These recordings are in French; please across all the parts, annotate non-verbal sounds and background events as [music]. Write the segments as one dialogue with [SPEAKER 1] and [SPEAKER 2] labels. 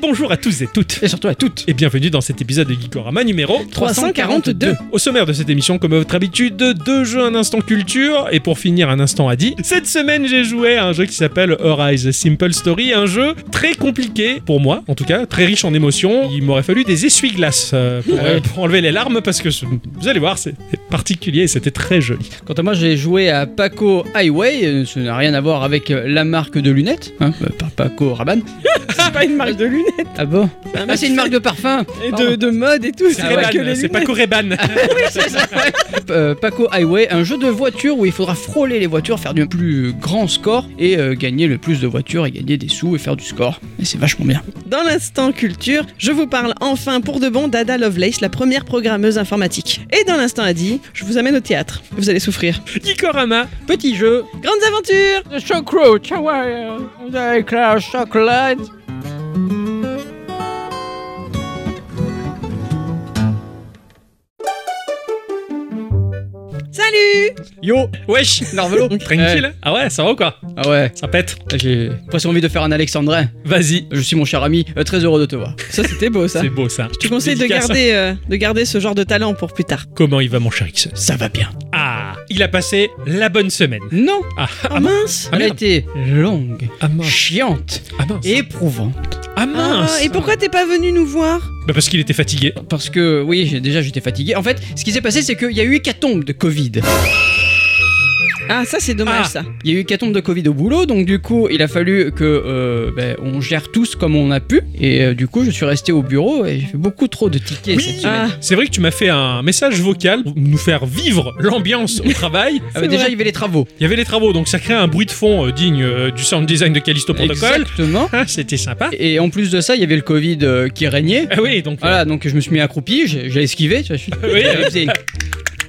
[SPEAKER 1] bonjour à tous et toutes.
[SPEAKER 2] [laughs] Et surtout à toutes.
[SPEAKER 1] Et bienvenue dans cet épisode de Geekorama numéro
[SPEAKER 2] 342.
[SPEAKER 1] Au sommaire de cette émission, comme à votre habitude, deux jeux, un instant culture, et pour finir, un instant Adi. Cette semaine, j'ai joué à un jeu qui s'appelle Horizon Simple Story, un jeu très compliqué, pour moi en tout cas, très riche en émotions. Il m'aurait fallu des essuie-glaces euh, pour, euh, pour enlever les larmes, parce que ce- vous allez voir, c'est particulier et c'était très joli.
[SPEAKER 2] Quant à moi, j'ai joué à Paco Highway. euh, Ça n'a rien à voir avec euh, la marque de lunettes. Hein, euh, pas Paco Rabanne.
[SPEAKER 3] [laughs] C'est [laughs] pas une marque de lunettes
[SPEAKER 2] Ah bon
[SPEAKER 3] un
[SPEAKER 2] Ah, c'est une marque de parfum.
[SPEAKER 3] [laughs] et de,
[SPEAKER 2] Pardon.
[SPEAKER 3] de mode et tout.
[SPEAKER 1] C'est
[SPEAKER 3] C'est pas
[SPEAKER 1] Reban,
[SPEAKER 3] que les
[SPEAKER 1] c'est
[SPEAKER 3] lunettes.
[SPEAKER 1] pas Coréban.
[SPEAKER 2] Euh, Paco Highway, un jeu de voiture où il faudra frôler les voitures, faire du plus grand score et euh, gagner le plus de voitures et gagner des sous et faire du score. Et c'est vachement bien.
[SPEAKER 3] Dans l'instant culture, je vous parle enfin pour de bon d'Ada Lovelace, la première programmeuse informatique. Et dans l'instant Adi, je vous amène au théâtre. Vous allez souffrir.
[SPEAKER 1] [laughs] Geekorama,
[SPEAKER 2] Petit jeu.
[SPEAKER 3] Grandes aventures
[SPEAKER 2] The Chocro,
[SPEAKER 3] euh,
[SPEAKER 2] Chawai, The Clash Chocolate.
[SPEAKER 3] Salut
[SPEAKER 2] Yo,
[SPEAKER 1] wesh,
[SPEAKER 2] Narvelo.
[SPEAKER 1] tranquille. Ah ouais, ça va ou quoi
[SPEAKER 2] Eh, Ah ouais,
[SPEAKER 1] Ça pète.
[SPEAKER 2] j'ai presque envie de faire un Alexandrin.
[SPEAKER 1] Vas-y.
[SPEAKER 2] Je suis mon cher ami, euh, très heureux de te voir.
[SPEAKER 3] Ça c'était beau ça.
[SPEAKER 1] C'est beau ça.
[SPEAKER 3] Je te conseille de
[SPEAKER 1] Dédicace.
[SPEAKER 3] garder, euh, de garder ce genre de talent pour plus tard.
[SPEAKER 1] Comment il va mon cher Ixon
[SPEAKER 2] Ça va bien.
[SPEAKER 1] Ah, il a passé la bonne semaine.
[SPEAKER 2] Non,
[SPEAKER 1] Ah,
[SPEAKER 3] Oh mince
[SPEAKER 1] Ah,
[SPEAKER 2] elle a
[SPEAKER 1] merde.
[SPEAKER 2] été longue,
[SPEAKER 1] ah mince.
[SPEAKER 2] chiante,
[SPEAKER 1] Ah mince.
[SPEAKER 2] éprouvante.
[SPEAKER 1] Ah mince.
[SPEAKER 3] Ah, Et pourquoi t'es pas venu nous voir
[SPEAKER 1] Bah parce qu'il était fatigué.
[SPEAKER 2] Parce que oui, j'ai- déjà j'étais fatigué. En fait, ce qui s'est passé, c'est qu'il y a eu hécatombe de Covid.
[SPEAKER 3] Ah ça c'est dommage
[SPEAKER 1] Ah.
[SPEAKER 3] ça.
[SPEAKER 2] Il y a eu hécatombe de Covid au boulot, donc du coup, il a fallu que euh, ben, on gère tous comme on a pu. Et euh, du coup, je suis resté au bureau et j'ai fait beaucoup trop de tickets cette semaine.
[SPEAKER 3] Ah,
[SPEAKER 1] C'est vrai que tu m'as fait un message vocal pour nous faire vivre l'ambiance au travail.
[SPEAKER 2] Ah, ben,
[SPEAKER 3] c'est
[SPEAKER 2] déjà,
[SPEAKER 3] vrai.
[SPEAKER 2] il y avait les travaux.
[SPEAKER 1] Il y avait les travaux, donc ça crée un bruit de fond euh, digne euh, du sound design de Callisto Protocol.
[SPEAKER 2] Exactement.
[SPEAKER 1] Ah, C'était sympa.
[SPEAKER 2] Et en plus de ça, il y avait le Covid euh, qui régnait.
[SPEAKER 1] Ah oui, donc. euh,
[SPEAKER 2] Voilà, donc je me suis mis accroupi, j'ai j'ai esquivé. Tu vois, je suis-
[SPEAKER 1] [laughs] Oui.
[SPEAKER 2] j'avais [laughs] fait une-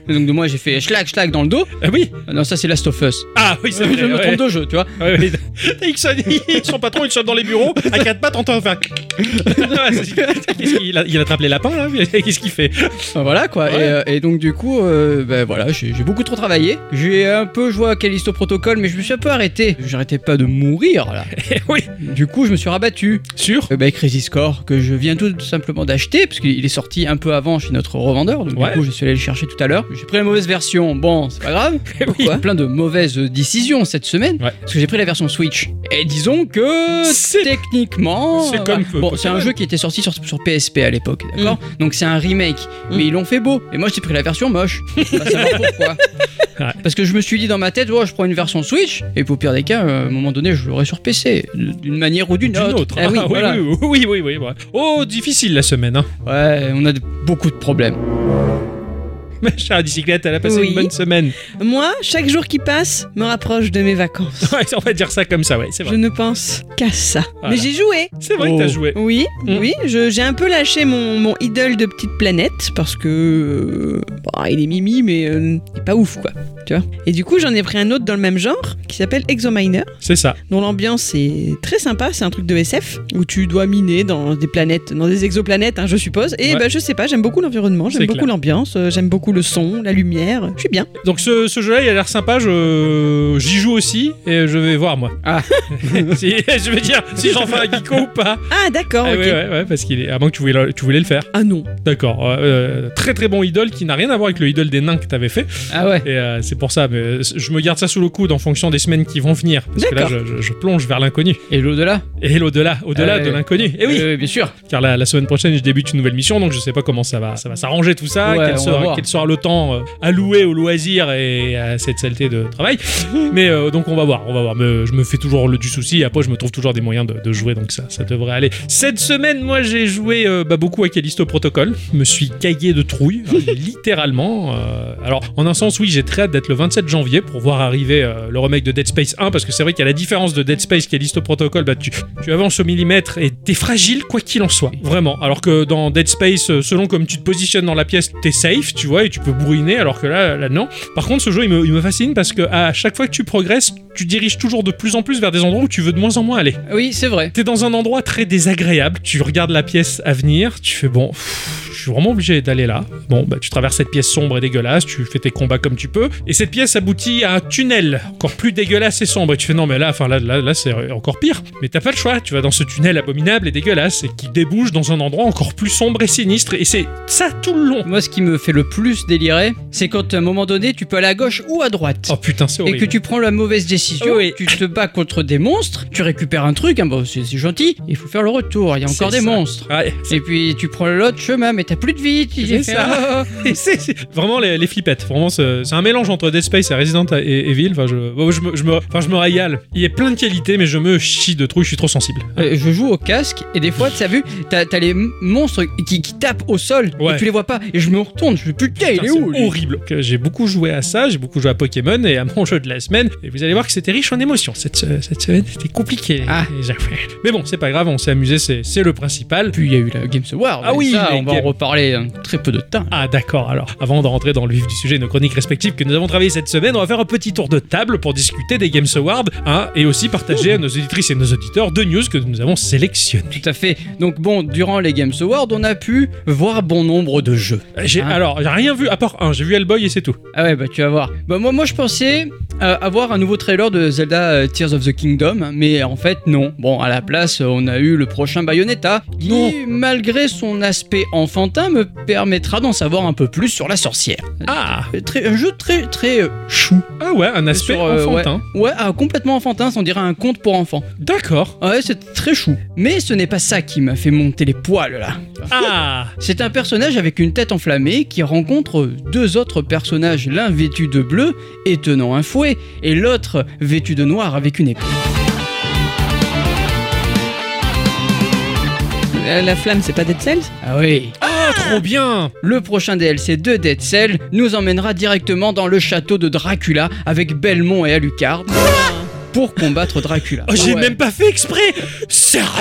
[SPEAKER 2] Donc de moi j'ai fait schlac schlac dans le dos.
[SPEAKER 1] ah oui.
[SPEAKER 2] Ah Non ça c'est Last of Us.
[SPEAKER 1] Ah oui,
[SPEAKER 2] Je
[SPEAKER 1] c'est vrai.
[SPEAKER 2] me
[SPEAKER 1] ouais.
[SPEAKER 2] trompe de jeu, tu vois.
[SPEAKER 1] Ouais, [laughs] ouais. T'as Ixon, il- son patron, il saute dans les bureaux, à quatre pattes, on t'en [laughs] fait. Qu'est-ce qu'il a, il attrape les lapins, là [laughs] Qu'est-ce qu'il fait
[SPEAKER 2] Enfin, voilà quoi.
[SPEAKER 1] Ouais.
[SPEAKER 2] Et, euh, Et, donc du coup, euh, ben voilà, j'ai j'ai beaucoup trop travaillé. J'ai un peu joué à Callisto Protocol, mais je me suis un peu arrêté. J'arrêtais pas de mourir là.
[SPEAKER 1] [laughs] Oui.
[SPEAKER 2] Du coup, je me suis rabattu.
[SPEAKER 1] Sûr
[SPEAKER 2] Euh, Ben Crisis Core que je viens tout simplement d'acheter parce qu'il est sorti un peu avant chez notre revendeur. Donc
[SPEAKER 1] Ouais.
[SPEAKER 2] du coup, je suis allé le chercher tout à l'heure. J'ai pris la mauvaise version. Bon, c'est pas grave.
[SPEAKER 1] [laughs] Oui.
[SPEAKER 2] Plein de mauvaises décisions cette semaine
[SPEAKER 1] Ouais.
[SPEAKER 2] parce que j'ai pris la version Switch. Et disons que
[SPEAKER 1] C'est-
[SPEAKER 2] techniquement,
[SPEAKER 1] c'est
[SPEAKER 2] euh,
[SPEAKER 1] comme
[SPEAKER 2] voilà. bon,
[SPEAKER 1] Pokémon.
[SPEAKER 2] c'est un jeu qui était sorti sur, sur PSP à l'époque, d'accord Donc c'est un remake,
[SPEAKER 3] Mm.
[SPEAKER 2] mais ils l'ont fait beau. Et moi j'ai pris la version moche. On va
[SPEAKER 1] [laughs]
[SPEAKER 2] savoir pourquoi.
[SPEAKER 1] Ouais.
[SPEAKER 2] Parce que je me suis dit dans ma tête, oh, je prends une version Switch, et au pire des cas, euh, à un moment donné, je l'aurai sur PC, d'une manière ou d'une
[SPEAKER 1] D'une
[SPEAKER 2] autre.
[SPEAKER 1] autre.
[SPEAKER 2] Eh oui,
[SPEAKER 1] Ah, oui,
[SPEAKER 2] voilà.
[SPEAKER 1] oui, oui, oui, oui, oui. Oh, difficile la semaine. Hein. [laughs]
[SPEAKER 2] Ouais, on a de- beaucoup de problèmes.
[SPEAKER 1] Ma chère bicyclette, elle a passé
[SPEAKER 3] Oui.
[SPEAKER 1] une bonne semaine. [laughs]
[SPEAKER 3] Moi, chaque jour qui passe me rapproche de
[SPEAKER 1] [laughs]
[SPEAKER 3] mes vacances.
[SPEAKER 1] Ouais, on va dire ça comme ça, ouais, c'est
[SPEAKER 3] Je
[SPEAKER 1] vrai.
[SPEAKER 3] ne pense qu'à ça.
[SPEAKER 1] Voilà.
[SPEAKER 3] Mais j'ai joué.
[SPEAKER 1] C'est vrai que t'as
[SPEAKER 2] Oh.
[SPEAKER 1] joué.
[SPEAKER 3] Oui,
[SPEAKER 1] Mm.
[SPEAKER 3] oui, je- j'ai un peu lâché mon, mon idole de petite planète parce que euh, bah, il est mimi mais euh, il est pas ouf quoi, tu vois. Et du coup j'en ai pris un autre dans le même genre qui s'appelle Exominer,
[SPEAKER 1] C'est ça.
[SPEAKER 3] dont l'ambiance est très sympa, c'est un truc de SF où tu dois miner dans des planètes, dans des exoplanètes hein, je suppose. Et
[SPEAKER 1] Ouais.
[SPEAKER 3] bah, je sais pas, j'aime beaucoup l'environnement,
[SPEAKER 1] C'est
[SPEAKER 3] j'aime beaucoup
[SPEAKER 1] clair.
[SPEAKER 3] l'ambiance, euh, j'aime beaucoup le son, la lumière, je suis bien.
[SPEAKER 1] Donc ce, ce jeu-là, il a l'air sympa. Je j'y joue aussi et je vais voir moi.
[SPEAKER 2] Ah.
[SPEAKER 1] [laughs] Si- je veux dire si j'en fais un geeko ou pas.
[SPEAKER 3] Ah d'accord,
[SPEAKER 1] Ah,
[SPEAKER 3] ok.
[SPEAKER 1] ouais, ouais, ouais, parce qu'il est. À moins que tu voulais, le- tu voulais le faire.
[SPEAKER 3] Ah non.
[SPEAKER 1] D'accord. Euh, euh, très très bon idole qui n'a rien à voir avec le idole des nains que t'avais fait.
[SPEAKER 2] Ah ouais.
[SPEAKER 1] Et euh, c'est pour ça. Mais euh, je me garde ça sous le coude en fonction des semaines qui vont venir. Parce que là, je,
[SPEAKER 3] D'accord.
[SPEAKER 1] je- je plonge vers l'inconnu
[SPEAKER 2] Et l'au-delà
[SPEAKER 1] et l'au-delà, au-delà
[SPEAKER 2] Ah, ouais.
[SPEAKER 1] de l'inconnu. Et oui.
[SPEAKER 2] Euh, bien sûr.
[SPEAKER 1] car la, la semaine prochaine je débute une nouvelle mission donc je sais pas comment ça va ça va s'arranger tout ça
[SPEAKER 2] Ouais,
[SPEAKER 1] quel,
[SPEAKER 2] on va
[SPEAKER 1] sera,
[SPEAKER 2] voir.
[SPEAKER 1] quel sera le temps euh, alloué au loisir et à cette saleté de
[SPEAKER 2] [laughs]
[SPEAKER 1] travail mais euh, donc on va voir on va voir mais je me fais toujours le, du souci et après je me trouve toujours des moyens de, de jouer donc ça ça devrait aller cette semaine moi j'ai joué euh, bah, beaucoup à Callisto Protocol je me suis caillé de trouille
[SPEAKER 2] [laughs]
[SPEAKER 1] hein, littéralement euh, alors en un sens oui j'ai très hâte d'être le 27 janvier pour voir arriver euh, le remake de Dead Space 1 parce que c'est vrai qu'à la différence de Dead Space Callisto Protocol bah, tu, tu avances au millimètre et t'es fragile quoi qu'il en soit. Vraiment. Alors que dans Dead Space, euh, selon comme tu te positionnes dans la pièce, t'es safe, tu vois, et tu peux bourriner, alors que là, là non. Par contre, ce jeu, il me, il me fascine parce que à chaque fois que tu progresses, tu diriges toujours de plus en plus vers des endroits où tu veux de moins en moins aller.
[SPEAKER 2] Ah Oui, c'est vrai.
[SPEAKER 1] T'es dans un endroit très désagréable, tu regardes la pièce à venir, tu fais bon, pff, je suis vraiment obligé d'aller là. Bon, bah tu traverses cette pièce sombre et dégueulasse, tu fais tes combats comme tu peux, et cette pièce aboutit à un tunnel encore plus dégueulasse et sombre. Et tu fais non mais là, enfin là, là, là c'est encore pire. Mais t'as pas le choix, tu vas dans ce tunnel abominable et dégueulasse et qui débouche dans un endroit encore plus sombre et sinistre. Et c'est ça tout le long.
[SPEAKER 2] Moi, ce qui me fait le plus délirer, c'est quand à un moment donné, tu peux aller à gauche ou à droite.
[SPEAKER 1] Oh putain, c'est
[SPEAKER 2] et
[SPEAKER 1] horrible.
[SPEAKER 2] que tu prends la mauvaise décision, tu te bats contre des monstres, tu récupères un truc, hein, bon, c'est c'est gentil, il faut faire le retour, il y a encore
[SPEAKER 1] C'est
[SPEAKER 2] des
[SPEAKER 1] ça.
[SPEAKER 2] monstres.
[SPEAKER 1] Ouais,
[SPEAKER 2] Et puis tu prends l'autre chemin, mais t'as plus de vie. tu
[SPEAKER 1] C'est
[SPEAKER 2] fais,
[SPEAKER 1] ça.
[SPEAKER 2] ah.
[SPEAKER 1] Et c'est- c'est- vraiment les, les flippettes. Vraiment, c'est c'est un mélange entre Dead Space et Resident Evil. Enfin, je, bon, je, me, je, me, enfin, je me régale. Il y a plein de qualités, mais je me chie de trucs. Je suis trop sensible.
[SPEAKER 2] Euh, Je joue au casque et des fois, tu as vu, t'as t'as les m- monstres qui, qui tapent au sol
[SPEAKER 1] Ouais.
[SPEAKER 2] et tu les vois pas. Et je me retourne, je fais putain, il
[SPEAKER 1] Putain,
[SPEAKER 2] est
[SPEAKER 1] c'est
[SPEAKER 2] où lui
[SPEAKER 1] horrible. Que J'ai beaucoup joué à ça. J'ai beaucoup joué à Pokémon et à mon jeu de la semaine. Et vous allez voir que c'était riche en émotions cette, se- cette semaine. C'était compliqué.
[SPEAKER 2] Ah.
[SPEAKER 1] Et j'ai- Mais bon, c'est pas grave. On s'est amusé. C'est c'est le principal.
[SPEAKER 2] Puis il y a eu la Games Award.
[SPEAKER 1] Ah
[SPEAKER 2] mais
[SPEAKER 1] oui,
[SPEAKER 2] ça,
[SPEAKER 1] les
[SPEAKER 2] on va en
[SPEAKER 1] Games-
[SPEAKER 2] reparler hein, très peu de temps.
[SPEAKER 1] Ah d'accord, alors avant de rentrer dans le vif du sujet, nos chroniques respectives que nous avons travaillées cette semaine, on va faire un petit tour de table pour discuter des Games Awards hein, et aussi partager à nos auditrices et nos auditeurs deux news que nous avons sélectionnées.
[SPEAKER 2] Tout à fait. Donc bon, durant les Games Awards, on a pu voir bon nombre de jeux.
[SPEAKER 1] Euh, J'ai,
[SPEAKER 2] Ah.
[SPEAKER 1] Alors, j'ai rien vu à part un, j'ai vu Hellboy et c'est tout.
[SPEAKER 2] Ah ouais, bah tu vas voir. Bah moi, moi je pensais euh, avoir un nouveau trailer de Zelda euh, Tears of the Kingdom, hein, mais en fait non. Bon, à la place, euh, on a eu le prochain Bayonetta, qui,
[SPEAKER 1] Non.
[SPEAKER 2] malgré son aspect enfantin, me permettra d'en savoir un peu plus sur la sorcière.
[SPEAKER 1] Ah
[SPEAKER 2] Euh, très- un jeu très très euh, chou.
[SPEAKER 1] Ah ouais, un aspect
[SPEAKER 2] Sur, euh,
[SPEAKER 1] enfantin.
[SPEAKER 2] Ouais, ah, complètement enfantin, on dirait un conte pour enfants.
[SPEAKER 1] D'accord.
[SPEAKER 2] Ah Ouais, c'est très chou. Mais ce n'est pas ça qui m'a fait monter les poils là. [laughs]
[SPEAKER 1] Ah
[SPEAKER 2] C'est un personnage avec une tête enflammée qui rencontre deux autres personnages, l'un vêtu de bleu et tenant un fouet, et l'autre vêtu de noir avec une épée.
[SPEAKER 3] Euh, La flamme, c'est pas Dead Cells
[SPEAKER 2] Ah oui
[SPEAKER 1] Ah, trop bien
[SPEAKER 2] Le prochain DLC de Dead Cell nous emmènera directement dans le château de Dracula avec Belmont et Alucard pour combattre Dracula.
[SPEAKER 1] Oh, J'ai
[SPEAKER 2] Ah Ouais.
[SPEAKER 1] même pas fait exprès Sérieux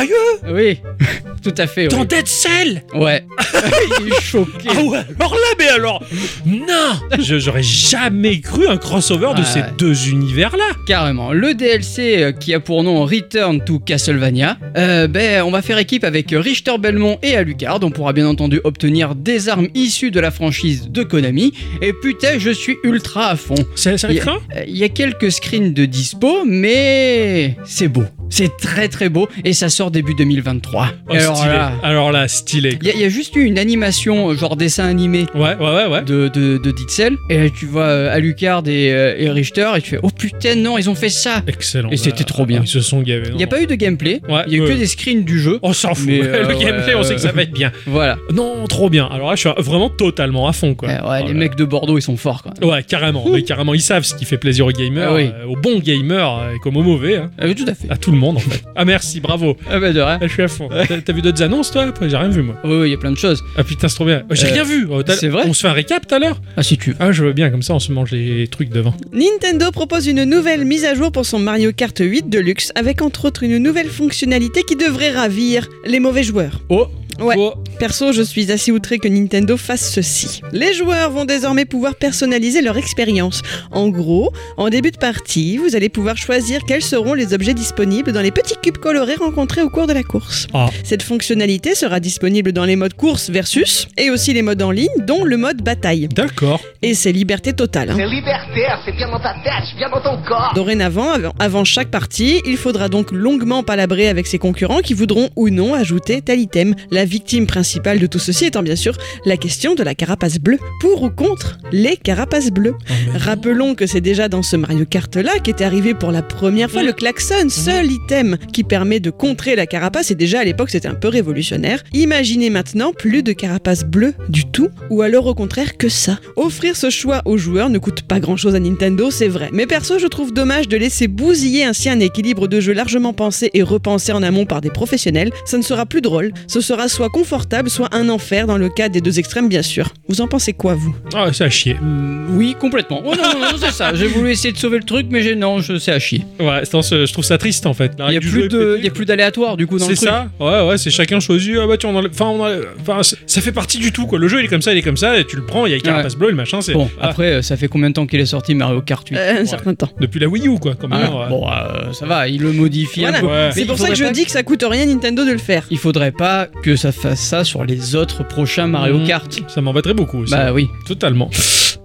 [SPEAKER 2] Oui, [laughs] tout à fait. oui.
[SPEAKER 1] Dans Dead Cell
[SPEAKER 2] Ouais. [laughs] Il est choqué.
[SPEAKER 1] Ah ouais, alors là, mais alors Non Je- J'aurais jamais cru un crossover de
[SPEAKER 2] Ah Ouais.
[SPEAKER 1] ces deux univers-là
[SPEAKER 2] Carrément. Le DLC euh, qui a pour nom Return to Castlevania, euh, ben, on va faire équipe avec Richter Belmont et Alucard. On pourra bien entendu obtenir des armes issues de la franchise de Konami. Et putain, je suis ultra à fond.
[SPEAKER 1] C'est c'est
[SPEAKER 2] Il y a-
[SPEAKER 1] écrit
[SPEAKER 2] Euh, Il y a quelques screens de dispo, mais c'est beau. C'est très très beau et ça sort début 2023.
[SPEAKER 1] Oh,
[SPEAKER 2] Alors
[SPEAKER 1] stylé.
[SPEAKER 2] là,
[SPEAKER 1] Alors là, stylé.
[SPEAKER 2] il y, a- il y a juste eu une animation, euh, genre dessin animé.
[SPEAKER 1] Ouais, ouais, ouais, ouais.
[SPEAKER 2] de, de, de Ditzel, et tu vois euh, Alucard et, euh, et Richter, et tu fais Oh putain, non, ils ont fait ça!
[SPEAKER 1] Excellent.
[SPEAKER 2] Et c'était
[SPEAKER 1] Bah,
[SPEAKER 2] trop bien.
[SPEAKER 1] Ils se sont gavés.
[SPEAKER 2] Il n'y a pas eu de gameplay, il
[SPEAKER 1] Ouais,
[SPEAKER 2] y a eu
[SPEAKER 1] ouais.
[SPEAKER 2] que des screens du jeu.
[SPEAKER 1] On s'en fout.
[SPEAKER 2] Mais,
[SPEAKER 1] [laughs]
[SPEAKER 2] euh,
[SPEAKER 1] le gameplay,
[SPEAKER 2] ouais,
[SPEAKER 1] on sait
[SPEAKER 2] euh,
[SPEAKER 1] que ça va être bien.
[SPEAKER 2] Voilà.
[SPEAKER 1] Non, trop bien. Alors là, je suis vraiment totalement à fond, quoi.
[SPEAKER 2] Euh, ouais,
[SPEAKER 1] Oh
[SPEAKER 2] les
[SPEAKER 1] là.
[SPEAKER 2] mecs de Bordeaux, ils sont forts quoi.
[SPEAKER 1] Ouais, carrément. Mais carrément, ils savent ce qui fait plaisir aux gamers,
[SPEAKER 2] Ah oui.
[SPEAKER 1] euh, aux bons gamers, euh, comme aux mauvais, hein.
[SPEAKER 2] Ah oui, tout
[SPEAKER 1] [laughs]
[SPEAKER 2] à fait.
[SPEAKER 1] à tout le monde en fait. Ah merci, bravo.
[SPEAKER 2] Ah bah de rien.
[SPEAKER 1] Ah, Je suis à fond. T'as t'as vu d'autres annonces, toi Après, j'ai rien vu, moi.
[SPEAKER 2] Oui, oui, il y a plein de choses.
[SPEAKER 1] Ah putain, c'est trop bien. Oh, J'ai
[SPEAKER 2] Euh,
[SPEAKER 1] rien vu. Oh, t'as-
[SPEAKER 2] c'est vrai
[SPEAKER 1] On se fait un récap tout à l'heure
[SPEAKER 2] Ah si tu veux.
[SPEAKER 1] Ah, je veux bien, comme ça, on se mange les trucs devant.
[SPEAKER 3] Nintendo propose une nouvelle mise à jour pour son Mario Kart 8 Deluxe avec entre autres une nouvelle fonctionnalité qui devrait ravir les mauvais joueurs.
[SPEAKER 1] Oh
[SPEAKER 3] Ouais.
[SPEAKER 1] Oh.
[SPEAKER 3] Perso, je suis assez outré que Nintendo fasse ceci. Les joueurs vont désormais pouvoir personnaliser leur expérience. En gros, en début de partie, vous allez pouvoir choisir quels seront les objets disponibles dans les petits cubes colorés rencontrés au cours de la course.
[SPEAKER 1] Ah.
[SPEAKER 3] Cette fonctionnalité sera disponible dans les modes course versus et aussi les modes en ligne, dont le mode bataille.
[SPEAKER 1] D'accord.
[SPEAKER 3] Et c'est liberté totale. hein.
[SPEAKER 4] C'est libertaire, c'est bien dans ta tête, bien dans ton corps.
[SPEAKER 3] Dorénavant, avant, avant chaque partie, il faudra donc longuement palabrer avec ses concurrents qui voudront ou non ajouter tel item. La victime principale de tout ceci étant bien sûr la question de la carapace bleue. Pour ou contre les carapaces bleues
[SPEAKER 1] Oh, mais-
[SPEAKER 3] Rappelons que c'est déjà dans ce Mario Kart là qu'est arrivé pour la première fois le klaxon, seul item qui permet de contrer la carapace et déjà à l'époque c'était un peu révolutionnaire. Imaginez maintenant plus de carapace bleue du tout ou alors au contraire que ça. Offrir ce choix aux joueurs ne coûte pas grand chose à Nintendo, c'est vrai. Mais perso, je trouve dommage de laisser bousiller ainsi un équilibre de jeu largement pensé et repensé en amont par des professionnels. Ça ne sera plus drôle, ce sera soit confortable, soit un enfer, dans le cas des deux extrêmes, bien sûr. Vous en pensez quoi, vous
[SPEAKER 1] Ah, c'est à chier.
[SPEAKER 2] Hmm, Oui, complètement. Oh, non, non, non, c'est ça. J'ai voulu essayer de sauver le truc, mais j'ai- non, je sais à chier.
[SPEAKER 1] Ouais, c'est- je trouve ça triste en fait. La
[SPEAKER 2] Il n'y a
[SPEAKER 1] règle Ah, du jeu
[SPEAKER 2] plus
[SPEAKER 1] est
[SPEAKER 2] de,
[SPEAKER 1] pétée.
[SPEAKER 2] il y a plus d'aléatoire du coup dans
[SPEAKER 1] C'est
[SPEAKER 2] le truc.
[SPEAKER 1] ça Ouais, ouais, c'est chacun choisit. Ah bah tu en enlèves- Enfin, on enlève- enfin, c'est- ça fait partie du tout quoi. Le jeu il est comme ça, il est comme ça, et tu le prends, il y a le carapace bleu, le machin, c'est.
[SPEAKER 2] Bon,
[SPEAKER 1] Ah,
[SPEAKER 2] après, euh, ça fait combien de temps qu'il est sorti Mario Kart 8
[SPEAKER 3] Euh, Un certain temps.
[SPEAKER 1] Depuis la Wii U quoi, quand même. hein,
[SPEAKER 2] Ah, Bon, euh, ça va, il le modifie un
[SPEAKER 3] Voilà.
[SPEAKER 2] peu.
[SPEAKER 1] Ouais.
[SPEAKER 2] Mais
[SPEAKER 3] C'est
[SPEAKER 2] il
[SPEAKER 3] pour ça que
[SPEAKER 2] faudrait
[SPEAKER 3] je
[SPEAKER 2] pas
[SPEAKER 3] dis que ça coûte rien Nintendo de le faire.
[SPEAKER 2] Il faudrait pas que ça fasse ça sur les autres prochains Mario
[SPEAKER 1] Mmh.
[SPEAKER 2] Kart.
[SPEAKER 1] Ça m'embêterait beaucoup aussi.
[SPEAKER 2] Bah oui.
[SPEAKER 1] Totalement.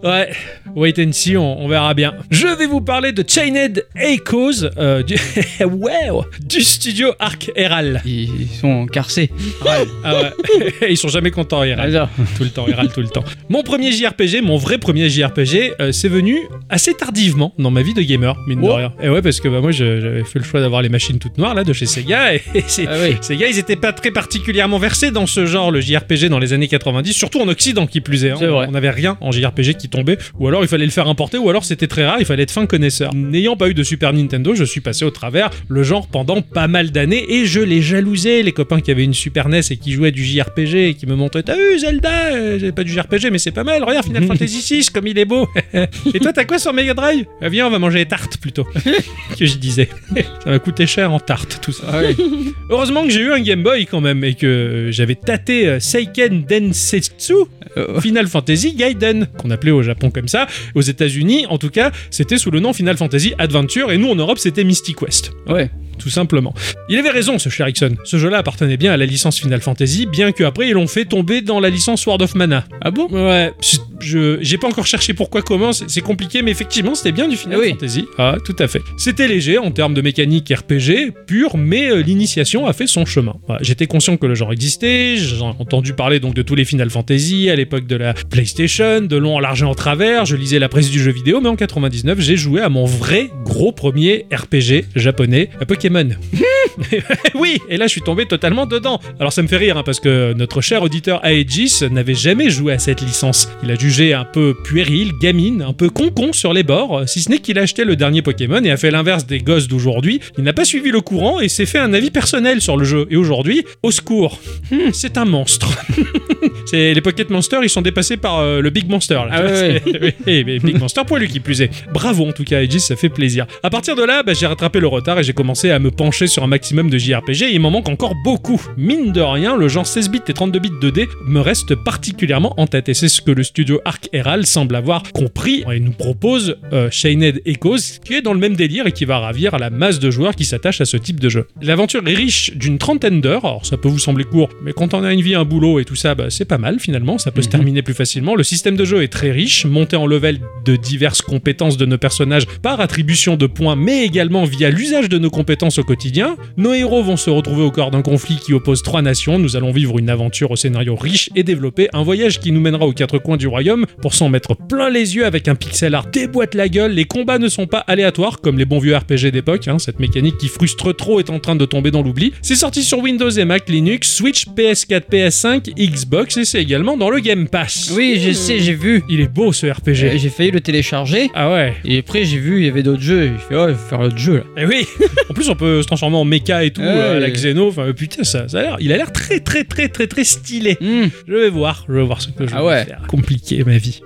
[SPEAKER 1] Ouais, wait and see, on, on verra bien. Je vais vous parler de Chained Echoes euh, du, [laughs] wow, du studio Arc Herald.
[SPEAKER 2] Ils ils sont encarcés.
[SPEAKER 1] Ah ouais, [laughs] ils sont jamais contents, Herald.
[SPEAKER 2] Alors,
[SPEAKER 1] Tout le temps, Herald, tout le temps. Mon premier JRPG, mon vrai premier JRPG, euh, c'est venu assez tardivement dans ma vie de gamer, mine de
[SPEAKER 2] Oh.
[SPEAKER 1] rien. Et ouais, parce que bah, moi, je- j'avais fait le choix d'avoir les machines toutes noires là de chez Sega, [laughs] et, et c'est.
[SPEAKER 2] ah oui.
[SPEAKER 1] Ces gars, ils étaient pas très particulièrement versés dans ce genre, le JRPG dans les années 90, surtout en Occident qui plus est. hein.
[SPEAKER 2] C'est vrai.
[SPEAKER 1] On n'avait rien en JRPG qui tombait, ou alors il fallait le faire importer, ou alors c'était très rare, il fallait être fin connaisseur. N'ayant pas eu de Super Nintendo, je suis passé au travers le genre pendant pas mal d'années et je les jalousais, les copains qui avaient une Super NES et qui jouaient à du JRPG et qui me montraient T'as vu Zelda Euh, C'est pas du JRPG, mais c'est pas mal, regarde
[SPEAKER 2] [laughs]
[SPEAKER 1] Final Fantasy VI, comme il est beau [laughs] Et toi, t'as quoi sur Mega Drive Euh, Viens, on va manger des tartes plutôt. [laughs] que je disais. [laughs] ça va coûter cher en tartes, tout ça.
[SPEAKER 2] Ah oui.
[SPEAKER 1] Heureusement que j'ai eu un Game Boy quand même et que euh, j'avais tâté euh, Seiken Densetsu
[SPEAKER 2] Euh,
[SPEAKER 1] Final Fantasy Gaiden, qu'on appelait au Japon comme ça. Aux États-Unis, en tout cas, c'était sous le nom Final Fantasy Adventure et nous en Europe, c'était Mystic West.
[SPEAKER 2] ouais.
[SPEAKER 1] Tout simplement. Il avait raison, ce cher Ixon. Ce jeu-là appartenait bien à la licence Final Fantasy, bien qu'après, ils l'ont fait tomber dans la licence Sword of Mana.
[SPEAKER 2] Ah bon
[SPEAKER 1] Ouais, c'est- je j'ai pas encore cherché pourquoi comment, c'est c'est compliqué, mais effectivement, c'était bien du Final
[SPEAKER 2] Eh Oui.
[SPEAKER 1] Fantasy. Ah, tout à fait. C'était léger en termes de mécanique RPG pure, mais euh, l'initiation a fait son chemin. Ouais, J'étais conscient que le genre existait, j'ai entendu parler donc de tous les Final Fantasy à l'époque de la PlayStation, de long en large et en travers. Je lisais la presse du jeu vidéo, mais en 99, j'ai joué à mon vrai gros premier RPG japonais, à Pokémon. [laughs] oui, et là je suis tombé totalement dedans. Alors ça me fait rire hein, parce que notre cher auditeur Aegis n'avait jamais joué à cette licence. Il a jugé un peu puéril, gamine, un peu concon sur les bords, euh, si ce n'est qu'il a acheté le dernier Pokémon et a fait l'inverse des gosses d'aujourd'hui. Il n'a pas suivi le courant et s'est fait un avis personnel sur le jeu. Et aujourd'hui, au secours, Hmm, c'est un monstre. [laughs] C'est les Pocket Monsters, ils sont dépassés par euh, le Big Monster. là.
[SPEAKER 2] Ah ouais.
[SPEAKER 1] Oui, mais Big Monster poilu qui plus est. Bravo en tout cas, Aegis, ça fait plaisir. À partir de là, bah, j'ai rattrapé le retard et j'ai commencé à me pencher sur un maximum de JRPG et il m'en manque encore beaucoup. Mine de rien, le genre 16 bits et 32 bits 2D me reste particulièrement en tête et c'est ce que le studio Arc Herald semble avoir compris et nous propose euh, Shined Echoes qui est dans le même délire et qui va ravir la masse de joueurs qui s'attachent à ce type de jeu. L'aventure est riche d'une trentaine d'heures, alors ça peut vous sembler court, mais quand on a une vie, un boulot et tout ça, bah, c'est pas mal finalement, ça peut se
[SPEAKER 2] Mhm.
[SPEAKER 1] terminer plus facilement. Le système de jeu est très riche, monté en level de diverses compétences de nos personnages par attribution de points, mais également via l'usage de nos compétences au quotidien. Nos héros vont se retrouver au cœur d'un conflit qui oppose trois nations, nous allons vivre une aventure au scénario riche et développé, un voyage qui nous mènera aux quatre coins du royaume pour s'en mettre plein les yeux avec un pixel art déboîte la gueule, les combats ne sont pas aléatoires comme les bons vieux RPG d'époque, hein, cette mécanique qui frustre trop est en train de tomber dans l'oubli. C'est sorti sur Windows et Mac, Linux, Switch, PS4, PS5, Xbox et c'est également dans le Game Pass.
[SPEAKER 2] [laughs] Oui, Eh je sais, j'ai vu.
[SPEAKER 1] Il est beau ce RPG.
[SPEAKER 2] J'ai j'ai failli le télécharger.
[SPEAKER 1] Ah ouais.
[SPEAKER 2] Et après, j'ai vu, il y avait d'autres jeux. et J'ai fait, oh, je vais faire l'autre jeu là.
[SPEAKER 1] Et oui. [laughs] en plus, on peut se transformer en méca et tout,
[SPEAKER 2] Ouais.
[SPEAKER 1] euh, à la Xeno. Enfin, euh, putain, ça, ça a l'air. Il a l'air très, très, très, très, très stylé.
[SPEAKER 2] Hmm.
[SPEAKER 1] Je vais voir. Je vais voir ce que je
[SPEAKER 2] Ah
[SPEAKER 1] vais
[SPEAKER 2] ouais.
[SPEAKER 1] faire. Compliqué ma vie.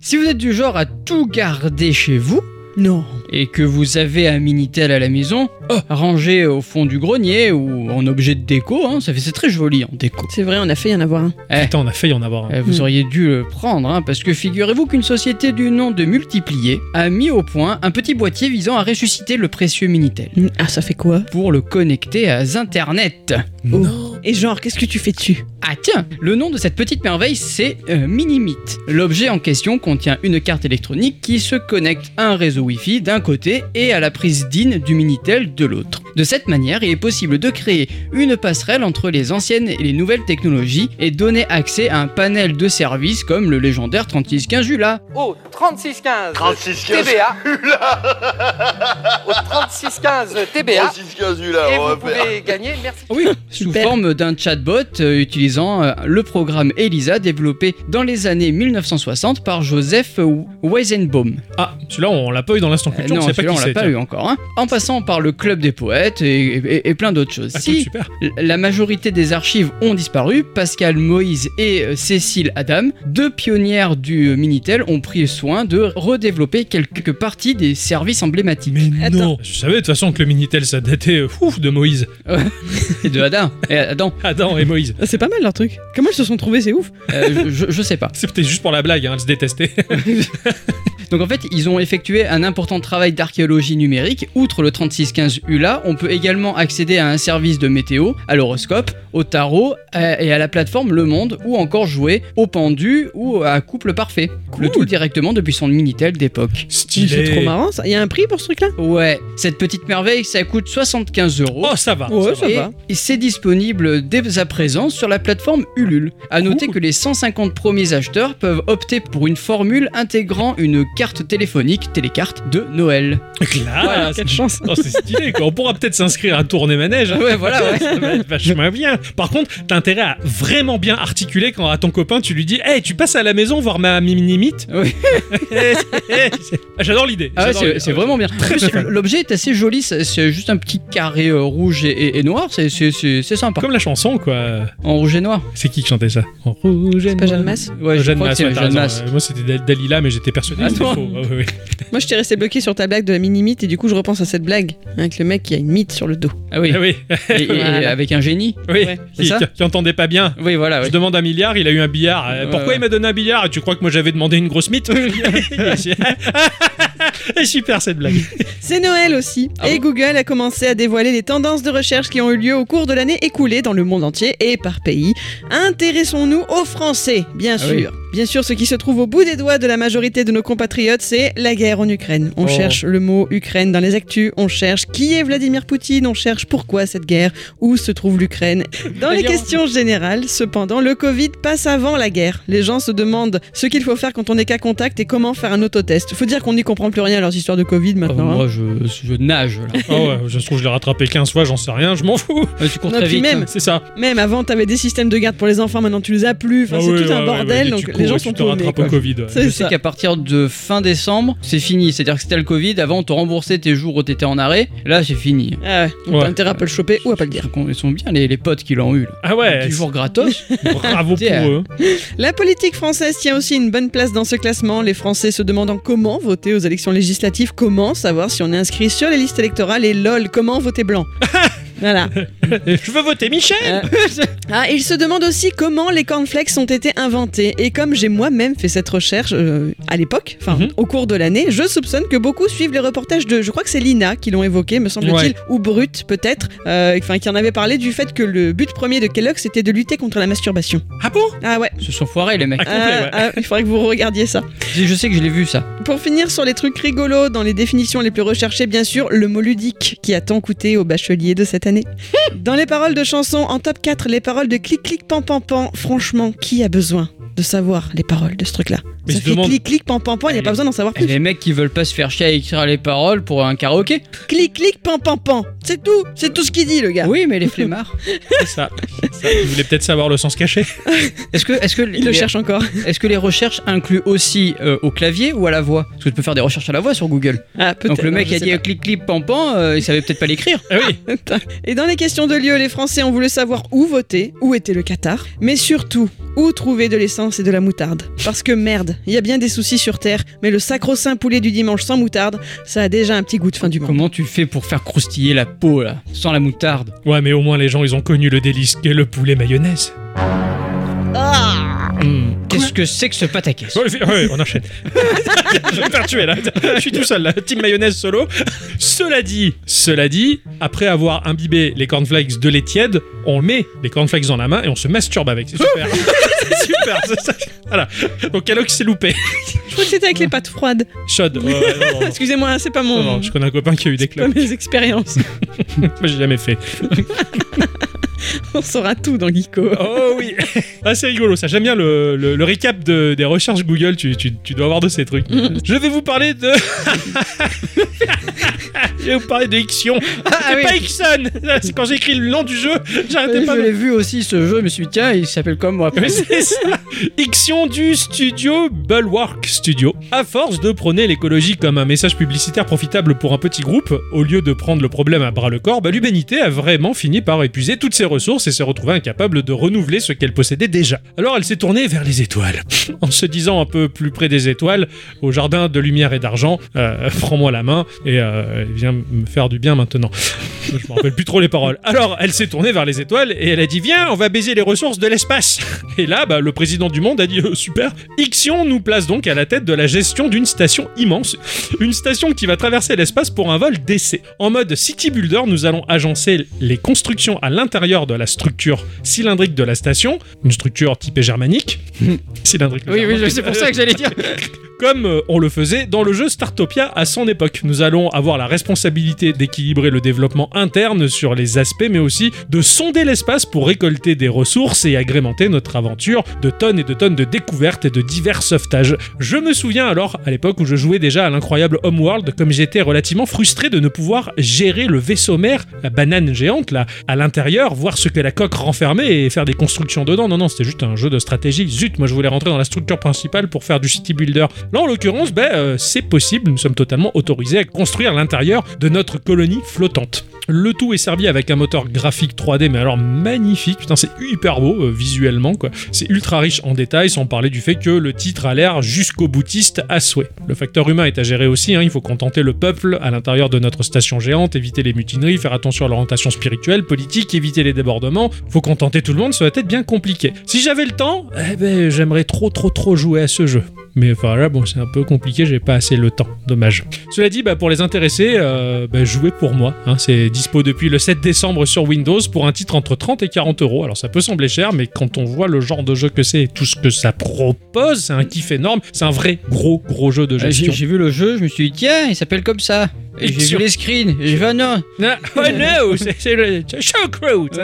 [SPEAKER 2] Si vous êtes du genre à tout garder chez vous
[SPEAKER 3] Non.
[SPEAKER 2] et que vous avez un Minitel à la maison, oh, rangé au fond du grenier ou en objet de déco, hein, ça fait c'est très joli en déco.
[SPEAKER 3] C'est vrai, on a fait y en avoir un.
[SPEAKER 1] Putain, on a failli en avoir un.
[SPEAKER 2] Euh, Vous
[SPEAKER 3] Mm.
[SPEAKER 2] auriez dû le prendre, hein, parce que figurez-vous qu'une société du nom de Multiplier a mis au point un petit boîtier visant à ressusciter le précieux Minitel
[SPEAKER 3] Mm, Ah, ça fait quoi
[SPEAKER 2] pour le connecter à Internet.
[SPEAKER 3] Oh. Et genre, qu'est-ce que tu fais dessus
[SPEAKER 2] Ah tiens, le nom de cette petite merveille c'est euh, Minimit. L'objet en question contient une carte électronique qui se connecte à un réseau Wi-Fi d'un côté et à la prise DIN du Minitel de l'autre. De cette manière, il est possible de créer une passerelle entre les anciennes et les nouvelles technologies et donner accès à un panel de services comme le légendaire 3615 ULA.
[SPEAKER 5] au 3615
[SPEAKER 6] 36
[SPEAKER 5] TBA au 3615 TBA
[SPEAKER 6] 36 15 là,
[SPEAKER 5] et
[SPEAKER 6] on
[SPEAKER 5] vous
[SPEAKER 6] va faire.
[SPEAKER 5] pouvez gagner merci
[SPEAKER 2] Ah oui, [laughs] sous
[SPEAKER 3] Super.
[SPEAKER 2] forme euh, d'un chatbot euh, utilisant euh, le programme ELISA développé dans les années 1960 par Joseph Weizenbaum.
[SPEAKER 1] Ah, celui-là, on l'a pas eu dans l'instant
[SPEAKER 2] Euh,
[SPEAKER 1] culture,
[SPEAKER 2] non,
[SPEAKER 1] on sait pas
[SPEAKER 2] celui-là,
[SPEAKER 1] qui
[SPEAKER 2] on l'a
[SPEAKER 1] c'est.
[SPEAKER 2] pas
[SPEAKER 1] tiens.
[SPEAKER 2] eu encore. hein. En passant par le Club des poètes et, et- et plein d'autres choses.
[SPEAKER 1] Ah,
[SPEAKER 2] si
[SPEAKER 1] super.
[SPEAKER 2] la majorité des archives ont disparu. Pascal Moïse et euh, Cécile Adam, deux pionnières du euh, Minitel, ont pris soin de redévelopper quelques parties des services emblématiques.
[SPEAKER 1] Mais
[SPEAKER 3] Attends.
[SPEAKER 1] non Je savais de toute façon que le Minitel, ça datait euh, ouf, de Moïse. [laughs]
[SPEAKER 2] Et de Adam. Et Adam,
[SPEAKER 1] Adam et Moïse.
[SPEAKER 3] Ah, C'est pas mal leur truc. Comment ils se sont trouvés, c'est ouf.
[SPEAKER 2] euh, je, je sais pas.
[SPEAKER 1] C'était juste pour la blague, hein, elles se détestaient.
[SPEAKER 2] Donc en fait, ils ont effectué un important travail d'archéologie numérique. Outre le 3615 ULA, on peut également accéder à un service de météo, à l'horoscope, au tarot euh, et à la plateforme Le Monde, ou encore jouer au pendu ou à couple parfait. Le tout directement depuis son Minitel d'époque.
[SPEAKER 3] C'est
[SPEAKER 1] [laughs] Stylé.
[SPEAKER 3] trop marrant ça. Il y a un prix pour ce truc là
[SPEAKER 2] Ouais, cette petite merveille, ça coûte 75 euros.
[SPEAKER 1] Oh, ça va. ça
[SPEAKER 3] Ouais, ça
[SPEAKER 1] va.
[SPEAKER 2] et
[SPEAKER 3] va.
[SPEAKER 2] et c'est disponible dès à présent sur la plateforme Ulule. À noter
[SPEAKER 1] Cool.
[SPEAKER 2] que les 150 premiers acheteurs peuvent opter pour une formule intégrant une carte téléphonique, télécarte de Noël.
[SPEAKER 1] Classe.
[SPEAKER 3] Voilà, quelle chance.
[SPEAKER 1] Oh, c'est stylé quoi. On pourra peut-être s'inscrire à tourner manège. hein.
[SPEAKER 2] Ouais, voilà, [laughs] ouais.
[SPEAKER 1] Ça va être vachement bien. Par contre, t'as intérêt à vraiment bien articuler quand à ton copain tu lui dis Hey, tu passes à la maison voir ma mimimite
[SPEAKER 2] [laughs] Oui.
[SPEAKER 1] [laughs] J'adore l'idée.
[SPEAKER 2] Ah ouais,
[SPEAKER 1] j'adore
[SPEAKER 2] c'est
[SPEAKER 1] l'idée.
[SPEAKER 2] c'est vraiment bien. En plus,
[SPEAKER 1] bien.
[SPEAKER 2] L'objet est assez joli, c'est c'est juste un petit carré euh, rouge et, et- et noir, c'est- c'est c'est- c'est sympa.
[SPEAKER 1] Comme la chanson quoi.
[SPEAKER 2] En rouge et noir.
[SPEAKER 1] C'est qui qui chantait ça En rouge et
[SPEAKER 3] Pas Jeanne
[SPEAKER 1] noir.
[SPEAKER 3] Masse
[SPEAKER 2] Ouais, je
[SPEAKER 1] Jeanne
[SPEAKER 2] crois que
[SPEAKER 1] Masse,
[SPEAKER 2] c'est
[SPEAKER 1] ouais, t'as
[SPEAKER 2] Jeanne
[SPEAKER 1] raison.
[SPEAKER 2] Masse.
[SPEAKER 1] Euh, Moi c'était Dal- Dalila, mais j'étais persuadé
[SPEAKER 2] Ah,
[SPEAKER 1] que c'était
[SPEAKER 2] toi.
[SPEAKER 1] faux. Ah, ouais, ouais.
[SPEAKER 3] Moi, je t'ai resté bloqué sur ta blague de la mini-mythe et du coup, je repense à cette blague hein, avec le mec qui a une mythe sur le dos.
[SPEAKER 1] [laughs]
[SPEAKER 2] Ah oui,
[SPEAKER 1] Ah oui,
[SPEAKER 2] et- et- et
[SPEAKER 3] Voilà.
[SPEAKER 2] avec un génie.
[SPEAKER 1] oui.
[SPEAKER 3] Ouais, Ah,
[SPEAKER 2] c'est
[SPEAKER 1] Qui-
[SPEAKER 2] ça
[SPEAKER 1] qui, qui entendait pas bien.
[SPEAKER 2] Oui, voilà. ouais.
[SPEAKER 1] Je demande un milliard, il a eu un billard. Euh,
[SPEAKER 2] Ouais,
[SPEAKER 1] Pourquoi
[SPEAKER 2] ouais.
[SPEAKER 1] il m'a donné un billard Tu crois que moi j'avais demandé une grosse
[SPEAKER 3] [laughs]
[SPEAKER 1] mythe [laughs] Super cette blague.
[SPEAKER 3] [laughs] C'est Noël aussi.
[SPEAKER 2] Ah
[SPEAKER 3] et Google a commencé à dévoiler les tendances de recherche qui ont eu lieu au cours de l'année écoulée dans le monde entier et par pays. Intéressons-nous aux Français, bien
[SPEAKER 2] Ah oui.
[SPEAKER 3] sûr. Bien sûr, ce qui se trouve au bout des doigts de la majorité de nos compatriotes, c'est la guerre en Ukraine. On
[SPEAKER 1] Oh.
[SPEAKER 3] cherche le mot Ukraine dans les actus, on cherche qui est Vladimir Poutine, on cherche pourquoi cette guerre, où se trouve l'Ukraine. Dans
[SPEAKER 2] La
[SPEAKER 3] les
[SPEAKER 2] guerre en-
[SPEAKER 3] questions générales, cependant, le Covid passe avant la guerre. Les gens se demandent ce qu'il faut faire quand on est cas contact et comment faire un autotest. Faut dire qu'on n'y comprend plus rien à leurs histoires de Covid
[SPEAKER 2] Oh,
[SPEAKER 3] maintenant. hein.
[SPEAKER 2] moi, je, je nage. Là.
[SPEAKER 1] Ah ouais, je trouve que je l'ai rattrapé 15 fois, j'en sais rien, je m'en
[SPEAKER 3] [laughs]
[SPEAKER 1] fous. Ah
[SPEAKER 2] Ouais, tu cours
[SPEAKER 3] Non,
[SPEAKER 2] très
[SPEAKER 3] puis
[SPEAKER 2] vite.
[SPEAKER 3] même,
[SPEAKER 2] hein.
[SPEAKER 1] C'est ça.
[SPEAKER 3] Même avant, t'avais des systèmes de garde pour les enfants, maintenant tu les as plus. Enfin,
[SPEAKER 1] Ah
[SPEAKER 3] c'est
[SPEAKER 1] oui,
[SPEAKER 3] tout
[SPEAKER 1] ouais,
[SPEAKER 3] un
[SPEAKER 1] ouais,
[SPEAKER 3] bordel,
[SPEAKER 1] ouais,
[SPEAKER 3] donc
[SPEAKER 1] tu cours et
[SPEAKER 3] les gens
[SPEAKER 1] tu
[SPEAKER 3] sont
[SPEAKER 1] te
[SPEAKER 3] paumés.
[SPEAKER 1] rattrapes
[SPEAKER 3] quoi.
[SPEAKER 1] au Covid. ouais.
[SPEAKER 3] C'est
[SPEAKER 2] Je
[SPEAKER 3] ça.
[SPEAKER 2] sais qu'à partir de fin décembre, c'est fini. C'est-à-dire que si t'as le Covid, avant on te remboursait tes jours où t'étais en arrêt. Là, c'est fini.
[SPEAKER 3] Ah ouais, donc
[SPEAKER 1] Ouais.
[SPEAKER 3] t'as intérêt à pas le choper ou à pas le dire.
[SPEAKER 2] Ils sont bien les, les potes qui l'ont eu. Là.
[SPEAKER 1] Ah ouais, [laughs]
[SPEAKER 2] Toujours gratos.
[SPEAKER 1] bravo pour
[SPEAKER 2] Tiens.
[SPEAKER 3] [laughs]
[SPEAKER 1] eux.
[SPEAKER 3] La politique française tient aussi une bonne place dans ce classement, les Français se demandant comment voter aux élections législatives, comment savoir si on est inscrit sur les listes électorales et lol, comment voter
[SPEAKER 1] [laughs]
[SPEAKER 3] blanc. voilà.
[SPEAKER 1] Je veux voter Michel
[SPEAKER 3] Euh, ah, ils se demandent aussi comment les cornflakes ont été inventés. Et comme j'ai moi-même fait cette recherche euh, à l'époque, enfin
[SPEAKER 1] Mhm.
[SPEAKER 3] au cours de l'année, je soupçonne que beaucoup suivent les reportages de, je crois que c'est Lina qui l'ont évoqué, me semble-t-il, ou Brut peut-être, euh, enfin qui en avait parlé du fait que le but premier de Kellogg c'était de lutter contre la masturbation.
[SPEAKER 1] Ah bon
[SPEAKER 3] Ah ouais,
[SPEAKER 2] Ils se sont foirés les mecs.
[SPEAKER 1] [laughs] Ah, complet,
[SPEAKER 3] Ah,
[SPEAKER 1] ouais.
[SPEAKER 3] ah, il faudrait que vous regardiez ça.
[SPEAKER 2] Je sais que je l'ai vu ça.
[SPEAKER 3] Pour finir sur les trucs rigolos, dans les définitions les plus recherchées, bien sûr, le mot ludique qui a tant coûté aux bacheliers de cette
[SPEAKER 2] [laughs]
[SPEAKER 3] année. Dans les paroles de chansons, en top 4, les paroles de clic clic pan pan pan. Franchement, qui a besoin de savoir les paroles de ce truc-là
[SPEAKER 1] Mais
[SPEAKER 3] Ça
[SPEAKER 1] je
[SPEAKER 3] fait
[SPEAKER 1] demande-
[SPEAKER 3] clic clic pan pan pan, il n'y a pas besoin d'en savoir
[SPEAKER 2] Et
[SPEAKER 3] plus.
[SPEAKER 2] les mecs qui veulent pas se faire chier à écrire les paroles pour un karaoké.
[SPEAKER 3] Clic clic pan pan pan. C'est tout, c'est tout ce qu'il dit le gars.
[SPEAKER 2] Oui, mais les flemmards.
[SPEAKER 3] ah.
[SPEAKER 1] C'est ça. ça. Vous voulez peut-être savoir le sens caché
[SPEAKER 2] Est-ce que, est-ce que
[SPEAKER 3] Il le
[SPEAKER 2] les-
[SPEAKER 3] cherche encore. [laughs]
[SPEAKER 2] Est-ce que les recherches incluent aussi euh, au clavier ou à la voix Parce que tu peux faire des recherches à la voix sur Google.
[SPEAKER 3] Ah, peut-être,
[SPEAKER 2] Donc le mec
[SPEAKER 3] je
[SPEAKER 2] a
[SPEAKER 3] sais
[SPEAKER 2] dit
[SPEAKER 3] pas.
[SPEAKER 2] euh, clic clic pam pam, euh, il savait peut-être pas l'écrire.
[SPEAKER 1] Ah oui
[SPEAKER 3] Et dans les questions de lieu, les Français ont voulu savoir où voter, où était le Qatar, mais surtout où trouver de l'essence et de la moutarde. Parce que merde, il y a bien des soucis sur Terre, mais le sacro-saint poulet du dimanche sans moutarde, ça a déjà un petit goût de fin du monde.
[SPEAKER 2] Comment tu fais pour faire croustiller la peau là, sans la moutarde
[SPEAKER 1] Ouais, mais au moins les gens ils ont connu le délice qu'est le poulet mayonnaise.
[SPEAKER 2] Hmm. Qu'est-ce que c'est que ce pataquès
[SPEAKER 1] Ouais, ouais, on [laughs] enchaîne. je vais me faire tuer là. Je suis tout seul là. Team mayonnaise solo. Cela dit, cela dit, après avoir imbibé les cornflakes de lait tiède, on met les cornflakes dans la main et on se masturbe avec. C'est [laughs] super. C'est super. c'est ça. Voilà. Donc Calox s'est loupé.
[SPEAKER 3] Je crois que c'était avec les pâtes froides.
[SPEAKER 1] Chaude. Ouais, ouais, non, non.
[SPEAKER 3] Excusez-moi, hein, c'est pas
[SPEAKER 1] Non,
[SPEAKER 3] mon...
[SPEAKER 1] non, je connais un copain qui a eu des
[SPEAKER 3] pas
[SPEAKER 1] cloques.
[SPEAKER 3] mes expériences.
[SPEAKER 1] Moi, j'ai jamais fait.
[SPEAKER 3] [laughs] On saura tout dans Geeko.
[SPEAKER 1] Oh oui Ah c'est rigolo ça, j'aime bien le, le- le récap de- des recherches Google, tu, tu- tu dois avoir de ces
[SPEAKER 2] [laughs]
[SPEAKER 1] trucs. Je vais vous parler de... Je vais vous parler de Ixion. c'est
[SPEAKER 2] Ah oui.
[SPEAKER 1] pas Ixon C'est quand j'ai écrit le nom du jeu, j'arrêtais pas
[SPEAKER 2] Euh, je
[SPEAKER 1] de...
[SPEAKER 2] l'ai vu aussi ce jeu, je me suis dit, tiens, il s'appelle comme moi.
[SPEAKER 1] Oui, [laughs] c'est ça. Ixion du studio Bulwark Studio. À force de prôner l'écologie comme un message publicitaire profitable pour un petit groupe, au lieu de prendre le problème à bras le corps, bah, l'humanité a vraiment fini par épuiser toutes ses ressources et s'est retrouvée incapable de renouveler ce qu'elle possédait déjà. Alors elle s'est tournée vers les étoiles. [laughs] en se disant un peu plus près des étoiles, au jardin de lumière et d'argent, euh, [laughs] prends-moi la main et euh, viens me faire du bien maintenant. Je me rappelle plus trop les paroles. Alors, elle s'est tournée vers les étoiles et elle a dit Viens, on va baiser les ressources de l'espace. Et là, bah, le président du monde a dit Euh, Super. Ixion nous place donc à la tête de la gestion d'une station immense. Une station qui va traverser l'espace pour un vol d'essai. En mode City Builder, nous allons agencer les constructions à l'intérieur de la structure cylindrique de la station, une structure typée germanique. cylindrique.
[SPEAKER 2] [laughs] Hmm. Oui, oui, je- c'est pour ça que j'allais dire.
[SPEAKER 1] comme euh, on le faisait dans le jeu Startopia à son époque. Nous allons avoir la responsabilité d'équilibrer le développement interne sur les aspects, mais aussi de sonder l'espace pour récolter des ressources et agrémenter notre aventure de tonnes et de tonnes de découvertes et de divers sauvetages. Je me souviens alors, à l'époque où je jouais déjà à l'incroyable Homeworld, comme j'étais relativement frustré de ne pouvoir gérer le vaisseau mère, la banane géante là, à l'intérieur, voir ce que la coque renfermait et faire des constructions dedans. Non, non, c'était juste un jeu de stratégie. Zut, moi je voulais rentrer dans la structure principale pour faire du city builder. Là, en l'occurrence, ben, euh, c'est possible. Nous sommes totalement autorisés à construire l'intérieur de notre colonie flottante. Le tout est servi avec un moteur graphique 3D, mais alors magnifique. Putain, c'est hyper beau euh, visuellement, quoi. C'est ultra riche en détails, sans parler du fait que le titre a l'air jusqu'au boutiste à souhait. Le facteur humain est à gérer aussi, hein. il faut contenter le peuple à l'intérieur de notre station géante, éviter les mutineries, faire attention à l'orientation spirituelle, politique, éviter les débordements. Faut contenter tout le monde, ça va être bien compliqué. Si j'avais le temps, eh ben, j'aimerais trop, trop, trop jouer à ce jeu. Mais enfin là, bon, c'est un peu compliqué, j'ai pas assez le temps, dommage. Cela dit, bah, pour les intéressés, euh, bah, jouez pour moi. hein. C'est dispo depuis le 7 décembre sur Windows pour un titre entre 30 et 40 euros. Alors ça peut sembler cher, mais quand on voit le genre de jeu que c'est et tout ce que ça propose, c'est un kiff énorme. C'est un vrai gros gros jeu de
[SPEAKER 2] Euh, J'ai
[SPEAKER 1] gestion.
[SPEAKER 2] j'ai vu le jeu, je me suis dit, tiens, il s'appelle comme ça. Et j'ai vu
[SPEAKER 1] Ixion.
[SPEAKER 2] les screens, et j'ai fait, ah non.
[SPEAKER 1] Ah, oh no, c'est c'est le c'est Shockroot.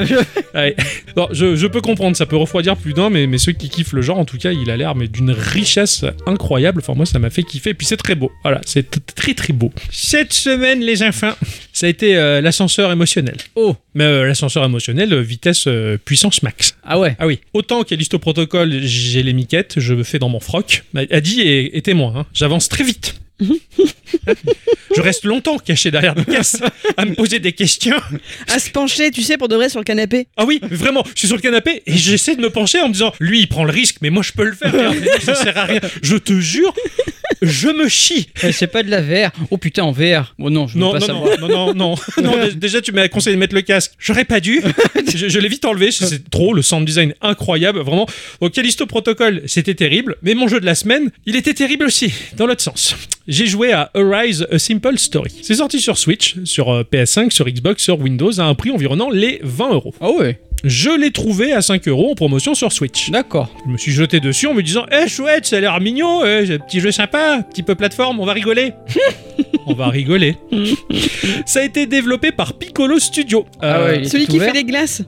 [SPEAKER 1] Ouais. Bon, je, je peux comprendre, ça peut refroidir plus d'un, mais, mais ceux qui kiffent le genre, en tout cas, il a l'air mais d'une richesse incroyable. Enfin, moi, ça m'a fait kiffer. Et puis, c'est très beau. Voilà, c'est t- très très beau. Cette semaine, les enfants, ça a été euh, l'ascenseur émotionnel.
[SPEAKER 2] Oh,
[SPEAKER 1] Mais euh, l'ascenseur émotionnel, euh, vitesse euh, puissance max.
[SPEAKER 2] ah ouais.
[SPEAKER 1] Ah oui, autant Callisto Protocol, j'ai les miquettes, je me fais dans mon froc. Bah, Adi est, est témoin, hein. j'avance très vite. je reste longtemps caché derrière des caisses à me poser des questions.
[SPEAKER 3] À se pencher, tu sais, pour de vrai sur le canapé.
[SPEAKER 1] Ah oui, vraiment, je suis sur le canapé et j'essaie de me pencher en me disant lui il prend le risque mais moi je peux le faire. Et alors, mais non, ça sert à rien. Je te jure, je me chie.
[SPEAKER 2] Mais euh, c'est pas de la VR. Oh putain, en VR. Bon, non, je veux
[SPEAKER 1] Non,
[SPEAKER 2] pas
[SPEAKER 1] non,
[SPEAKER 2] savoir.
[SPEAKER 1] non, non, non, non, non, dé- Déjà, tu m'as conseillé de mettre le casque. J'aurais pas
[SPEAKER 2] [laughs]
[SPEAKER 1] dû. Je, je l'ai vite enlevé. C'est- C'est trop. Le sound design incroyable, vraiment. Au Callisto Protocol, c'était terrible. Mais mon jeu de la semaine, il était terrible aussi, dans l'autre sens. J'ai joué à Arise A Simple Story. C'est sorti sur Switch, sur euh, PS5, sur Xbox, sur Windows, à un prix environnant les 20 euros.
[SPEAKER 2] Ah ouais,
[SPEAKER 1] Je l'ai trouvé à 5 euros en promotion sur Switch.
[SPEAKER 2] d'accord.
[SPEAKER 1] Je me suis jeté dessus en me disant Eh chouette, ça a l'air mignon, eh, c'est un petit jeu sympa, petit peu plateforme, on va
[SPEAKER 2] [laughs]
[SPEAKER 1] rigoler. on va rigoler. ça a été développé par Piccolo Studio.
[SPEAKER 2] Ah ouais, Il était
[SPEAKER 3] Celui qui
[SPEAKER 2] ouvert
[SPEAKER 3] fait les glaces.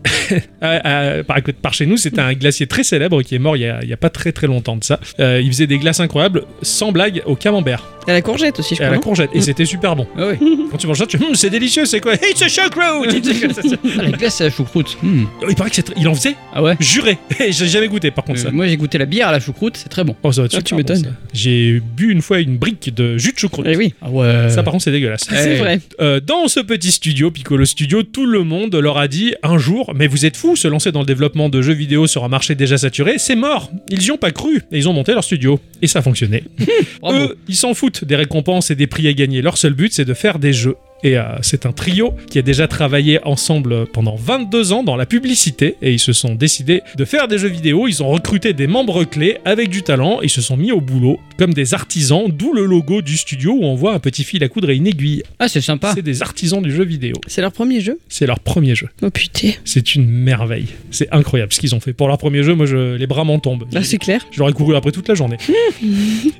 [SPEAKER 1] à- à- par, à côté- par chez nous, c'était un glacier très célèbre qui est mort il y a, il y a pas très très longtemps de ça. Euh, il faisait des glaces incroyables, sans blague, au camembert,
[SPEAKER 3] À la courgette aussi, je
[SPEAKER 1] et à
[SPEAKER 3] crois.
[SPEAKER 1] la
[SPEAKER 3] non
[SPEAKER 1] courgette. Et c'était super bon.
[SPEAKER 2] [laughs] Ah ouais.
[SPEAKER 1] Quand tu manges ça, tu Hum, c'est délicieux, c'est quoi Hey, c'est chocro
[SPEAKER 2] [laughs] Ah, la glace à la choucroute. Hmm.
[SPEAKER 1] Oh, Il paraît que c'est tr- il en faisait,
[SPEAKER 2] Ah ouais.
[SPEAKER 1] juré. [laughs] J'ai jamais goûté par contre
[SPEAKER 2] Euh,
[SPEAKER 1] ça.
[SPEAKER 2] moi j'ai goûté la bière à la choucroute, c'est très bon.
[SPEAKER 1] Oh, ça va être
[SPEAKER 2] Ah,
[SPEAKER 1] super
[SPEAKER 2] tu
[SPEAKER 1] bon,
[SPEAKER 2] m'étonnes.
[SPEAKER 1] ça. J'ai bu une fois une brique de jus de choucroute.
[SPEAKER 3] Eh oui,
[SPEAKER 2] Ah ouais.
[SPEAKER 1] Ça, par contre, c'est dégueulasse.
[SPEAKER 3] c'est
[SPEAKER 2] Eh.
[SPEAKER 3] vrai.
[SPEAKER 1] Euh, dans ce petit studio, Piccolo Studio, tout le monde leur a dit un jour Mais vous êtes fous, se lancer dans le développement de jeux vidéo sur un marché déjà saturé, c'est mort Ils y ont pas cru et ils ont monté leur studio. Et ça fonctionnait.
[SPEAKER 2] Bravo.
[SPEAKER 1] Eux, ils s'en foutent des récompenses et des prix à gagner. Leur seul but, c'est de faire des jeux. Et euh, c'est un trio qui a déjà travaillé ensemble pendant 22 ans dans la publicité et ils se sont décidés de faire des jeux vidéo. Ils ont recruté des membres clés avec du talent. Ils se sont mis au boulot comme des artisans, d'où le logo du studio où on voit un petit fil à coudre et une aiguille.
[SPEAKER 2] Ah c'est sympa.
[SPEAKER 1] C'est des artisans du jeu vidéo.
[SPEAKER 3] C'est leur premier jeu.
[SPEAKER 1] C'est leur premier jeu.
[SPEAKER 3] Oh putain.
[SPEAKER 1] C'est une merveille. C'est incroyable ce qu'ils ont fait. Pour leur premier jeu, moi, je- les bras m'en tombent.
[SPEAKER 3] Là, Ah, c'est clair.
[SPEAKER 1] Je l'aurais couru après toute la journée.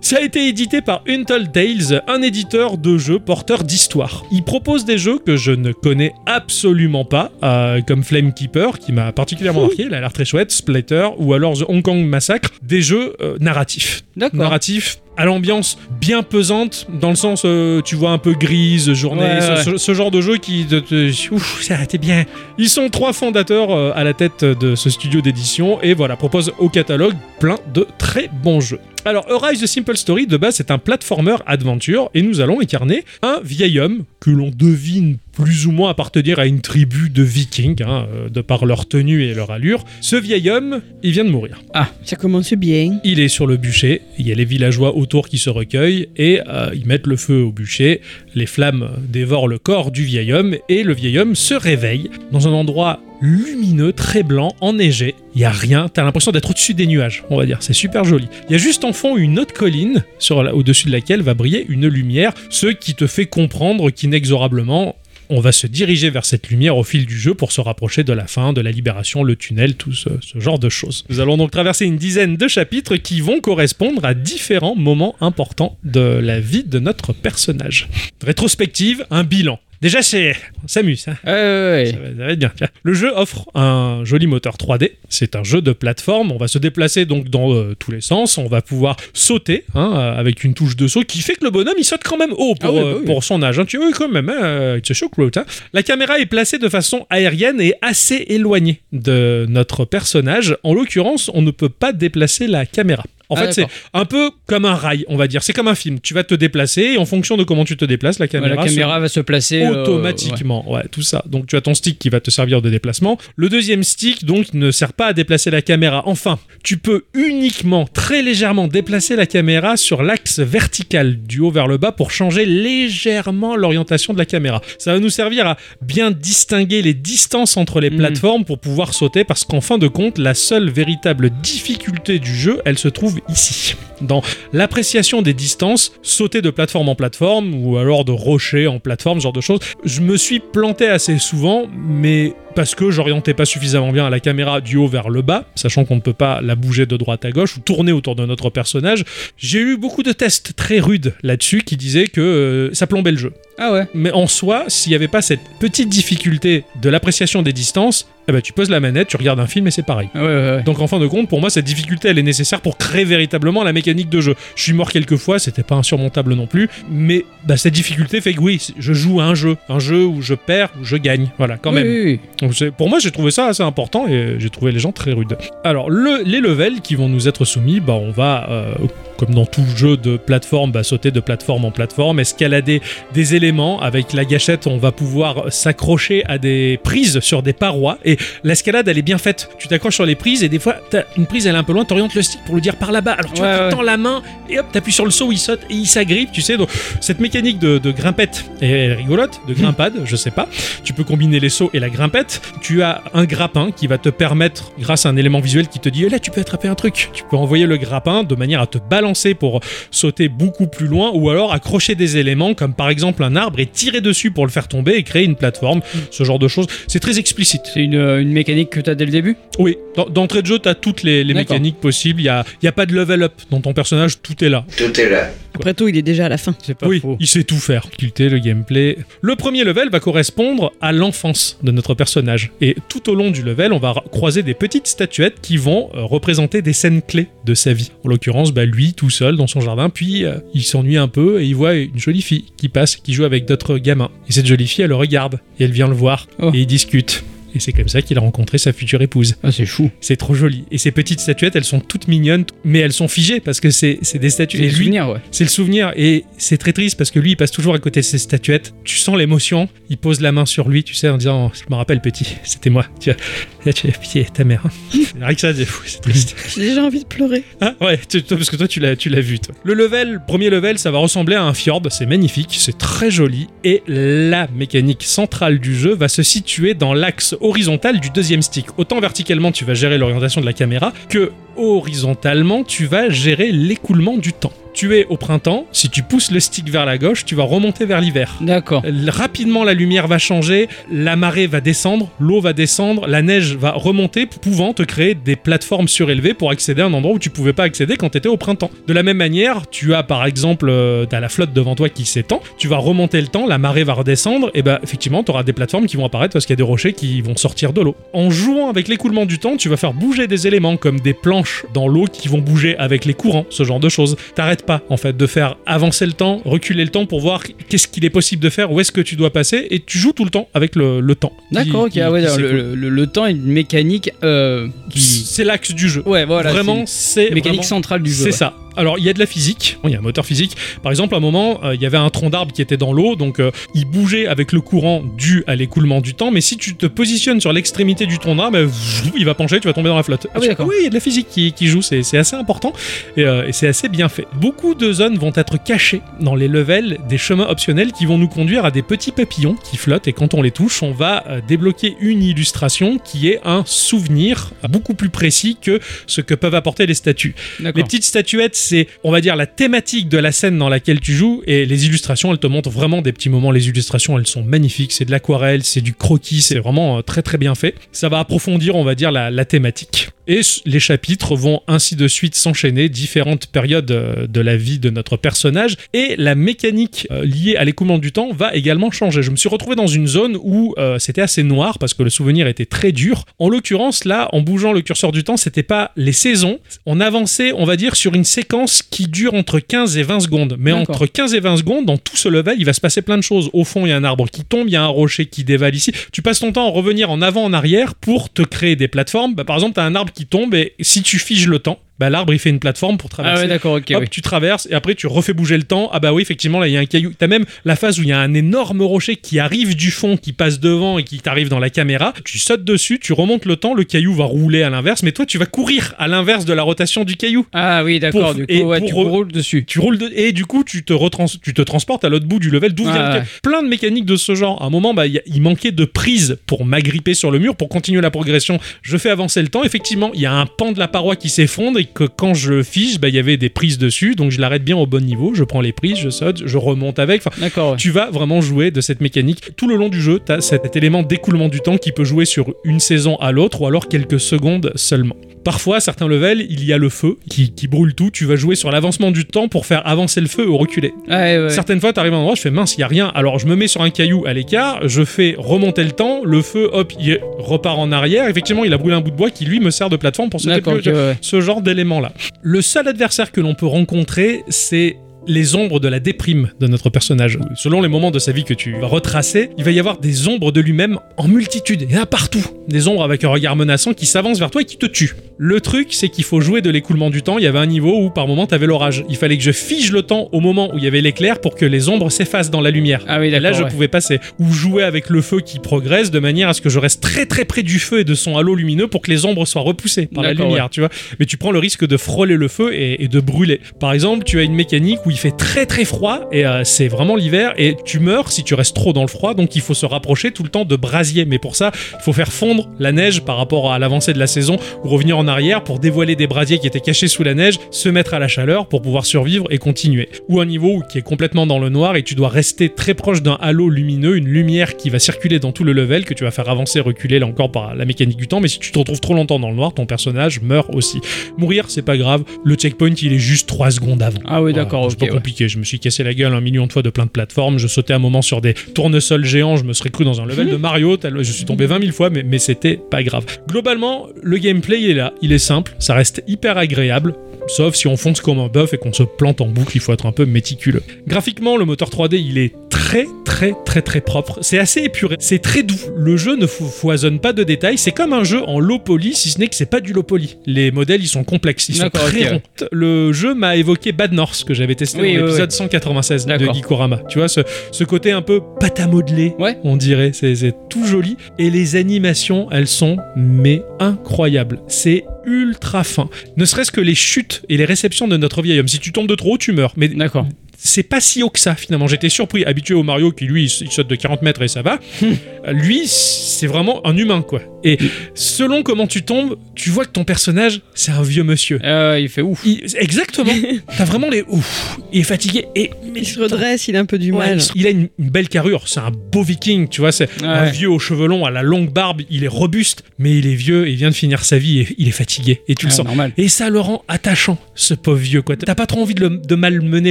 [SPEAKER 1] Ça a été édité par Untold Tales, un éditeur de jeux porteur d'histoire. Il propose des jeux que je ne connais absolument pas, euh, comme Flame Keeper, qui m'a particulièrement marqué, elle a l'air très chouette, Splatter, ou alors The Hong Kong Massacre, des jeux euh, narratifs.
[SPEAKER 2] D'accord.
[SPEAKER 1] Narratifs à l'ambiance bien pesante, dans le sens, euh, tu vois, un peu grise, journée,
[SPEAKER 2] Ouais,
[SPEAKER 1] ce-
[SPEAKER 2] ouais.
[SPEAKER 1] Ce, ce genre de jeu qui... te- te- ouf, ça, t'es bien. Ils sont trois fondateurs euh, à la tête de ce studio d'édition, et voilà, proposent au catalogue plein de très bons jeux. Alors, A Rise the Simple Story, de base, c'est un platformer adventure, et nous allons incarner un vieil homme que l'on devine plus ou moins appartenir à une tribu de vikings, hein, euh, de par leur tenue et leur allure. Ce vieil homme, il vient de mourir.
[SPEAKER 3] Ça commence bien.
[SPEAKER 1] Il est sur le bûcher, il y a les villageois autour qui se recueillent et euh, ils mettent le feu au bûcher, les flammes dévorent le corps du vieil homme et le vieil homme se réveille dans un endroit lumineux, très blanc, enneigé. Il y a rien, t'as l'impression d'être au-dessus des nuages, on va dire, c'est super joli. Il y a juste en fond une autre colline sur la- au-dessus de laquelle va briller une lumière, ce qui te fait comprendre qu'inexorablement on va se diriger vers cette lumière au fil du jeu pour se rapprocher de la fin, de la libération, le tunnel, tout ce, ce genre de choses. Nous allons donc traverser une dizaine de chapitres qui vont correspondre à différents moments importants de la vie de notre personnage. Rétrospective, un bilan. Déjà, c'est. On s'amuse, hein.
[SPEAKER 2] Ouais, ouais,
[SPEAKER 1] Ça
[SPEAKER 2] ouais.
[SPEAKER 1] va, ça va être bien. Tiens. Le jeu offre un joli moteur 3D. C'est un jeu de plateforme. On va se déplacer donc dans euh, tous les sens. On va pouvoir sauter hein, euh, avec une touche de saut qui fait que le bonhomme il saute quand même haut pour,
[SPEAKER 2] Ah ouais, bah
[SPEAKER 1] euh,
[SPEAKER 2] oui.
[SPEAKER 1] pour son âge. hein. Tu vois, quand même, hein, euh, it's a shock route, hein. La caméra est placée de façon aérienne et assez éloignée de notre personnage. En l'occurrence, on ne peut pas déplacer la caméra. En
[SPEAKER 2] Ah,
[SPEAKER 1] fait, c'est
[SPEAKER 2] d'accord.
[SPEAKER 1] un peu comme un rail, on va dire. C'est comme un film. Tu vas te déplacer et en fonction de comment tu te déplaces, la
[SPEAKER 2] Ouais,
[SPEAKER 1] caméra,
[SPEAKER 2] la
[SPEAKER 1] se
[SPEAKER 2] caméra va se placer euh,
[SPEAKER 1] automatiquement. ouais. tout ça. Donc tu as ton stick qui va te servir de déplacement. Le deuxième stick donc ne sert pas à déplacer la caméra. Enfin, tu peux uniquement très légèrement déplacer la caméra sur l'axe vertical du haut vers le bas pour changer légèrement l'orientation de la caméra. Ça va nous servir à bien distinguer les distances entre les
[SPEAKER 2] Mhm.
[SPEAKER 1] plateformes pour pouvoir sauter parce qu'en fin de compte, la seule véritable difficulté du jeu, elle se trouve ici, dans l'appréciation des distances, sauter de plateforme en plateforme ou alors de rocher en plateforme, ce genre de choses. Je me suis planté assez souvent, mais parce que j'orientais pas suffisamment bien la caméra du haut vers le bas, sachant qu'on ne peut pas la bouger de droite à gauche ou tourner autour de notre personnage. J'ai eu beaucoup de tests très rudes là-dessus qui disaient que euh, ça plombait le jeu.
[SPEAKER 2] ouais. Ah ouais.
[SPEAKER 1] Mais en soi, s'il n'y avait pas cette petite difficulté de l'appréciation des distances, eh ben, tu poses la manette, tu regardes un film et c'est pareil.
[SPEAKER 2] Ah ouais, ouais, ouais.
[SPEAKER 1] Donc en fin de compte, pour moi, cette difficulté, elle est nécessaire pour créer véritablement la mécanique de jeu. Je suis mort quelques fois, c'était pas insurmontable non plus, mais bah, cette difficulté fait que oui, je joue à un jeu, un jeu où je perds, où je gagne, voilà, quand
[SPEAKER 2] Oui,
[SPEAKER 1] même.
[SPEAKER 2] oui, oui.
[SPEAKER 1] Donc c'est- pour moi, j'ai trouvé ça assez important et j'ai trouvé les gens très rudes. Alors, le- les levels qui vont nous être soumis, bah, on va, euh, comme dans tout jeu de plateforme, bah, sauter de plateforme en plateforme, escalader des éléments. Avec la gâchette, on va pouvoir s'accrocher à des prises sur des parois. Et l'escalade, elle est bien faite. Tu t'accroches sur les prises et des fois, t'as une prise, elle est un peu loin, t'orientes le stick pour le dire par là-bas. Alors tu
[SPEAKER 2] Ouais,
[SPEAKER 1] vois, tu
[SPEAKER 2] ouais.
[SPEAKER 1] tends la main et hop, t'appuies sur le saut, il saute et il s'agrippe, tu sais. Donc, cette mécanique de, de grimpette est rigolote, de grimpade, je sais pas. Tu peux combiner les sauts et la grimpette. Tu as un grappin qui va te permettre, grâce à un élément visuel qui te dit Eh là, tu peux attraper un truc. Tu peux envoyer le grappin de manière à te balancer pour sauter beaucoup plus loin ou alors accrocher des éléments comme par exemple un arbre et tirer dessus pour le faire tomber et créer une plateforme. Ce genre de choses. C'est très explicite.
[SPEAKER 2] C'est une, euh, une mécanique que t'as dès le début.
[SPEAKER 1] Oui, dans- d'entrée de jeu, tu as toutes les, les
[SPEAKER 2] D'accord.
[SPEAKER 1] mécaniques possibles. Il n'y a, il y a pas de level up dans ton personnage, tout est là.
[SPEAKER 4] Tout est là.
[SPEAKER 3] Après tout, il est déjà à la fin.
[SPEAKER 2] C'est pas
[SPEAKER 1] oui,
[SPEAKER 2] faux.
[SPEAKER 1] il sait tout faire. Culter le gameplay. Le premier level va correspondre à l'enfance de notre personnage. Et tout au long du level, on va croiser des petites statuettes qui vont euh, représenter des scènes clés de sa vie. En l'occurrence, bah, lui, tout seul dans son jardin, puis euh, il s'ennuie un peu et il voit une jolie fille qui passe, qui joue avec d'autres gamins. Et cette jolie fille, elle le regarde et elle vient le voir
[SPEAKER 2] Oh.
[SPEAKER 1] et ils discutent. Et c'est comme ça qu'il a rencontré sa future épouse.
[SPEAKER 2] Ah, c'est chou.
[SPEAKER 1] C'est trop joli. Et ces petites statuettes, elles sont toutes mignonnes, mais elles sont figées parce que c'est c'est des
[SPEAKER 2] Tu
[SPEAKER 1] statuettes.
[SPEAKER 2] les
[SPEAKER 1] Et lui,
[SPEAKER 2] souvenirs, ouais.
[SPEAKER 1] c'est le souvenir et c'est très triste parce que lui il passe toujours à côté de ses statuettes. Tu sens l'émotion, il pose la main sur lui, tu sais, en disant oh, Je me rappelle petit, c'était moi. Tu vois, Là, tu fais, pitié, ta mère. hein. [laughs] Rien que ça, c'est fou, c'est triste.
[SPEAKER 3] J'ai déjà envie de pleurer.
[SPEAKER 1] Ah, ouais, tu- toi, parce que toi tu l'as, tu l'as vu. Toi. Le level, premier level, ça va ressembler à un fjord, c'est magnifique, c'est très joli, et la mécanique centrale du jeu va se situer dans l'axe horizontal du deuxième stick. Autant verticalement tu vas gérer l'orientation de la caméra que horizontalement tu vas gérer l'écoulement du temps. tu es au printemps, si tu pousses le stick vers la gauche, tu vas remonter vers l'hiver.
[SPEAKER 2] D'accord.
[SPEAKER 1] L- Euh, Rapidement, la lumière va changer, la marée va descendre, l'eau va descendre, la neige va remonter, pouvant te créer des plateformes surélevées pour accéder à un endroit où tu pouvais pas accéder quand tu étais au printemps. De la même manière, tu as par exemple, euh, t'as la flotte devant toi qui s'étend, tu vas remonter le temps, la marée va redescendre, et ben effectivement, tu auras des plateformes qui vont apparaître parce qu'il y a des rochers qui vont sortir de l'eau. En jouant avec l'écoulement du temps, tu vas faire bouger des éléments comme des planches dans l'eau qui vont bouger avec les courants, ce genre de choses. T'arrêtes pas en fait de faire avancer le temps, reculer le temps pour voir qu'est-ce qu'il est possible de faire, où est-ce que tu dois passer, et tu joues tout le temps avec le, le temps. qui-
[SPEAKER 2] D'accord, ok.
[SPEAKER 1] qui-
[SPEAKER 2] Ah ouais,
[SPEAKER 1] qui
[SPEAKER 2] alors,
[SPEAKER 1] s'écoule.
[SPEAKER 2] le, le- le temps est une mécanique. euh, qui...
[SPEAKER 1] C'est l'axe du jeu.
[SPEAKER 2] Ouais, voilà.
[SPEAKER 1] vraiment,
[SPEAKER 2] c'est
[SPEAKER 1] c'est
[SPEAKER 2] une mécanique
[SPEAKER 1] vraiment-
[SPEAKER 2] centrale du jeu.
[SPEAKER 1] C'est
[SPEAKER 2] ouais.
[SPEAKER 1] ça. Alors, il y a de la physique, il y a un moteur physique. Par exemple, à un moment, euh, il y avait un tronc d'arbre qui était dans l'eau, donc euh, il bougeait avec le courant dû à l'écoulement du temps, mais si tu te positionnes sur l'extrémité du tronc d'arbre, euh, vzzou, il va pencher, tu vas tomber dans la flotte.
[SPEAKER 2] Ah oui, d'accord.
[SPEAKER 1] il y a de la physique qui, qui joue, c'est c'est assez important et, euh, et c'est assez bien fait. Beaucoup de zones vont être cachées dans les levels des chemins optionnels qui vont nous conduire à des petits papillons qui flottent et quand on les touche, on va euh, débloquer une illustration qui est un souvenir beaucoup plus précis que ce que peuvent apporter les statues. Les
[SPEAKER 2] D'accord.
[SPEAKER 1] petites statuettes, c'est, on va dire, la thématique de la scène dans laquelle tu joues. Et les illustrations, elles te montrent vraiment des petits moments. Les illustrations, elles sont magnifiques. C'est de l'aquarelle, c'est du croquis, c'est vraiment euh, très très bien fait. Ça va approfondir, on va dire, la, la thématique. Et s- les chapitres vont ainsi de suite s'enchaîner, différentes périodes euh, de la vie de notre personnage. Et la mécanique euh, liée à l'écoulement du temps va également changer. Je me suis retrouvé dans une zone où euh, c'était assez noir parce que le souvenir était très dur. En l'occurrence, là, en bougeant le curseur du temps, c'était pas les saisons. On avançait, on va dire, sur une séquence qui dure entre 15 et 20 secondes. Mais
[SPEAKER 2] D'accord.
[SPEAKER 1] entre 15 et 20 secondes, dans tout ce level, il va se passer plein de choses. Au fond, il y a un arbre qui tombe, il y a un rocher qui dévale ici. Tu passes ton temps à revenir en avant, en arrière pour te créer des plateformes. Bah, par exemple, tu as un arbre qui tombe et si tu figes le temps, bah, l'arbre il fait une plateforme pour
[SPEAKER 2] Ah
[SPEAKER 1] traverser
[SPEAKER 2] ouais, d'accord, ok.
[SPEAKER 1] Hop,
[SPEAKER 2] oui.
[SPEAKER 1] tu traverses et après tu refais bouger le temps. Ah bah oui, effectivement, là il y a un caillou. T'as même la phase où il y a un énorme rocher qui arrive du fond, qui passe devant et qui t'arrive dans la caméra. Tu sautes dessus, tu remontes le temps, le caillou va rouler à l'inverse, mais toi tu vas courir à l'inverse de la rotation du caillou.
[SPEAKER 2] Ah oui, d'accord.
[SPEAKER 1] Pour-
[SPEAKER 2] Du
[SPEAKER 1] et
[SPEAKER 2] coup, ouais, tu
[SPEAKER 1] pour-
[SPEAKER 2] roules dessus.
[SPEAKER 1] Tu roules de- et du coup tu te, retrans- tu te transportes à l'autre bout du level d'où
[SPEAKER 2] Ouais,
[SPEAKER 1] vient le
[SPEAKER 2] ouais.
[SPEAKER 1] caillou. Plein de mécaniques de ce genre. À un moment, bah, il y a- il manquait de prise pour m'agripper sur le mur, pour continuer la progression. Je fais avancer le temps. Effectivement, il y a un pan de la paroi qui s'effondre et que quand je fige, bah, il y avait des prises dessus. Donc je l'arrête bien au bon niveau. Je prends les prises, je saute, je remonte avec. Enfin,
[SPEAKER 2] D'accord. ouais.
[SPEAKER 1] tu vas vraiment jouer de cette mécanique. Tout le long du jeu, tu as cet élément d'écoulement du temps qui peut jouer sur une saison à l'autre ou alors quelques secondes seulement. Parfois, certains levels, il y a le feu qui, qui brûle tout. Tu vas jouer sur l'avancement du temps pour faire avancer le feu ou reculer.
[SPEAKER 2] Ah Ouais, ouais.
[SPEAKER 1] Certaines fois, t'arrives à un endroit, je fais mince, il y a rien. Alors je me mets sur un caillou à l'écart, je fais remonter le temps, le feu, hop, il repart en arrière. Effectivement, il a brûlé un bout de bois qui lui me sert de plateforme pour sauter
[SPEAKER 2] D'accord,
[SPEAKER 1] plus haut.
[SPEAKER 2] ok, ouais, ouais.
[SPEAKER 1] Ce genre d'élément-là. Le seul adversaire que l'on peut rencontrer, c'est les ombres de la déprime de notre personnage. Selon les moments de sa vie que tu vas retracer, il va y avoir des ombres de lui-même en multitude, il y en a partout. Des ombres avec un regard menaçant qui s'avancent vers toi et qui te tuent. Le truc, c'est qu'il faut jouer de l'écoulement du temps. Il y avait un niveau où par moment t'avais l'orage. Il fallait que je fige le temps au moment où il y avait l'éclair pour que les ombres s'effacent dans la lumière.
[SPEAKER 2] Ah oui,
[SPEAKER 1] Et là,
[SPEAKER 2] d'accord.
[SPEAKER 1] je
[SPEAKER 2] ouais.
[SPEAKER 1] pouvais passer ou jouer avec le feu qui progresse de manière à ce que je reste très très près du feu et de son halo lumineux pour que les ombres soient repoussées par la
[SPEAKER 2] D'accord,
[SPEAKER 1] lumière, tu vois. Mais tu prends le risque de frôler le feu et, et de brûler. Par exemple, tu as une mécanique où il fait très très froid et euh, c'est vraiment l'hiver et tu meurs si tu restes trop dans le froid, donc il faut se rapprocher tout le temps de brasier. Mais pour ça, il faut faire fondre la neige par rapport à l'avancée de la saison ou revenir en arrière pour dévoiler des brasiers qui étaient cachés sous la neige, se mettre à la chaleur pour pouvoir survivre et continuer. Ou un niveau qui est complètement dans le noir et tu dois rester très proche d'un halo lumineux, une lumière qui va circuler dans tout le level que tu vas faire avancer, reculer là encore par la mécanique du temps. Mais si tu te retrouves trop longtemps dans le noir, ton personnage meurt aussi. Mourir, c'est pas grave. Le checkpoint, il est juste 3 secondes avant.
[SPEAKER 2] Ah oui,
[SPEAKER 1] Voilà,
[SPEAKER 2] d'accord,
[SPEAKER 1] C'est
[SPEAKER 2] ok.
[SPEAKER 1] pas
[SPEAKER 2] ouais.
[SPEAKER 1] compliqué. Je me suis cassé la gueule un million de fois de plein de plateformes. Je sautais un moment sur des tournesols géants. Je me serais cru dans un level de Mario. T'as le- Je suis tombé 20 000 fois, mais, mais c'était pas grave. Globalement, le gameplay il est là. Il est simple. Ça reste hyper agréable. Sauf si on fonce comme un bœuf et qu'on se plante en boucle, il faut être un peu méticuleux. Graphiquement, le moteur 3D, il est très très très très propre. C'est assez épuré, c'est très doux. Le jeu ne fo- foisonne pas de détails, c'est comme un jeu en low poly, si ce n'est que c'est pas du low poly. Les modèles, ils sont complexes, ils sont
[SPEAKER 2] D'accord,
[SPEAKER 1] très
[SPEAKER 2] ok, ouais.
[SPEAKER 1] ronds. Le jeu m'a évoqué Bad North, que j'avais testé
[SPEAKER 2] Oui,
[SPEAKER 1] dans
[SPEAKER 2] oui,
[SPEAKER 1] l'épisode 196 de
[SPEAKER 2] D'accord.
[SPEAKER 1] Gikorama. Tu vois, ce, ce côté un peu pâte à modeler,
[SPEAKER 2] Ouais.
[SPEAKER 1] on dirait, c'est c'est tout joli. Et les animations, elles sont, mais incroyables. C'est ultra fin. Ne serait-ce que les chutes et les réceptions de notre vieil homme. Si tu tombes de trop haut, tu meurs. Mais [laughs]
[SPEAKER 2] D'accord.
[SPEAKER 1] c'est pas si haut que ça finalement. J'étais surpris, habitué au Mario qui lui il saute de 40 mètres et ça va.
[SPEAKER 2] Hmm.
[SPEAKER 1] lui, c'est vraiment un humain quoi. Et selon comment tu tombes, tu vois que ton personnage, c'est un vieux monsieur.
[SPEAKER 2] Ah ouais, il fait ouf.
[SPEAKER 1] Il-
[SPEAKER 3] [laughs]
[SPEAKER 1] exactement. T'as vraiment les ouf. Il est fatigué et mais
[SPEAKER 3] Il se redresse, il a un peu du
[SPEAKER 1] Ouais,
[SPEAKER 3] mal.
[SPEAKER 1] il a une, une belle carrure, c'est un beau viking, tu vois, c'est un
[SPEAKER 2] Ouais.
[SPEAKER 1] vieux aux cheveux longs, à la longue barbe, il est robuste, mais il est vieux, et il vient de finir sa vie, et il est fatigué, et tu le
[SPEAKER 2] Ah,
[SPEAKER 1] sens.
[SPEAKER 2] normal.
[SPEAKER 1] Et ça le rend attachant, ce pauvre vieux, quoi. T'as pas trop envie de, le- de malmener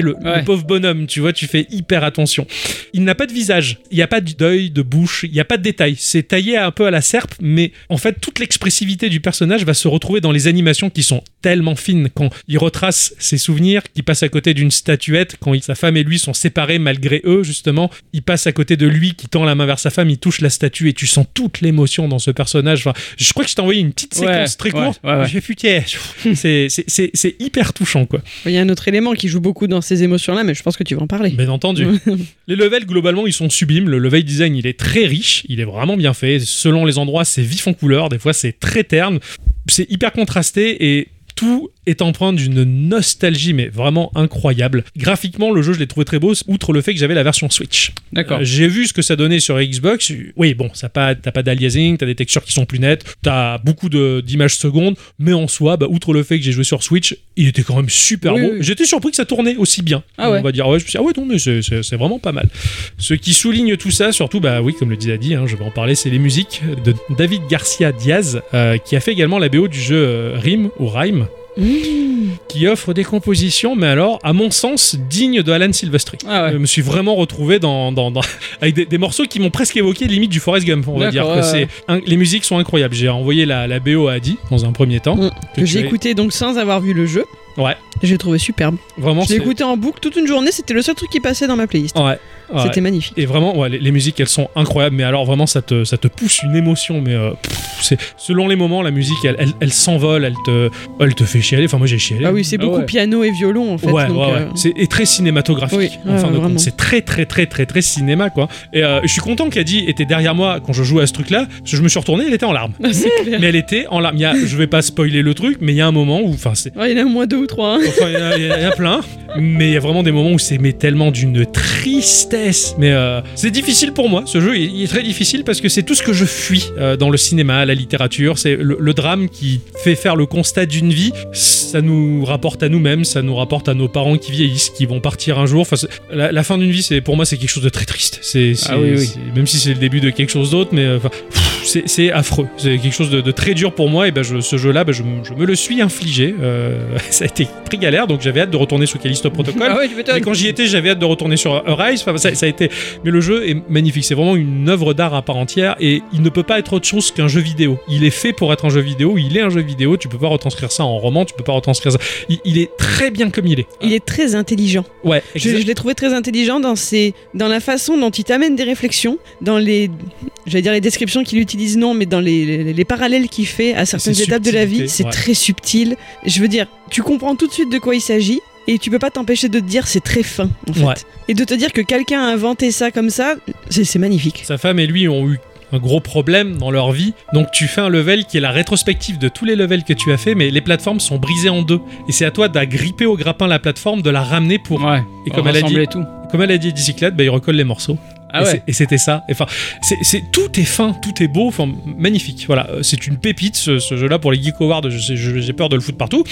[SPEAKER 1] le, le
[SPEAKER 2] Ouais.
[SPEAKER 1] pauvre bonhomme, tu vois, tu fais hyper attention. Il n'a pas de visage, il n'y a pas d'œil, de bouche, il n'y a pas de détails. C'est taillé un peu à la serpe, mais en fait, toute l'expressivité du personnage va se retrouver dans les animations qui sont tellement fines. Quand il retrace ses souvenirs, qu'il passe à côté d'une statuette, quand il- sa femme et lui sont séparés malgré eux, justement, il passe à côté de lui qui tend la main vers sa femme, il touche la statue et tu sens toute l'émotion dans ce personnage. Enfin, je crois que je t'ai envoyé une petite
[SPEAKER 2] Ouais,
[SPEAKER 1] séquence très
[SPEAKER 2] ouais,
[SPEAKER 1] courte.
[SPEAKER 2] ouais, ouais.
[SPEAKER 1] J'ai putain, [laughs] c'est- c'est- c'est c'est hyper touchant, quoi.
[SPEAKER 3] Il y a un autre élément qui joue beaucoup dans ces émotions-là, mais je pense que tu vas en parler.
[SPEAKER 1] Bien entendu. les levels, globalement, ils sont sublimes. Le level design, il est très riche. Il est vraiment bien fait. Selon les endroits, c'est vif en couleur. Des fois, c'est très terne. C'est hyper contrasté et. Tout est empreint d'une nostalgie, mais vraiment incroyable. Graphiquement, le jeu, je l'ai trouvé très beau, outre le fait que j'avais la version Switch.
[SPEAKER 2] D'accord.
[SPEAKER 1] Euh, J'ai vu ce que ça donnait sur Xbox. Oui, bon, ça pas- t'as pas d'aliasing, t'as des textures qui sont plus nettes, t'as beaucoup de- d'images secondes, mais en soi, bah, outre le fait que j'ai joué sur Switch, il était quand même super
[SPEAKER 2] Oui,
[SPEAKER 1] beau.
[SPEAKER 2] oui, oui.
[SPEAKER 1] J'étais surpris que ça tournait aussi bien.
[SPEAKER 2] Ah ouais.
[SPEAKER 1] On va dire, ouais, je me suis dit, ah ouais, non, mais c'est- c'est c'est vraiment pas mal. Ce qui souligne tout ça, surtout, bah oui, comme le disait Adi, hein, je vais en parler, c'est les musiques de David Garcia Diaz, euh, qui a fait également la BO du jeu euh, Rime ou Rime,
[SPEAKER 3] Mmh.
[SPEAKER 1] qui offre des compositions, mais alors, à mon sens, dignes de Alan Silvestri.
[SPEAKER 2] Ah ouais.
[SPEAKER 1] Je Euh, me suis vraiment retrouvé dans, dans- [laughs] dans- avec des, des morceaux qui m'ont presque évoqué limite du Forest Gump, on va
[SPEAKER 2] D'accord,
[SPEAKER 1] dire. que
[SPEAKER 2] ouais,
[SPEAKER 1] c'est-
[SPEAKER 2] ouais.
[SPEAKER 1] un- les musiques sont incroyables. J'ai envoyé la, la BO à Adi dans un premier temps.
[SPEAKER 3] Mm,
[SPEAKER 1] tu
[SPEAKER 3] Que j'ai
[SPEAKER 1] as-
[SPEAKER 3] écouté donc sans avoir vu le jeu.
[SPEAKER 1] Ouais.
[SPEAKER 3] Et J'ai trouvé superbe.
[SPEAKER 1] Vraiment,
[SPEAKER 3] Je l'ai
[SPEAKER 1] c'est-
[SPEAKER 3] écouté en boucle toute une journée, c'était le seul truc qui passait dans ma playlist.
[SPEAKER 1] Ouais, ouais.
[SPEAKER 3] C'était magnifique.
[SPEAKER 1] Et vraiment, ouais, les, les musiques, elles sont incroyables. Mais alors, vraiment, ça te, ça te pousse une émotion. Mais euh, pff, c'est selon les moments, la musique, elle, elle, elle s'envole, elle te, elle te fait chialer. Enfin, moi, j'ai chialé.
[SPEAKER 3] Ah oui, c'est
[SPEAKER 2] Ah
[SPEAKER 3] beaucoup
[SPEAKER 2] ouais.
[SPEAKER 3] piano et violon en fait.
[SPEAKER 1] ouais,
[SPEAKER 3] donc,
[SPEAKER 1] ouais, ouais.
[SPEAKER 3] euh, [laughs]
[SPEAKER 1] C'est et très cinématographique.
[SPEAKER 3] Oui,
[SPEAKER 1] en
[SPEAKER 3] ouais,
[SPEAKER 1] fin de
[SPEAKER 3] vraiment.
[SPEAKER 1] compte, c'est très, très, très, très, très cinéma, quoi. Et euh, je suis content qu'Adi était derrière moi quand je jouais à ce truc-là. parce que Je me suis retourné, elle était en larmes.
[SPEAKER 3] Ah, c'est clair.
[SPEAKER 1] Mais elle était en larmes. Il y a- je vais pas spoiler le truc, mais il y a un moment où, enfin, c'est.
[SPEAKER 3] Ouais, il y en a au moins deux ou trois. hein.
[SPEAKER 1] enfin, il y, en a- il y en a plein, mais il y a vraiment des moments où c'est mais tellement d'une tristesse. Mais euh, c'est difficile pour moi. Ce jeu, il, il est très difficile parce que c'est tout ce que je fuis euh, dans le cinéma, la littérature. C'est le, le drame qui fait faire le constat d'une vie. Ça nous rapporte à nous-mêmes, ça nous rapporte à nos parents qui vieillissent, qui vont partir un jour. Enfin, c'est- la, la fin d'une vie, c'est pour moi, c'est quelque chose de très triste. C'est c'est-
[SPEAKER 2] Ah oui, oui.
[SPEAKER 1] c'est- même si c'est le début de quelque chose d'autre, mais euh, enfin, pff, c'est c'est affreux. C'est quelque chose de, de très dur pour moi. Et ben, je- ce jeu-là, ben, je, me- je me le suis infligé. Euh, [laughs] ça a été très galère, donc j'avais hâte de retourner sous Callisto Protocol.
[SPEAKER 2] Ah ouais, tu
[SPEAKER 1] Et
[SPEAKER 2] m'étonnes.
[SPEAKER 1] quand j'y étais, j'avais hâte de retourner sur Rise. Enfin, ça, ça a été. Mais le jeu est magnifique. C'est vraiment une œuvre d'art à part entière et il ne peut pas être autre chose qu'un jeu vidéo. Il est fait pour être un jeu vidéo. Il est un jeu vidéo. Tu peux pas retranscrire ça en roman. Tu peux pas retranscrire ça. Il, il est très bien comme il est.
[SPEAKER 3] Il est très intelligent.
[SPEAKER 1] Ouais.
[SPEAKER 3] Je, je l'ai trouvé très intelligent dans, ses, dans la façon dont il t'amène des réflexions, dans les, j'allais dire les descriptions qu'il utilise, non, mais dans les, les- les parallèles qu'il fait à certaines
[SPEAKER 1] Ses
[SPEAKER 3] étapes de la
[SPEAKER 1] subtilités,
[SPEAKER 3] vie. C'est
[SPEAKER 1] ouais.
[SPEAKER 3] très subtil. Je veux dire, tu comprends tout de suite de quoi il s'agit. Et tu peux pas t'empêcher de te dire c'est très fin en fait.
[SPEAKER 1] Ouais.
[SPEAKER 3] Et de te dire que quelqu'un a inventé ça comme ça, c'est c'est magnifique.
[SPEAKER 1] Sa femme et lui ont eu un gros problème dans leur vie. Donc tu fais un level qui est la rétrospective de tous les levels que tu as fait, mais les plateformes sont brisées en deux. Et c'est à toi d'agripper au grappin la plateforme, de la ramener pour...
[SPEAKER 2] Ouais.
[SPEAKER 1] Et comme elle a dit-
[SPEAKER 2] Rassembler tout.
[SPEAKER 1] Comme elle a dit bicyclette, bah, il recolle les morceaux.
[SPEAKER 2] Ah
[SPEAKER 1] et
[SPEAKER 2] ouais.
[SPEAKER 1] c'est- et c'était ça. Et Enfin, c'est c'est- tout est fin, tout est beau, enfin, magnifique. Voilà, Euh, c'est une pépite ce, ce jeu-là pour les Geek Awards. Je sais- je- J'ai peur de le foutre partout,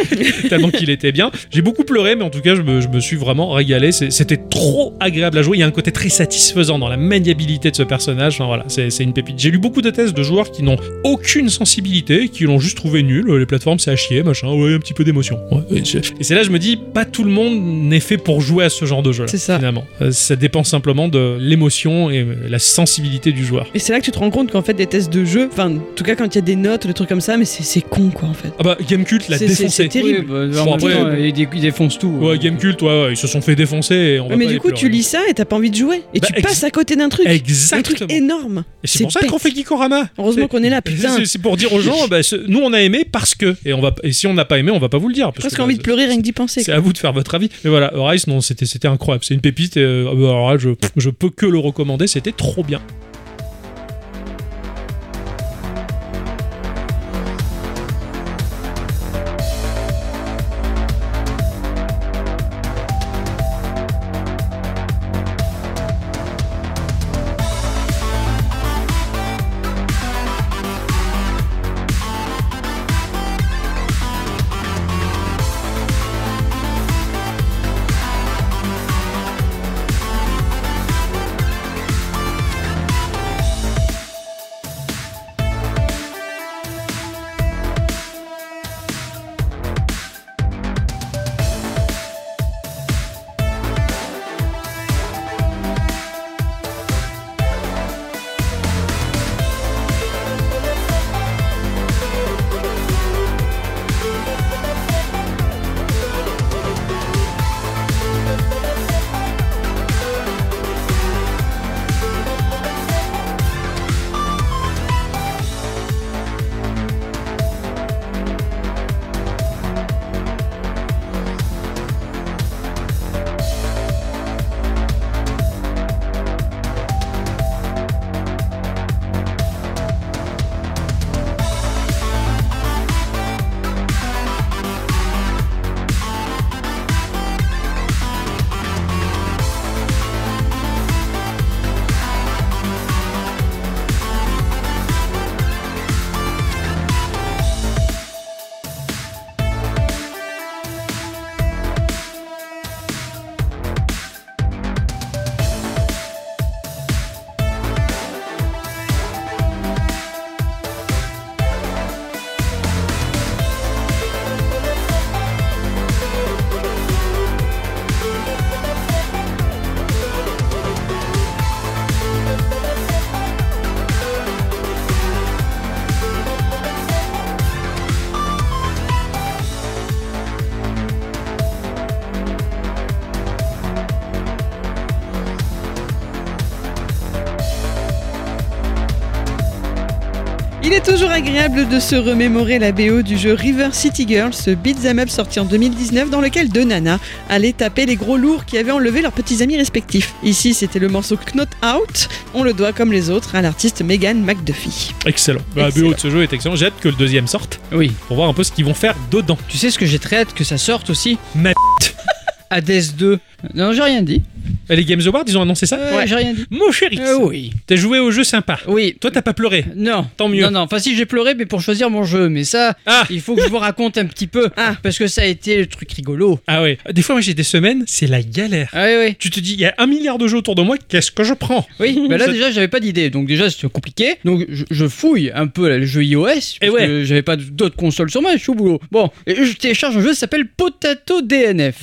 [SPEAKER 1] [laughs] tellement qu'il était bien. J'ai beaucoup pleuré, mais en tout cas, je me, je me suis vraiment régalé. C'est- C'était trop agréable à jouer. Il y a un côté très satisfaisant dans la maniabilité de ce personnage. Enfin, voilà, c'est c'est une pépite. J'ai lu beaucoup de tests de joueurs qui n'ont aucune sensibilité, qui l'ont juste trouvé nul. Les plateformes, c'est à chier, machin. Ouais, un petit peu d'émotion. Ouais, et c'est et c'est là, je me dis, pas tout le monde n'est fait pour jouer à ce genre de jeu-là.
[SPEAKER 3] C'est ça.
[SPEAKER 1] Finalement, Euh, ça dépend simplement de l'émotion et euh, la sensibilité du joueur.
[SPEAKER 3] Et c'est là que tu te rends compte qu'en fait des tests de jeu, enfin en tout cas quand il y a des notes, des trucs comme ça, mais c'est- c'est con quoi en fait.
[SPEAKER 1] Ah bah, Gamecult l'a
[SPEAKER 3] C'est- c'est-
[SPEAKER 1] défoncé.
[SPEAKER 3] c'est terrible.
[SPEAKER 2] Oui, bah,
[SPEAKER 1] Bon,
[SPEAKER 2] en
[SPEAKER 1] après-
[SPEAKER 2] même temps, il, dé- il défonce tout. euh,
[SPEAKER 1] Ouais, Gamecult, ouais, ouais, ils se sont fait défoncer. Et on va
[SPEAKER 3] mais
[SPEAKER 1] pas
[SPEAKER 3] du
[SPEAKER 1] les
[SPEAKER 3] coup tu
[SPEAKER 1] pleurer.
[SPEAKER 3] lis ça et t'as pas envie de jouer. Et
[SPEAKER 1] Bah,
[SPEAKER 3] tu
[SPEAKER 1] ex-
[SPEAKER 3] passes à côté d'un truc. Un truc
[SPEAKER 1] Exactement.
[SPEAKER 3] énorme.
[SPEAKER 1] Et c'est pour ça
[SPEAKER 3] bête.
[SPEAKER 1] qu'on fait Geekorama.
[SPEAKER 3] Heureusement qu'on est là, putain.
[SPEAKER 1] C'est- [laughs] C'est pour dire aux gens, bah, ce- nous on a aimé parce que. Et, on va, et si on n'a pas aimé, on va pas vous le dire. parce
[SPEAKER 3] Presque
[SPEAKER 1] que,
[SPEAKER 3] envie
[SPEAKER 1] bah,
[SPEAKER 3] de pleurer rien que d'y penser.
[SPEAKER 1] C'est à vous de faire votre avis. Mais voilà, Rise, non, c'était c'était incroyable. C'est une pépite. et, euh, alors là, je, je peux que le recommander. C'était trop bien.
[SPEAKER 3] Il est toujours agréable de se remémorer la BO du jeu River City Girls, ce beat'em up sorti en 2019 dans lequel deux nanas allaient taper les gros lourds qui avaient enlevé leurs petits amis respectifs. Ici, c'était le morceau Knot Out. On le doit, comme les autres, à l'artiste Megan McDuffie.
[SPEAKER 1] Excellent. La
[SPEAKER 3] Excellent.
[SPEAKER 1] BO de ce jeu est excellent. J'ai hâte que le deuxième sorte
[SPEAKER 2] Oui.
[SPEAKER 1] pour voir un peu ce qu'ils vont faire dedans.
[SPEAKER 2] Tu sais ce que j'ai très hâte que ça sorte aussi
[SPEAKER 1] Ma
[SPEAKER 2] [laughs] Hades 2. Non, j'ai rien dit.
[SPEAKER 1] Les Games Awards, ils ont annoncé ça
[SPEAKER 2] Euh, J'ai rien dit.
[SPEAKER 1] Mon chéri,
[SPEAKER 3] Ah
[SPEAKER 2] Euh, oui.
[SPEAKER 1] t'as joué au jeu sympa.
[SPEAKER 2] Oui.
[SPEAKER 1] Toi, t'as pas pleuré.
[SPEAKER 2] Non.
[SPEAKER 1] Tant mieux.
[SPEAKER 2] Non, non. Enfin, si j'ai pleuré, mais pour choisir mon jeu. Mais ça,
[SPEAKER 1] Ah
[SPEAKER 2] il faut que je vous raconte un petit peu.
[SPEAKER 3] Ah.
[SPEAKER 2] Parce que ça a été le truc rigolo.
[SPEAKER 1] Ah ouais. Des fois, moi, j'ai des semaines, c'est la galère.
[SPEAKER 2] Ah oui, oui.
[SPEAKER 1] Tu te dis, il y a un milliard de jeux autour de moi, qu'est-ce que je prends
[SPEAKER 2] Oui, bah là
[SPEAKER 1] Ça-
[SPEAKER 2] déjà j'avais pas d'idée, donc déjà c'était compliqué. Donc je, je fouille un peu là, le jeu iOS, parce
[SPEAKER 1] Eh ouais.
[SPEAKER 2] que j'avais pas d'autres consoles sur moi, je suis au boulot. Bon, et je télécharge un jeu qui s'appelle Potato
[SPEAKER 1] [laughs]
[SPEAKER 2] DNF.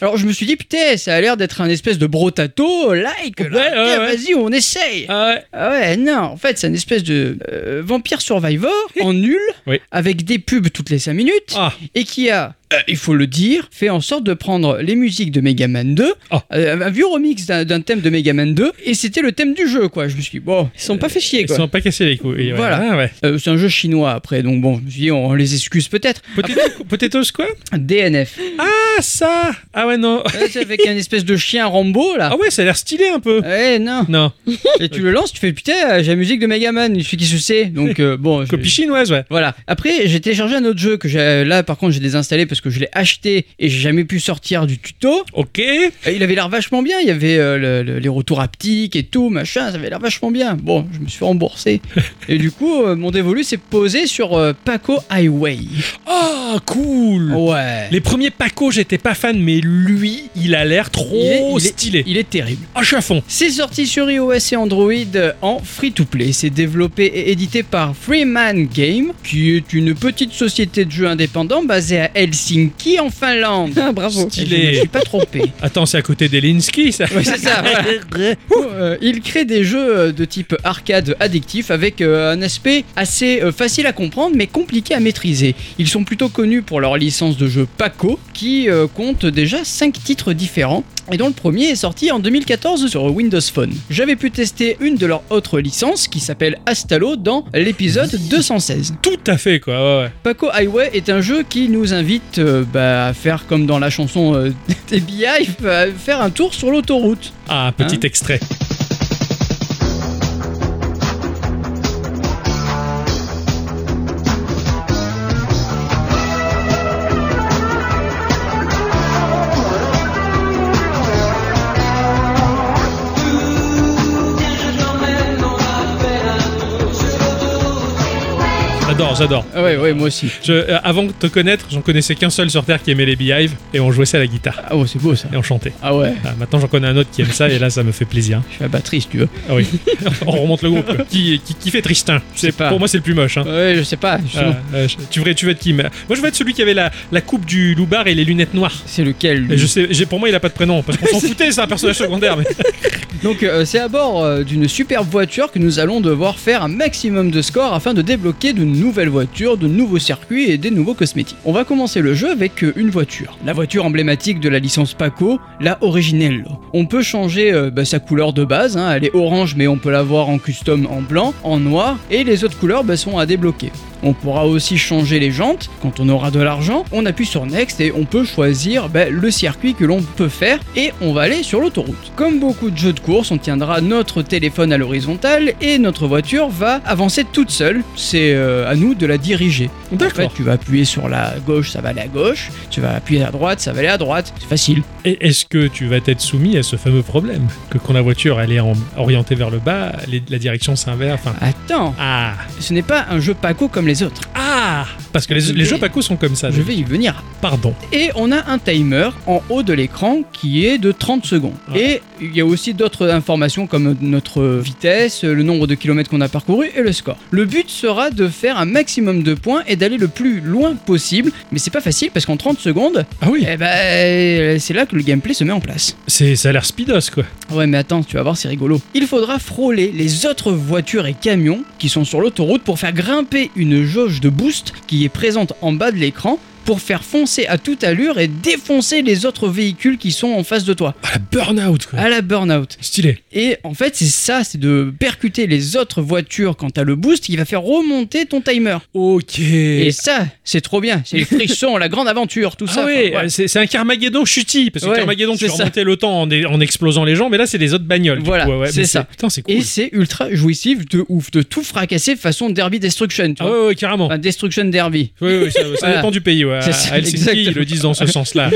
[SPEAKER 2] Alors je me suis dit, putain, ça a l'air d'être un espèce de brotato, like, là.
[SPEAKER 1] Ouais, ouais,
[SPEAKER 2] Tiens,
[SPEAKER 1] ouais.
[SPEAKER 2] vas-y, on essaye.
[SPEAKER 1] Ah ouais.
[SPEAKER 2] Ah ouais, non, en fait, c'est une espèce de euh,
[SPEAKER 1] [laughs]
[SPEAKER 2] vampire survivor en nul,
[SPEAKER 1] Oui.
[SPEAKER 2] avec des pubs toutes les 5 minutes,
[SPEAKER 1] Ah,
[SPEAKER 2] et qui a, euh, il faut le dire, fait en sorte de prendre les musiques de Mega Man 2,
[SPEAKER 1] Ah.
[SPEAKER 2] euh, un vieux remix d'un d'un thème de Mega Man 2, et c'était le thème du jeu, quoi. Je me suis dit, bon,
[SPEAKER 3] Ils sont pas fait chier,
[SPEAKER 1] ils
[SPEAKER 3] quoi.
[SPEAKER 1] sont pas cassés les couilles. Ouais.
[SPEAKER 2] Voilà.
[SPEAKER 1] Ah ouais.
[SPEAKER 2] euh, c'est un jeu chinois après, donc bon, je me suis dit, on les excuse peut-être.
[SPEAKER 1] Potato- [laughs] Potatoes quoi
[SPEAKER 3] [laughs]
[SPEAKER 2] DNF.
[SPEAKER 1] Ah ça Ah ouais, non.
[SPEAKER 2] Euh, c'est avec un espèce de chien Rambo, là.
[SPEAKER 1] Ah ouais, ça a l'air stylé un peu.
[SPEAKER 2] Ouais, non.
[SPEAKER 1] Non,
[SPEAKER 2] Et tu le lances, tu fais, putain, j'ai la musique de Mega Man, il fait qui se sait. Donc, euh, bon, je-
[SPEAKER 1] copie chinoise, ouais.
[SPEAKER 2] Voilà. Après, j'ai téléchargé un autre jeu que j'ai- là, par contre, j'ai désinstallé parce que je l'ai acheté et j'ai jamais pu sortir du tuto.
[SPEAKER 1] Ok.
[SPEAKER 2] Euh, Il avait l'air vachement bien. Il y avait euh, le- le- les retours haptiques et tout, machin. Ça avait l'air vachement bien. Bon, je me
[SPEAKER 1] [laughs]
[SPEAKER 2] suis remboursé. et du coup, euh, mon dévolu s'est posé sur euh, Paco Highway.
[SPEAKER 1] Ah, cool
[SPEAKER 2] Oh. Ouais.
[SPEAKER 1] Les premiers Paco, j'étais pas fan, mais lui, il a l'air trop
[SPEAKER 2] Il est- il est-
[SPEAKER 1] stylé.
[SPEAKER 2] Il est terrible.
[SPEAKER 1] Ah, je suis à fond.
[SPEAKER 2] C'est sorti sur iOS et Android euh, en free-to-play. C'est développé et édité par Freeman Game, qui est une petite société de jeux indépendants basée à Helsinki en Finlande.
[SPEAKER 3] Ah, bravo.
[SPEAKER 2] Je
[SPEAKER 1] [laughs]
[SPEAKER 2] me
[SPEAKER 1] Stylé.
[SPEAKER 2] suis pas trompé.
[SPEAKER 1] Attends, c'est à côté d'Elinsky, ça
[SPEAKER 2] Ouais, c'est ça. voilà. Ouh, [laughs] euh, il crée des jeux euh, de type arcade addictif avec euh, un aspect assez euh, facile à comprendre mais compliqué à maîtriser. Ils sont plutôt connus pour leur licence de jeu Paco qui euh, compte déjà 5 titres différents. Et dont le premier est sorti en 2014 sur Windows Phone. J'avais pu tester une de leurs autres licences qui s'appelle Astalo dans l'épisode 216.
[SPEAKER 1] [laughs] Tout à fait, quoi. ouais, ouais.
[SPEAKER 2] Paco Highway est un jeu qui nous invite euh, bah, à faire comme dans la chanson euh, [laughs] des Beehive, à faire un tour sur l'autoroute.
[SPEAKER 1] Ah, petit
[SPEAKER 2] Hein
[SPEAKER 1] extrait. J'adore, j'adore.
[SPEAKER 2] Ah ouais, ouais, moi aussi.
[SPEAKER 1] Je- euh, avant de te connaître, j'en connaissais qu'un seul sur Terre qui aimait les Beehive et on jouait ça à la guitare
[SPEAKER 2] Ah ouais, c'est beau ça.
[SPEAKER 1] et on chantait.
[SPEAKER 2] Ah ouais,
[SPEAKER 1] Ah, maintenant j'en connais un autre qui aime ça et là ça me fait plaisir.
[SPEAKER 2] je suis la batterie si tu veux.
[SPEAKER 1] Ah oui, [laughs] on remonte le groupe. quoi. Qui, qui, qui fait Tristan
[SPEAKER 2] sais
[SPEAKER 1] C'est-
[SPEAKER 2] pas.
[SPEAKER 1] Pour moi c'est le plus moche. hein.
[SPEAKER 2] Ouais, je sais pas. justement.
[SPEAKER 1] Ah, euh, je- tu, veux, tu veux être qui mais- Moi je veux être celui qui avait la, la coupe du loupard et les lunettes noires.
[SPEAKER 2] C'est lequel lui
[SPEAKER 1] Et je sais, j'ai- pour moi il a pas de prénom parce qu'on
[SPEAKER 2] [laughs]
[SPEAKER 1] s'en foutait, c'est un personnage secondaire. mais-
[SPEAKER 2] Donc euh, c'est à bord euh, d'une superbe voiture que nous allons devoir faire un maximum de scores afin de débloquer de nouvelles voitures, de nouveaux circuits et des nouveaux cosmétiques. On va commencer le jeu avec euh, une voiture. La voiture emblématique de la licence Paco, la Originello. On peut changer euh, bah, sa couleur de base, hein, elle est orange mais on peut l'avoir en custom en blanc, en noir et les autres couleurs bah, sont à débloquer. On pourra aussi changer les jantes quand on aura de l'argent. On appuie sur Next et on peut choisir ben, le circuit que l'on peut faire et on va aller sur l'autoroute. Comme beaucoup de jeux de course, on tiendra notre téléphone à l'horizontale et notre voiture va avancer toute seule. C'est euh, à nous de la diriger. En fait,
[SPEAKER 1] D'accord.
[SPEAKER 2] tu vas appuyer sur la gauche, ça va aller à gauche. Tu vas appuyer à droite, ça va aller à droite. C'est facile.
[SPEAKER 1] Et est-ce que tu vas être soumis à ce fameux problème que quand la voiture elle est en- orientée vers le bas, les- la direction s'inverse. enfin,
[SPEAKER 2] Attends,
[SPEAKER 1] Ah
[SPEAKER 2] ce n'est pas un jeu Paco comme les autres.
[SPEAKER 1] Ah Parce que les, les jeux Paco sont comme ça.
[SPEAKER 2] Je vais y venir
[SPEAKER 1] Pardon.
[SPEAKER 2] Et on a un timer en haut de l'écran qui est de 30 secondes. Et il y a aussi d'autres informations comme notre vitesse, le nombre de kilomètres qu'on a parcouru et le score. Le but sera de faire un maximum de points et d'aller le plus loin possible. Mais c'est pas facile parce qu'en 30 secondes,
[SPEAKER 1] Ah oui
[SPEAKER 2] eh ben, c'est là que le gameplay se met en place.
[SPEAKER 1] c'est, Ça a l'air speedos quoi.
[SPEAKER 2] Ouais, mais attends, tu vas voir, c'est rigolo. Il faudra frôler les autres voitures et camions qui sont sur l'autoroute pour faire grimper une jauge de boost qui est présente en bas de l'écran pour faire foncer à toute allure et défoncer les autres véhicules qui sont en face de toi.
[SPEAKER 1] Ah, la burn-out, quoi.
[SPEAKER 2] À la burn-out.
[SPEAKER 1] Stylé.
[SPEAKER 2] Et en fait, c'est ça, c'est de percuter les autres voitures quand t'as le boost qui va faire remonter ton timer.
[SPEAKER 1] Ok.
[SPEAKER 2] Et ça, c'est trop bien. C'est
[SPEAKER 1] [laughs]
[SPEAKER 2] les frissons, la grande aventure, tout
[SPEAKER 1] Ah
[SPEAKER 2] ça.
[SPEAKER 1] oui,
[SPEAKER 2] quoi. Ouais.
[SPEAKER 1] euh, c'est c'est un Carmageddon chutis, parce que
[SPEAKER 2] Ouais,
[SPEAKER 1] Carmageddon, tu
[SPEAKER 2] c'est ça.
[SPEAKER 1] remontais le temps en, é- en explosant les gens, mais là, c'est des autres bagnoles. du
[SPEAKER 2] Voilà,
[SPEAKER 1] coup, ouais, ouais,
[SPEAKER 2] c'est
[SPEAKER 1] mais
[SPEAKER 2] ça.
[SPEAKER 1] Putain, c'est cool.
[SPEAKER 2] Et c'est ultra jouissif de ouf, de tout fracasser façon Derby Destruction. Tu
[SPEAKER 1] Ah
[SPEAKER 2] vois.
[SPEAKER 1] ouais, ouais, carrément.
[SPEAKER 2] Enfin, Destruction Derby.
[SPEAKER 1] Oui, oui, ça, ça
[SPEAKER 2] [laughs] Voilà.
[SPEAKER 1] dépend du pays. Ouais.
[SPEAKER 2] C'est ça,
[SPEAKER 1] À Helsinki,
[SPEAKER 2] exactement.
[SPEAKER 1] ils le disent
[SPEAKER 2] [laughs]
[SPEAKER 1] dans ce sens-là.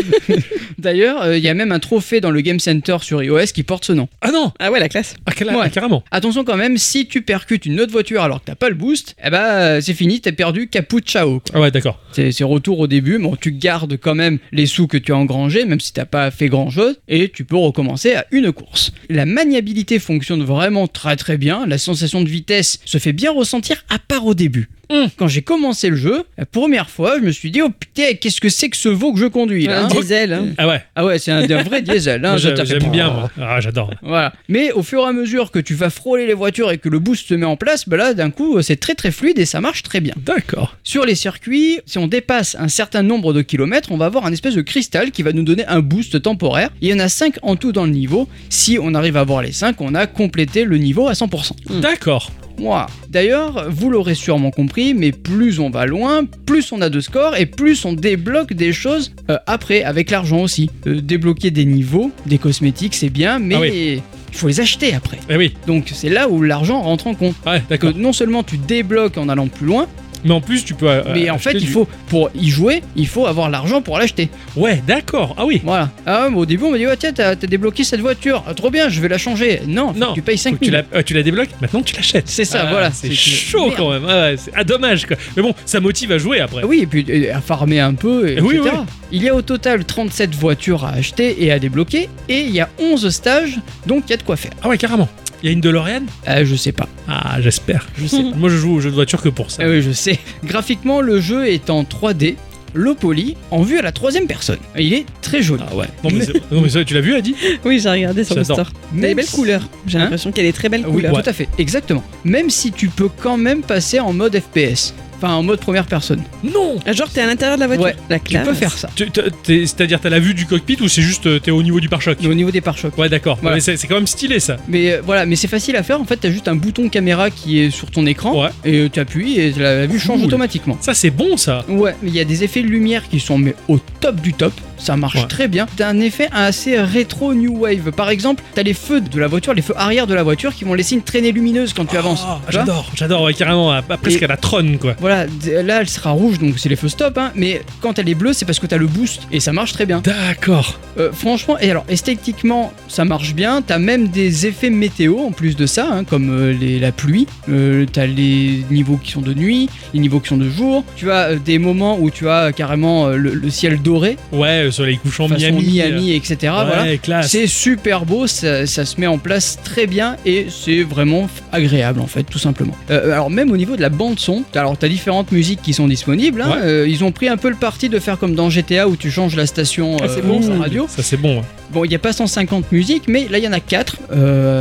[SPEAKER 2] D'ailleurs, euh, il y a même un trophée dans le Game Center sur iOS qui porte ce nom.
[SPEAKER 1] Ah non
[SPEAKER 3] Ah ouais, la classe.
[SPEAKER 1] ah, cla-
[SPEAKER 2] Ouais.
[SPEAKER 1] ah, Carrément.
[SPEAKER 2] Attention quand même, si tu percutes une autre voiture alors que t'as pas le boost, eh ben euh, c'est fini, t'es perdu, caput, ciao. quoi.
[SPEAKER 1] Ah ouais, d'accord.
[SPEAKER 2] C'est c'est retour au début, bon, tu gardes quand même les sous que tu as engrangés, même si t'as pas fait grand chose, et tu peux recommencer à une course. La maniabilité fonctionne vraiment très très bien, la sensation de vitesse se fait bien ressentir à part au début.
[SPEAKER 1] Hum.
[SPEAKER 2] Quand j'ai commencé le jeu, la première fois, je me suis dit, oh putain, qu'est-ce que c'est que ce veau que je conduis là
[SPEAKER 3] un
[SPEAKER 2] hein
[SPEAKER 3] diesel. hein.
[SPEAKER 1] Ah ouais,
[SPEAKER 2] Ah ouais, c'est un, un vrai diesel, hein,
[SPEAKER 1] moi,
[SPEAKER 2] ça
[SPEAKER 1] j'a-
[SPEAKER 2] t'a fait-
[SPEAKER 1] j'aime bien, moi. Ah, j'adore.
[SPEAKER 2] Voilà. Mais au fur et à mesure que tu vas frôler les voitures et que le boost se met en place, ben là, d'un coup, c'est très très fluide et ça marche très bien.
[SPEAKER 1] D'accord.
[SPEAKER 2] Sur les circuits, si on dépasse un certain nombre de kilomètres, on va avoir un espèce de cristal qui va nous donner un boost temporaire. Il y en a 5 en tout dans le niveau. Si on arrive à avoir les 5, on a complété le niveau à 100%.
[SPEAKER 1] Mm. D'accord.
[SPEAKER 2] Moi. D'ailleurs, vous l'aurez sûrement compris, mais plus on va loin, plus on a de scores et plus on débloque des choses euh, après, avec l'argent aussi. Euh, débloquer des niveaux, des cosmétiques, c'est bien, mais
[SPEAKER 1] Ah
[SPEAKER 2] il faut les acheter après.
[SPEAKER 1] Eh oui,
[SPEAKER 2] Donc c'est là où l'argent rentre en compte.
[SPEAKER 1] ouais,
[SPEAKER 2] Que
[SPEAKER 1] d'accord.
[SPEAKER 2] non seulement tu débloques en allant plus loin,
[SPEAKER 1] Mais en plus, tu peux. euh,
[SPEAKER 2] mais en
[SPEAKER 1] acheter
[SPEAKER 2] fait, il
[SPEAKER 1] du-
[SPEAKER 2] faut, pour y jouer, il faut avoir l'argent pour l'acheter.
[SPEAKER 1] Ouais, d'accord. Ah oui.
[SPEAKER 2] Voilà. Ah, mais au début, on m'a dit, ouais, tiens, t'as t'as débloqué cette voiture. Ah, trop bien, je vais la changer. Non, faut
[SPEAKER 1] Non,
[SPEAKER 2] que tu payes
[SPEAKER 1] Faut
[SPEAKER 2] 5
[SPEAKER 1] que tu
[SPEAKER 2] 000.
[SPEAKER 1] la, ouais, tu la débloques, maintenant tu l'achètes.
[SPEAKER 2] C'est ça,
[SPEAKER 1] Ah,
[SPEAKER 2] voilà.
[SPEAKER 1] C'est
[SPEAKER 2] C'est-
[SPEAKER 1] chaud
[SPEAKER 2] merde.
[SPEAKER 1] quand même. Ah, ouais, c'est- ah, dommage quoi. Mais bon, ça motive à jouer après.
[SPEAKER 2] Ah Oui, et puis euh, à farmer un peu, et,
[SPEAKER 1] Oui,
[SPEAKER 2] etc.
[SPEAKER 1] oui.
[SPEAKER 2] Il y a au total 37 voitures à acheter et à débloquer, et il y a 11 stages, donc il y a de quoi faire.
[SPEAKER 1] Ah ouais, carrément. Il y a une DeLorean
[SPEAKER 2] Ah, je sais pas.
[SPEAKER 1] Ah, j'espère.
[SPEAKER 2] Je sais
[SPEAKER 1] [laughs]
[SPEAKER 2] pas.
[SPEAKER 1] Moi, je joue aux jeux de voiture que pour ça.
[SPEAKER 2] Ah oui, je sais. Graphiquement, le jeu est en 3D, low poly, en vue à la troisième personne. Il est très joli.
[SPEAKER 1] Ah ouais. Non, mais,
[SPEAKER 2] [laughs]
[SPEAKER 1] c'est- non, mais ça, tu l'as vu, Adi
[SPEAKER 3] [laughs] Oui, j'ai regardé sur le
[SPEAKER 1] J'adore.
[SPEAKER 3] store. Elle est
[SPEAKER 2] Même
[SPEAKER 3] belle
[SPEAKER 2] si-
[SPEAKER 3] couleur. J'ai
[SPEAKER 2] Hein
[SPEAKER 3] l'impression qu'elle est très belle
[SPEAKER 2] Ah Oui,
[SPEAKER 3] couleur.
[SPEAKER 1] Ouais.
[SPEAKER 2] tout à fait, exactement. Même si tu peux quand même passer en mode FPS, enfin en mode première personne.
[SPEAKER 1] Non
[SPEAKER 3] Ah, genre, t'es à l'intérieur de la voiture.
[SPEAKER 2] Ouais,
[SPEAKER 3] la
[SPEAKER 2] Tu
[SPEAKER 3] classe.
[SPEAKER 2] peux faire ça.
[SPEAKER 1] Tu- t'as- t'es- C'est-à-dire, t'as la vue du cockpit ou c'est juste euh, t'es au niveau du pare-choc
[SPEAKER 2] Au niveau des pare-chocs.
[SPEAKER 1] Ouais, d'accord.
[SPEAKER 2] Voilà.
[SPEAKER 1] Mais c'est c'est quand même stylé ça.
[SPEAKER 2] Mais euh, voilà, mais c'est facile à faire. En fait, t'as juste un bouton caméra qui est sur ton écran
[SPEAKER 1] Ouais.
[SPEAKER 2] et tu appuies et la, la vue change
[SPEAKER 1] Cool.
[SPEAKER 2] automatiquement.
[SPEAKER 1] Ça, c'est bon ça.
[SPEAKER 2] Ouais, mais il y a des effets de lumière qui sont mais au top du top, ça marche
[SPEAKER 1] Ouais.
[SPEAKER 2] très bien. T'as un effet assez rétro new wave. Par exemple, t'as les feux de la voiture, les feux arrière de la voiture qui vont laisser une traînée lumineuse quand tu avances.
[SPEAKER 1] Ah,
[SPEAKER 2] Tu vois
[SPEAKER 1] j'adore, j'adore, ouais, carrément. à- à- presque
[SPEAKER 2] Et-
[SPEAKER 1] à la trône quoi.
[SPEAKER 2] Voilà, d- là elle sera rouge donc c'est les feux stop, hein, mais quand elle est bleue c'est parce que t'as le boost et ça marche très bien.
[SPEAKER 1] D'accord.
[SPEAKER 2] Euh, franchement, et alors esthétiquement, ça marche bien. T'as même des effets météo en plus de ça, hein, comme euh, les- la pluie. Euh, t'as les niveaux qui sont de nuit, les niveaux qui sont de jour. Tu as euh, des moments où tu as euh, carrément euh, le, le ciel doré,
[SPEAKER 1] Ouais, le soleil couchant,
[SPEAKER 2] façon
[SPEAKER 1] Miami.
[SPEAKER 2] Miami,
[SPEAKER 1] euh,
[SPEAKER 2] etc.
[SPEAKER 1] ouais,
[SPEAKER 2] voilà.
[SPEAKER 1] classe.
[SPEAKER 2] C'est super beau, ça, ça se met en place très bien et c'est vraiment f- agréable en fait, tout simplement. Euh, alors même au niveau de la bande son, t'as- alors t'as différentes musiques qui sont disponibles. hein.
[SPEAKER 1] Ouais.
[SPEAKER 2] Euh, ils ont pris un peu le parti de faire comme dans GTA où tu changes la station
[SPEAKER 3] Ah, c'est
[SPEAKER 2] euh,
[SPEAKER 3] bon,
[SPEAKER 2] de
[SPEAKER 3] ça.
[SPEAKER 2] radio.
[SPEAKER 1] Ça, c'est bon. ouais.
[SPEAKER 2] [laughs] Bon, il n'y a pas 150 musiques, mais là, il y en a 4,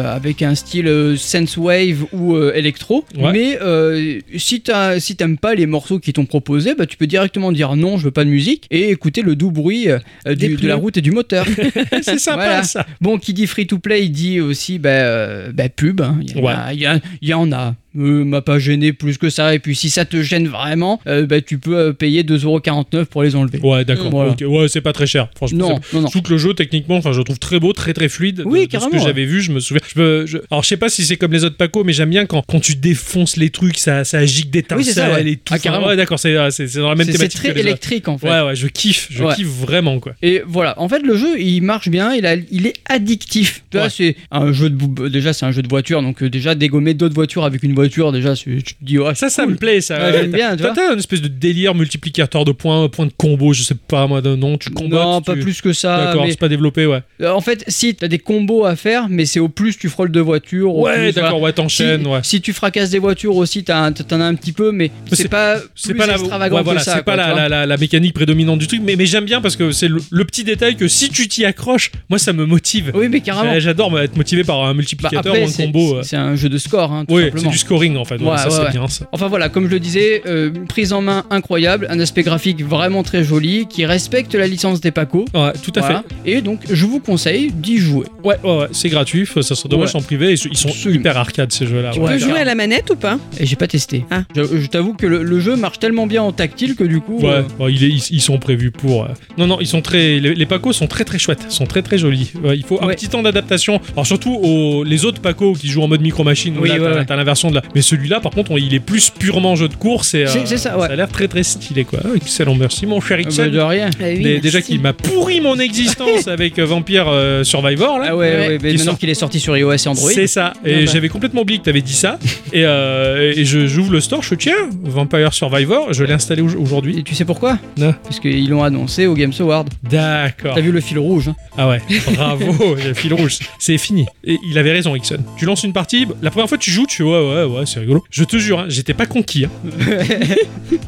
[SPEAKER 2] avec un style euh, synthwave ou euh, électro.
[SPEAKER 1] Ouais.
[SPEAKER 2] Mais euh, si t'as- si t'aimes pas les morceaux qui t'ont proposés, bah, tu peux directement dire non, je veux pas de musique, et écouter le doux bruit euh, du- de
[SPEAKER 3] pneus.
[SPEAKER 2] la route et du moteur.
[SPEAKER 1] [laughs] c'est sympa
[SPEAKER 2] Voilà.
[SPEAKER 1] ça.
[SPEAKER 2] bon, qui dit free-to-play, dit aussi bah, euh, bah, pub. hein. Il y, en
[SPEAKER 1] Ouais.
[SPEAKER 2] a- il y a- il y en a. Euh, m'a pas gêné plus que ça, et puis si ça te gêne vraiment, euh, bah, tu peux euh, payer 2,49€ pour les enlever.
[SPEAKER 1] Ouais, d'accord.
[SPEAKER 2] Voilà.
[SPEAKER 1] ok. Ouais, c'est pas très cher, franchement.
[SPEAKER 2] Non, non, non.
[SPEAKER 1] Surtout que le jeu, techniquement, enfin, je le trouve très beau, très très fluide. De-
[SPEAKER 2] Oui,
[SPEAKER 1] de
[SPEAKER 2] carrément,
[SPEAKER 1] ce que
[SPEAKER 2] ouais.
[SPEAKER 1] j'avais vu, je me souviens. Je peux- je- Alors, je sais pas si c'est comme les autres Paco, mais j'aime bien quand, quand tu défonces les trucs, ça, ça gigue d'étincelles
[SPEAKER 2] Oui, c'est ça, ouais.
[SPEAKER 1] et tout.
[SPEAKER 2] Ah,
[SPEAKER 1] Enfin,
[SPEAKER 2] carrément.
[SPEAKER 1] ouais, d'accord, c'est c'est- c'est dans la même
[SPEAKER 2] C'est c'est
[SPEAKER 1] thématique.
[SPEAKER 2] très
[SPEAKER 1] que les autres.
[SPEAKER 2] électrique en fait.
[SPEAKER 1] Ouais, ouais, je kiffe, je
[SPEAKER 2] Ouais.
[SPEAKER 1] kiffe vraiment, quoi.
[SPEAKER 2] Et voilà, en fait le jeu il marche bien, il, a- il est addictif. Tu vois,
[SPEAKER 1] Ouais.
[SPEAKER 2] c'est un jeu de bou- déjà c'est un jeu de voiture, donc euh, déjà dégommer d'autres voitures avec une voiture, déjà c'est- tu te dis ouais,
[SPEAKER 1] Ça, ça
[SPEAKER 2] cool.
[SPEAKER 1] me plaît, ça.
[SPEAKER 2] Ouais, j'aime bien, tu
[SPEAKER 1] T'as
[SPEAKER 2] vois.
[SPEAKER 1] t'as une espèce de délire multiplicateur de points, point de combo, je sais pas, moi, de nom, tu combats.
[SPEAKER 2] non,
[SPEAKER 1] tu-
[SPEAKER 2] pas
[SPEAKER 1] tu-
[SPEAKER 2] plus que ça.
[SPEAKER 1] D'accord,
[SPEAKER 2] mais-
[SPEAKER 1] c'est pas développé, ouais.
[SPEAKER 2] Euh, En fait, si t'as des combos à faire, mais c'est au plus tu frôles de voitures. au
[SPEAKER 1] Ouais,
[SPEAKER 2] plus, voilà.
[SPEAKER 1] d'accord, ouais,
[SPEAKER 2] Si,
[SPEAKER 1] t'enchaînes, ouais.
[SPEAKER 2] si tu fracasses des voitures aussi, t'as un- t'en as un petit peu, mais
[SPEAKER 1] Mais
[SPEAKER 2] c'est pas
[SPEAKER 1] C'est
[SPEAKER 2] plus
[SPEAKER 1] pas la,
[SPEAKER 2] extravagant
[SPEAKER 1] ouais, voilà,
[SPEAKER 2] que ça.
[SPEAKER 1] c'est pas
[SPEAKER 2] quoi, tu
[SPEAKER 1] la,
[SPEAKER 2] vois.
[SPEAKER 1] la- la- la mécanique prédominante du truc, mais, mais j'aime bien parce que c'est le, le petit détail que si tu t'y accroches, moi ça me motive.
[SPEAKER 2] Oui, mais carrément.
[SPEAKER 1] J'adore être motivé par un
[SPEAKER 2] Bah,
[SPEAKER 1] multiplicateur
[SPEAKER 2] après,
[SPEAKER 1] ou un
[SPEAKER 2] c'est
[SPEAKER 1] combo. euh.
[SPEAKER 2] c'est un jeu de score, hein, tout
[SPEAKER 1] Oui, c'est
[SPEAKER 2] simplement.
[SPEAKER 1] du scoring en fait. Voilà,
[SPEAKER 2] Ouais,
[SPEAKER 1] ça
[SPEAKER 2] ouais,
[SPEAKER 1] c'est
[SPEAKER 2] ouais.
[SPEAKER 1] bien ça.
[SPEAKER 2] Enfin voilà, comme je le disais, euh, une prise en main incroyable, un aspect graphique vraiment très joli, qui respecte la licence des Paco.
[SPEAKER 1] Ouais, tout à
[SPEAKER 2] Voilà. Et donc, je vous conseille d'y jouer.
[SPEAKER 1] fait. Ouais, ouais, ouais, c'est gratuit. Ça serait dommage en privé. Ils, ils sont
[SPEAKER 2] Absolument.
[SPEAKER 1] hyper arcades ces jeux-là.
[SPEAKER 2] Tu
[SPEAKER 1] ouais.
[SPEAKER 3] On peut
[SPEAKER 2] Ouais,
[SPEAKER 3] jouer
[SPEAKER 2] alors.
[SPEAKER 3] à la manette ou pas
[SPEAKER 2] Et j'ai pas testé.
[SPEAKER 3] Ah.
[SPEAKER 2] Je, je t'avoue que le, le jeu marche tellement bien en tactile que du coup.
[SPEAKER 1] Ouais,
[SPEAKER 2] euh,
[SPEAKER 1] ouais, il est- ils, ils sont prévus pour. euh, Non, non, ils sont très. Les, les pacos sont très très chouettes, sont très très jolis. Ouais, il faut un
[SPEAKER 2] Ouais.
[SPEAKER 1] petit temps d'adaptation. Alors surtout aux, les autres pacos qui jouent en mode micro machine.
[SPEAKER 2] Oui,
[SPEAKER 1] là,
[SPEAKER 2] ouais,
[SPEAKER 1] t'as,
[SPEAKER 2] ouais.
[SPEAKER 1] t'as l'inversion de la. Mais celui-là, par contre, on- il est plus purement jeu de course et. euh,
[SPEAKER 2] C'est- c'est ça, ouais.
[SPEAKER 1] a l'air très très stylé quoi. Ah, Excellent, merci mon cher
[SPEAKER 2] bah,
[SPEAKER 1] Ixon.
[SPEAKER 2] de rien.
[SPEAKER 3] Ah
[SPEAKER 1] Dé- déjà qu'il m'a pourri mon
[SPEAKER 2] [laughs]
[SPEAKER 1] existence avec euh, Vampire euh, Survivor là.
[SPEAKER 2] Ah ouais, ouais,
[SPEAKER 3] Ouais.
[SPEAKER 2] mais
[SPEAKER 1] Qui
[SPEAKER 2] maintenant
[SPEAKER 1] sort-
[SPEAKER 2] qu'il est sorti sur iOS et Android.
[SPEAKER 1] C'est ça.
[SPEAKER 2] Ah
[SPEAKER 1] Et
[SPEAKER 2] bah.
[SPEAKER 1] j'avais complètement oublié que t'avais dit ça. et euh, et je, j'ouvre le store, je fais, tiens, Vampire Survivor, je l'ai installé au- aujourd'hui.
[SPEAKER 2] Et tu sais pourquoi
[SPEAKER 1] Non.
[SPEAKER 2] Parce qu'ils l'ont annoncé au Games Award.
[SPEAKER 1] D'accord.
[SPEAKER 2] T'as vu le fil rouge hein
[SPEAKER 1] Ah ouais,
[SPEAKER 3] [laughs]
[SPEAKER 1] bravo, le fil rouge. C'est fini. Et il avait raison, Ixon. Tu lances une partie, la première fois que tu joues, tu fais, ouais, ouais, ouais, c'est rigolo. Je te jure, hein, j'étais pas conquis.
[SPEAKER 3] [laughs]
[SPEAKER 1] hein.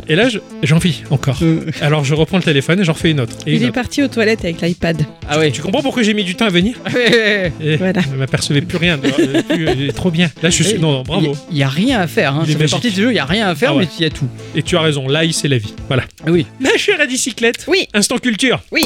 [SPEAKER 1] et là, je- j'en vis encore. Alors je reprends le téléphone et j'en refais une autre. Et
[SPEAKER 3] Il
[SPEAKER 1] une
[SPEAKER 3] est
[SPEAKER 1] autre.
[SPEAKER 3] parti aux toilettes avec l'iPad.
[SPEAKER 2] Ah ouais. [laughs]
[SPEAKER 1] Tu comprends pourquoi j'ai mis du temps à venir Eh,
[SPEAKER 3] Voilà.
[SPEAKER 1] Je m'apercevais plus rien. euh, plus, euh, trop bien. Là, je suis.
[SPEAKER 2] Eh,
[SPEAKER 1] Non, non, bravo.
[SPEAKER 2] Il y a rien à faire. Hein.
[SPEAKER 1] Il est
[SPEAKER 2] Ça fait
[SPEAKER 1] magique.
[SPEAKER 2] partie du jeu, il y a rien à faire,
[SPEAKER 1] Ah ouais.
[SPEAKER 2] mais il y a tout.
[SPEAKER 1] Et tu as raison. L'ail, c'est la vie. Voilà.
[SPEAKER 2] Ah oui.
[SPEAKER 1] Ma chère à bicyclette.
[SPEAKER 3] Oui.
[SPEAKER 1] Instant culture.
[SPEAKER 3] Oui.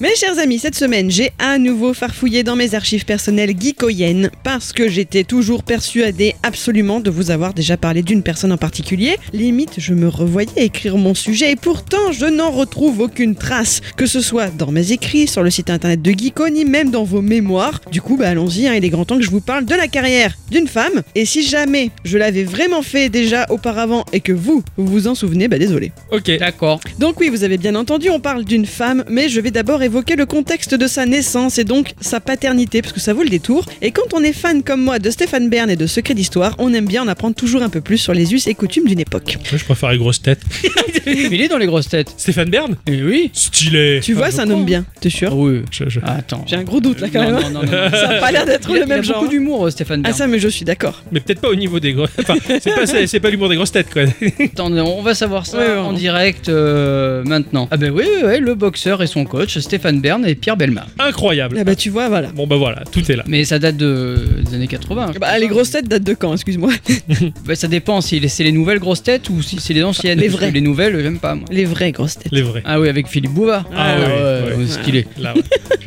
[SPEAKER 3] Mes chers amis, cette semaine, j'ai à nouveau farfouillé dans mes archives personnelles geekoyennes parce que j'étais toujours persuadée absolument de vous avoir déjà parlé d'une personne en particulier. Limite, je me revoyais écrire mon sujet et pourtant, je n'en retrouve aucune trace, que ce soit dans mes écrits, sur le site internet de Geeko, ni même dans vos mémoires. Du coup, bah allons-y, hein, il est grand temps que je vous parle de la carrière d'une femme. Et si jamais je l'avais vraiment fait déjà auparavant et que vous, vous vous en souvenez, bah désolé.
[SPEAKER 1] Ok. [laughs]
[SPEAKER 2] D'accord.
[SPEAKER 3] Donc oui, vous avez bien entendu, on parle d'une femme, mais je vais d'abord évoquer le contexte de sa naissance et donc sa paternité, parce que ça vaut le détour. Et quand on est fan comme moi de Stéphane Bern et de Secrets d'Histoire, on aime bien en apprendre toujours un peu plus sur les us et coutumes d'une époque.
[SPEAKER 1] Moi, je préfère les grosses têtes.
[SPEAKER 2] Mais il est dans les grosses têtes.
[SPEAKER 1] Stéphane Bern.
[SPEAKER 2] Eh oui.
[SPEAKER 1] Stylé. Ah,
[SPEAKER 3] Tu vois, Ah. c'est un homme bien, t'es sûr
[SPEAKER 2] Ah oui.
[SPEAKER 1] Je- je-
[SPEAKER 2] Attends.
[SPEAKER 3] J'ai un gros doute là quand
[SPEAKER 2] Non,
[SPEAKER 3] même.
[SPEAKER 2] non, non, [laughs] non, non.
[SPEAKER 3] Ça a pas l'air d'être
[SPEAKER 2] Il a-
[SPEAKER 3] le
[SPEAKER 2] il a
[SPEAKER 3] même genre.
[SPEAKER 2] beaucoup d'humour, euh, Stéphane
[SPEAKER 3] Ah
[SPEAKER 2] Bern.
[SPEAKER 3] ça, mais je suis d'accord.
[SPEAKER 1] Mais peut-être pas au niveau des grosses. [laughs] Enfin, c'est pas, c'est, c'est pas l'humour des grosses têtes quoi.
[SPEAKER 2] Attends, on va savoir ça
[SPEAKER 3] Ouais, ouais,
[SPEAKER 2] en
[SPEAKER 3] ouais.
[SPEAKER 2] direct euh, maintenant. Ah ben oui, oui, oui, le boxeur et son coach, Stéphane Bern et Pierre Belmar.
[SPEAKER 1] Incroyable.
[SPEAKER 3] Ah bah tu vois, voilà.
[SPEAKER 1] Bon bah voilà, tout est là.
[SPEAKER 2] Mais ça date de, des années 80.
[SPEAKER 3] Bah, les grosses têtes datent de quand, excuse-moi
[SPEAKER 2] Bah, ça dépend si les- c'est les nouvelles grosses têtes ou si c'est les anciennes.
[SPEAKER 3] Les
[SPEAKER 2] Parce que
[SPEAKER 3] vraies.
[SPEAKER 2] Les nouvelles, j'aime pas moi.
[SPEAKER 3] Les vraies grosses têtes.
[SPEAKER 1] Les vrais.
[SPEAKER 2] Ah oui, avec Philippe Bouvard.
[SPEAKER 1] Ah oui,
[SPEAKER 2] ouais,
[SPEAKER 1] oui.
[SPEAKER 2] ce qu'il est.
[SPEAKER 1] Là, ouais.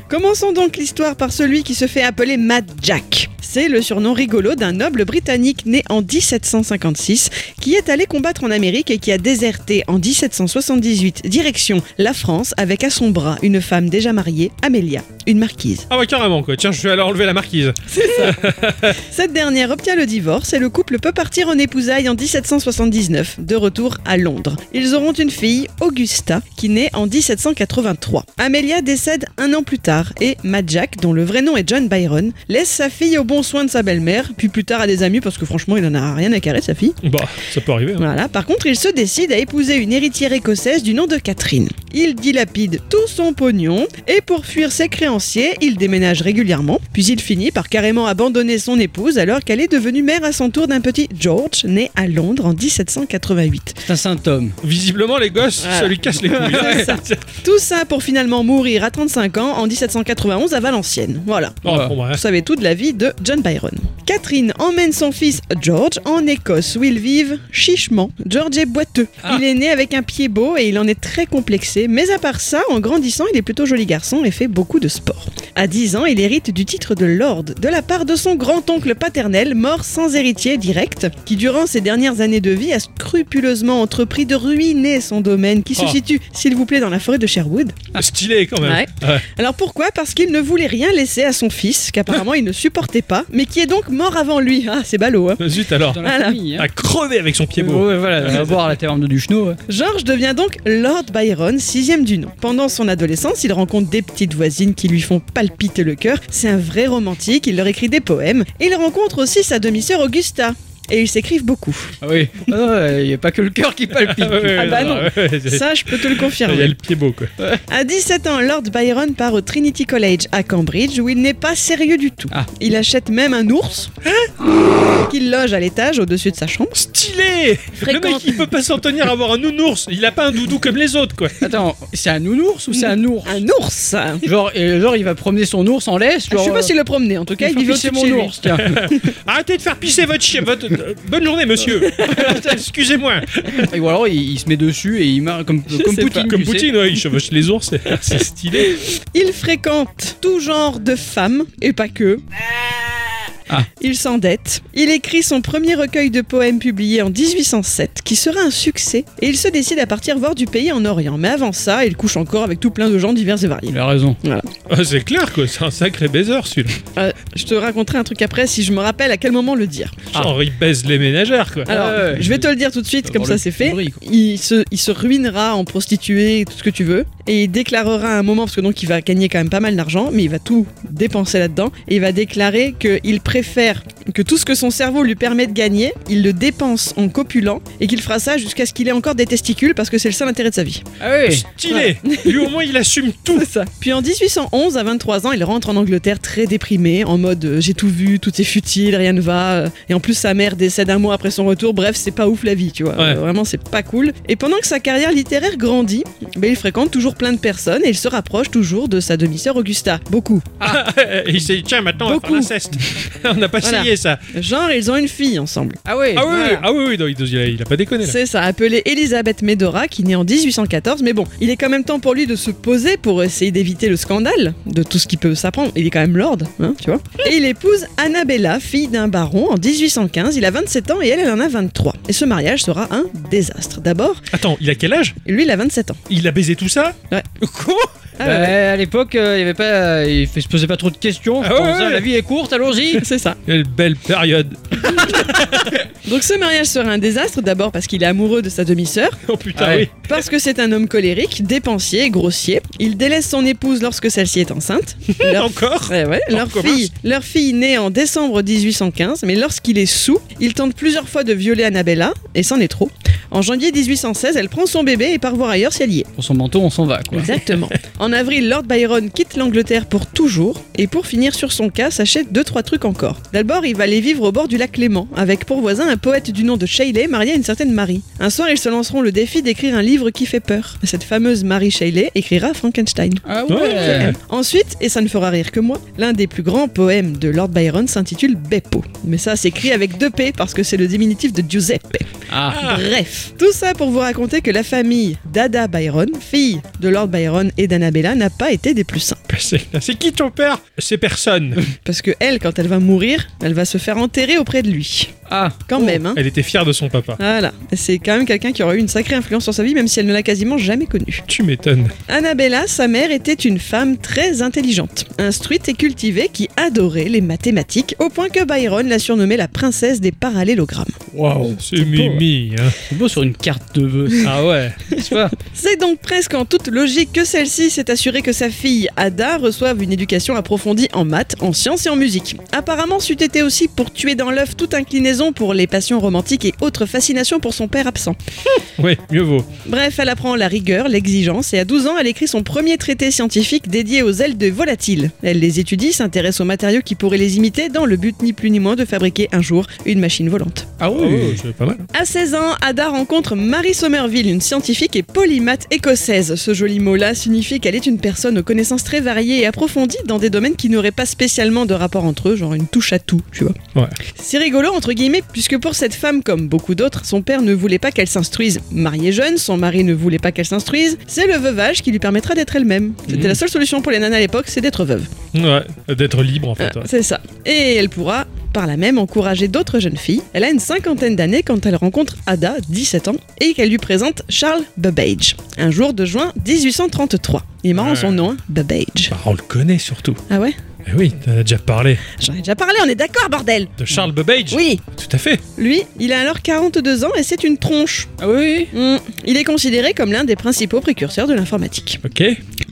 [SPEAKER 3] Commençons donc l'histoire par celui qui se fait appeler Mad Jack. C'est le surnom rigolo d'un noble britannique né en 1756 qui est allé combattre en Amérique et qui a déserté en 1778 direction la France avec à son bras une femme déjà mariée, Amélia, une marquise.
[SPEAKER 1] Ah ouais, carrément quoi. Tiens, je vais alors enlever la marquise.
[SPEAKER 3] Cette dernière obtient le divorce et le couple peut partir en épousailles en 1779, de retour à Londres. Ils auront une fille, Augusta, qui naît en 1783. Amelia décède un an plus tard et Mad Jack, dont le vrai nom est John Byron, laisse sa fille au bon soin de sa belle-mère, puis plus tard à des amis parce que franchement il en a rien à carrer de sa fille.
[SPEAKER 1] Bah, ça peut arriver. hein.
[SPEAKER 3] Voilà, par contre, il se décide à épouser une héritière écossaise du nom de Catherine. Il dilapide tout son pognon et pour fuir ses créanciers, il déménage régulièrement, puis il finit par carrément abandonner son épouse alors qu'elle est devenue mère à son tour d'un petit George né à Londres en 1788.
[SPEAKER 2] C'est un symptôme.
[SPEAKER 1] Visiblement les gosses,
[SPEAKER 3] Voilà.
[SPEAKER 1] ça lui casse les couilles.
[SPEAKER 3] [laughs] C'est ça. Tout ça pour finalement mourir à 35 ans en 1791 à Valenciennes. Voilà.
[SPEAKER 1] Oh, bon, bah,
[SPEAKER 3] Vous savez tout de la vie de John Byron. Catherine emmène son fils George en Écosse où ils vivent chichement. George est boiteux. Il est né avec un pied beau et il en est très complexé, mais à part ça, en grandissant, il est plutôt joli garçon et fait beaucoup de sport. À 10 ans, il hérite du titre de Lord de la part de son grand-oncle paternel, mort sans héritier direct, qui durant ses dernières années de vie a scrupuleusement entrepris de ruiner son domaine qui se
[SPEAKER 1] Oh.
[SPEAKER 3] situe, s'il vous plaît, dans la forêt de Sherwood.
[SPEAKER 1] Stylé quand même. Ouais.
[SPEAKER 3] Alors pourquoi Parce qu'il ne voulait rien laisser à son fils, qu'apparemment il ne supportait pas, mais qui est donc mort avant lui. Ah, c'est ballot, hein.
[SPEAKER 1] Zut alors.
[SPEAKER 2] Dans la
[SPEAKER 3] Voilà.
[SPEAKER 2] famille, hein.
[SPEAKER 1] À crever avec son pied
[SPEAKER 2] Ouais,
[SPEAKER 1] beau.
[SPEAKER 2] ouais, voilà, on va voir la taverne de hein. Duchesneau. ouais.
[SPEAKER 3] George devient donc Lord Byron, sixième du nom. Pendant son adolescence, il rencontre des petites voisines qui lui font palpiter le cœur. C'est un vrai romantique, il leur écrit des poèmes, et il rencontre aussi sa demi-sœur Augusta. et ils s'écrivent beaucoup.
[SPEAKER 2] Ah oui, il n'y a pas que le cœur qui palpite.
[SPEAKER 3] Ah bah non.
[SPEAKER 1] Il
[SPEAKER 3] Ça, je peux te le
[SPEAKER 1] y a
[SPEAKER 3] confirmer.
[SPEAKER 1] le pied beau, quoi.
[SPEAKER 3] À 17 ans, Lord Byron part au Trinity College à Cambridge où il n'est pas sérieux du tout.
[SPEAKER 2] Ah.
[SPEAKER 3] Il achète même un ours hein, qu'il loge à l'étage au-dessus de sa chambre.
[SPEAKER 1] Stylé Le mec,
[SPEAKER 3] Fréquente.
[SPEAKER 1] il peut pas s'en tenir à avoir un nounours. Il a pas un doudou comme les autres, quoi.
[SPEAKER 2] Attends, c'est un nounours ou c'est un ours
[SPEAKER 3] Un ours
[SPEAKER 2] [laughs] Genre, et genre, il va promener son ours en laisse
[SPEAKER 3] Ah, Je
[SPEAKER 2] genre,
[SPEAKER 3] sais pas
[SPEAKER 2] euh,
[SPEAKER 3] s'il le promenait, en tout cas, il
[SPEAKER 2] il fait
[SPEAKER 3] vivait
[SPEAKER 2] pisser
[SPEAKER 3] au-dessus de
[SPEAKER 2] mon
[SPEAKER 3] chez lui.
[SPEAKER 2] ours, tiens.
[SPEAKER 1] Arrêtez de faire pisser votre chien. Votre... euh, Bonne journée,
[SPEAKER 3] [laughs]
[SPEAKER 1] monsieur. Excusez-moi.
[SPEAKER 2] Et ou alors, il, il se met dessus et il marche comme, comme
[SPEAKER 1] sais
[SPEAKER 2] Poutine.
[SPEAKER 1] pas. Comme
[SPEAKER 2] tu sais.
[SPEAKER 1] Poutine, ouais, il chevauche les ours. c'est- C'est stylé.
[SPEAKER 3] Il fréquente tout genre de femmes, et pas que.
[SPEAKER 2] Ah.
[SPEAKER 3] Il s'endette. Il écrit son premier recueil de poèmes publié en 1807, qui sera un succès, et il se décide à partir voir du pays en Orient. Mais avant ça, il couche encore avec tout plein de gens divers et variés.
[SPEAKER 2] Il a raison.
[SPEAKER 1] Ah, c'est clair, quoi. C'est un sacré baiser, celui-là.
[SPEAKER 3] Euh, je te raconterai un truc après si je me rappelle à quel moment le dire.
[SPEAKER 1] Genre, il baise les ménagères, quoi.
[SPEAKER 3] Alors,
[SPEAKER 2] Ouais.
[SPEAKER 3] je vais te le dire tout de suite, comme
[SPEAKER 2] Dans
[SPEAKER 3] ça
[SPEAKER 2] le
[SPEAKER 3] c'est fait.
[SPEAKER 2] bruit, quoi.
[SPEAKER 3] Il se, il se ruinera en prostituée, tout ce que tu veux, et il déclarera à un moment, parce que donc il va gagner quand même pas mal d'argent, mais il va tout dépenser là-dedans, et il va déclarer qu'il préfère que tout ce que son cerveau lui permet de gagner, il le dépense en copulant, et qu'il fera ça jusqu'à ce qu'il ait encore des testicules, parce que c'est le seul intérêt de sa vie.
[SPEAKER 2] Ah oui
[SPEAKER 1] Stylé. Lui, au moins, il assume tout.
[SPEAKER 3] C'est ça. Puis en 1811, à 23 ans, il rentre en Angleterre très déprimé, en mode euh, j'ai tout vu, tout est futile, rien ne va. euh, Et en plus, sa mère décède un mois après son retour. Bref, c'est pas ouf la vie, tu vois.
[SPEAKER 1] Ouais.
[SPEAKER 3] Euh, Vraiment, c'est pas cool. Et pendant que sa carrière littéraire grandit, ben, il fréquente toujours plein de personnes et il se rapproche toujours de sa demi-sœur Augusta. Beaucoup.
[SPEAKER 1] Et [laughs] il s'est dit, tiens, maintenant, on va faire
[SPEAKER 3] Beaucoup.
[SPEAKER 1] l'inceste. [laughs] on n'a pas
[SPEAKER 3] Voilà.
[SPEAKER 1] essayé, ça.
[SPEAKER 3] Genre, ils ont une fille ensemble.
[SPEAKER 2] Ah oui
[SPEAKER 1] Ah oui,
[SPEAKER 2] voilà.
[SPEAKER 1] ah oui, oui, non, il, a, il a pas déconné, là.
[SPEAKER 3] C'est ça, appelée Elisabeth Medora, qui naît en 1814. Mais bon, il est quand même temps pour lui de se poser pour essayer d'éviter le scandale de tout ce qui peut s'apprendre. Il est quand même lord, hein, tu vois. Et il épouse Annabella, fille d'un baron, en 1815. Il a 27 ans et elle, elle en a 23. Et ce mariage sera un désastre. D'abord,
[SPEAKER 1] Attends, il a quel âge
[SPEAKER 3] lui, il a 27 ans.
[SPEAKER 1] Il a baisé tout ça
[SPEAKER 3] Ouais.
[SPEAKER 1] Quoi
[SPEAKER 2] Bah,
[SPEAKER 3] Ah ouais, ouais.
[SPEAKER 2] À l'époque, euh, il y avait pas, il fait- se posait pas trop de questions.
[SPEAKER 1] Ah
[SPEAKER 2] Comme
[SPEAKER 1] ouais,
[SPEAKER 2] ça,
[SPEAKER 1] ouais.
[SPEAKER 2] La vie est courte, allons-y.
[SPEAKER 3] [laughs] C'est ça.
[SPEAKER 1] Quelle belle période. [laughs]
[SPEAKER 3] Donc ce mariage sera un désastre d'abord parce qu'il est amoureux de sa demi-sœur,
[SPEAKER 1] Oh putain,
[SPEAKER 2] Ouais.
[SPEAKER 1] oui.
[SPEAKER 3] parce que c'est un homme colérique, dépensier, grossier. Il délaisse son épouse lorsque celle-ci est enceinte. Leur
[SPEAKER 1] Encore
[SPEAKER 3] Eh Ouais, ouais.
[SPEAKER 1] On
[SPEAKER 3] Leur,
[SPEAKER 1] recommence.
[SPEAKER 3] fille, leur fille naît en décembre 1815, mais lorsqu'il est sous, il tente plusieurs fois de violer Annabella, et c'en est trop. En janvier 1816, elle prend son bébé et part voir ailleurs si elle y est.
[SPEAKER 2] Pour son manteau, on s'en va, quoi.
[SPEAKER 3] Exactement. en avril, Lord Byron quitte l'Angleterre pour toujours, et pour finir sur son cas, s'achète deux trois trucs encore. D'abord, il va aller vivre au bord du lac Léman, avec pour voisin un poète du nom de Shelley marié à une certaine Marie. Un soir, ils se lanceront le défi d'écrire un livre qui fait peur. Cette fameuse Marie Shelley écrira Frankenstein.
[SPEAKER 2] Ah
[SPEAKER 1] Ouais.
[SPEAKER 2] ouais.
[SPEAKER 3] Ensuite, et ça ne fera rire que moi, l'un des plus grands poèmes de Lord Byron s'intitule Beppo. Mais ça s'écrit avec deux P parce que c'est le diminutif de Giuseppe.
[SPEAKER 2] Ah.
[SPEAKER 1] Ah.
[SPEAKER 3] Bref, tout ça pour vous raconter que la famille d'Ada Byron, fille de Lord Byron et d'Annabella, n'a pas été des plus simples.
[SPEAKER 1] Bah, C'est c'est qui ton père C'est personne.
[SPEAKER 3] Parce que elle, quand elle va mourir, elle va se faire enterrer auprès de lui.
[SPEAKER 2] Ah.
[SPEAKER 3] Quand même, hein.
[SPEAKER 1] Oh, Elle était fière de son papa.
[SPEAKER 3] Voilà, c'est quand même quelqu'un qui aura eu une sacrée influence sur sa vie, même si elle ne l'a quasiment jamais connu.
[SPEAKER 1] Tu m'étonnes.
[SPEAKER 3] Annabella, sa mère, était une femme très intelligente, instruite et cultivée qui adorait les mathématiques, au point que Byron la surnommait la princesse des parallélogrammes.
[SPEAKER 1] Waouh, c'est
[SPEAKER 2] beau,
[SPEAKER 1] Mimi. hein.
[SPEAKER 2] C'est beau sur une carte de vœux.
[SPEAKER 1] Ah ouais.
[SPEAKER 2] n'est-ce pas
[SPEAKER 3] C'est donc presque en toute logique que celle-ci s'est assurée que sa fille Ada reçoive une éducation approfondie en maths, en sciences et en musique. Apparemment, c'eût été aussi pour tuer dans l'œuf toute inclinaison pour les passions romantiques et autres fascinations pour son père absent.
[SPEAKER 1] Ouais, mieux vaut.
[SPEAKER 3] Bref, elle apprend la rigueur, l'exigence et à 12 ans, elle écrit son premier traité scientifique dédié aux ailes de volatiles. Elle les étudie, s'intéresse aux matériaux qui pourraient les imiter dans le but ni plus ni moins de fabriquer un jour une machine volante.
[SPEAKER 2] Ah
[SPEAKER 1] Ah ouais, c'est pas mal.
[SPEAKER 3] À 16 ans, Ada rencontre Mary Somerville, une scientifique et polymathe écossaise. Ce joli mot-là signifie qu'elle est une personne aux connaissances très variées et approfondies dans des domaines qui n'auraient pas spécialement de rapport entre eux, genre une touche à tout, tu vois.
[SPEAKER 1] Ouais.
[SPEAKER 3] C'est rigolo, entre guillemets, puisque pour cette femme, comme beaucoup d'autres, son père ne voulait pas qu'elle s'instruise. Mariée jeune, son mari ne voulait pas qu'elle s'instruise. C'est le veuvage qui lui permettra d'être elle-même. C'était
[SPEAKER 2] Mhm.
[SPEAKER 3] la seule solution pour les nanas à l'époque, c'est d'être veuve.
[SPEAKER 1] hein. Ouais, d'être libre en fait. hein. ouais.
[SPEAKER 3] C'est ça. Et elle pourra, par là même, encourager d'autres jeunes filles. Elle a une cinquantaine d'années quand elle rencontre Ada, 17 ans, et qu'elle lui présente Charles Babbage, un jour de juin 1833. Il est marrant
[SPEAKER 1] Ouais.
[SPEAKER 3] son nom, hein, Babbage.
[SPEAKER 1] Bah, on le connaît surtout.
[SPEAKER 3] Ah ouais
[SPEAKER 1] Eh oui, t'en as déjà parlé.
[SPEAKER 3] J'en ai déjà parlé, on est d'accord, bordel
[SPEAKER 1] De Charles Babbage
[SPEAKER 3] Oui
[SPEAKER 1] Tout à fait.
[SPEAKER 3] Lui, il a alors 42 ans et c'est une tronche.
[SPEAKER 2] Ah oui
[SPEAKER 3] Hmm, Il est considéré comme l'un des principaux précurseurs de l'informatique.
[SPEAKER 1] Ok.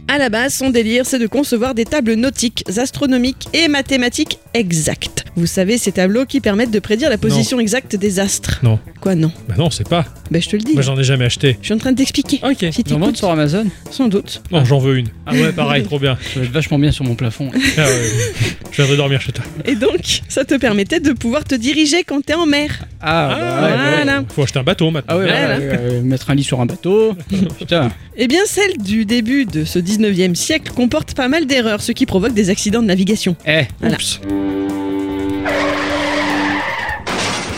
[SPEAKER 3] À la base, son délire, c'est de concevoir des tables nautiques, astronomiques et mathématiques exactes. Vous savez, ces tableaux qui permettent de prédire la position exacte des astres.
[SPEAKER 1] Non.
[SPEAKER 3] Quoi, non
[SPEAKER 1] Bah non, c'est pas.
[SPEAKER 3] Ben, je te le dis.
[SPEAKER 1] Moi, j'en ai jamais acheté.
[SPEAKER 3] Je suis en train de t'expliquer.
[SPEAKER 1] Ok.
[SPEAKER 3] Si
[SPEAKER 2] J'en vends
[SPEAKER 3] t'écoutes,
[SPEAKER 2] sur Amazon
[SPEAKER 3] sans doute.
[SPEAKER 1] Non, j'en veux une. Ah ouais, pareil, [laughs] trop bien.
[SPEAKER 2] Ça va être vachement bien sur mon plafond.
[SPEAKER 1] Ah ouais. Je viendrai dormir chez toi.
[SPEAKER 3] Et donc, ça te permettait de pouvoir te diriger quand t'es en mer.
[SPEAKER 2] Ah, bah, ouais, ouais.
[SPEAKER 3] voilà.
[SPEAKER 1] Faut acheter un bateau maintenant.
[SPEAKER 2] Ah ouais,
[SPEAKER 3] Voilà.
[SPEAKER 2] ouais, ouais, ouais, mettre un lit sur un bateau. Putain.
[SPEAKER 3] Eh bien, celle du début de ce 19e siècle comporte pas mal d'erreurs, ce qui provoque des accidents de navigation.
[SPEAKER 2] Eh,
[SPEAKER 3] Voilà.
[SPEAKER 2] oups.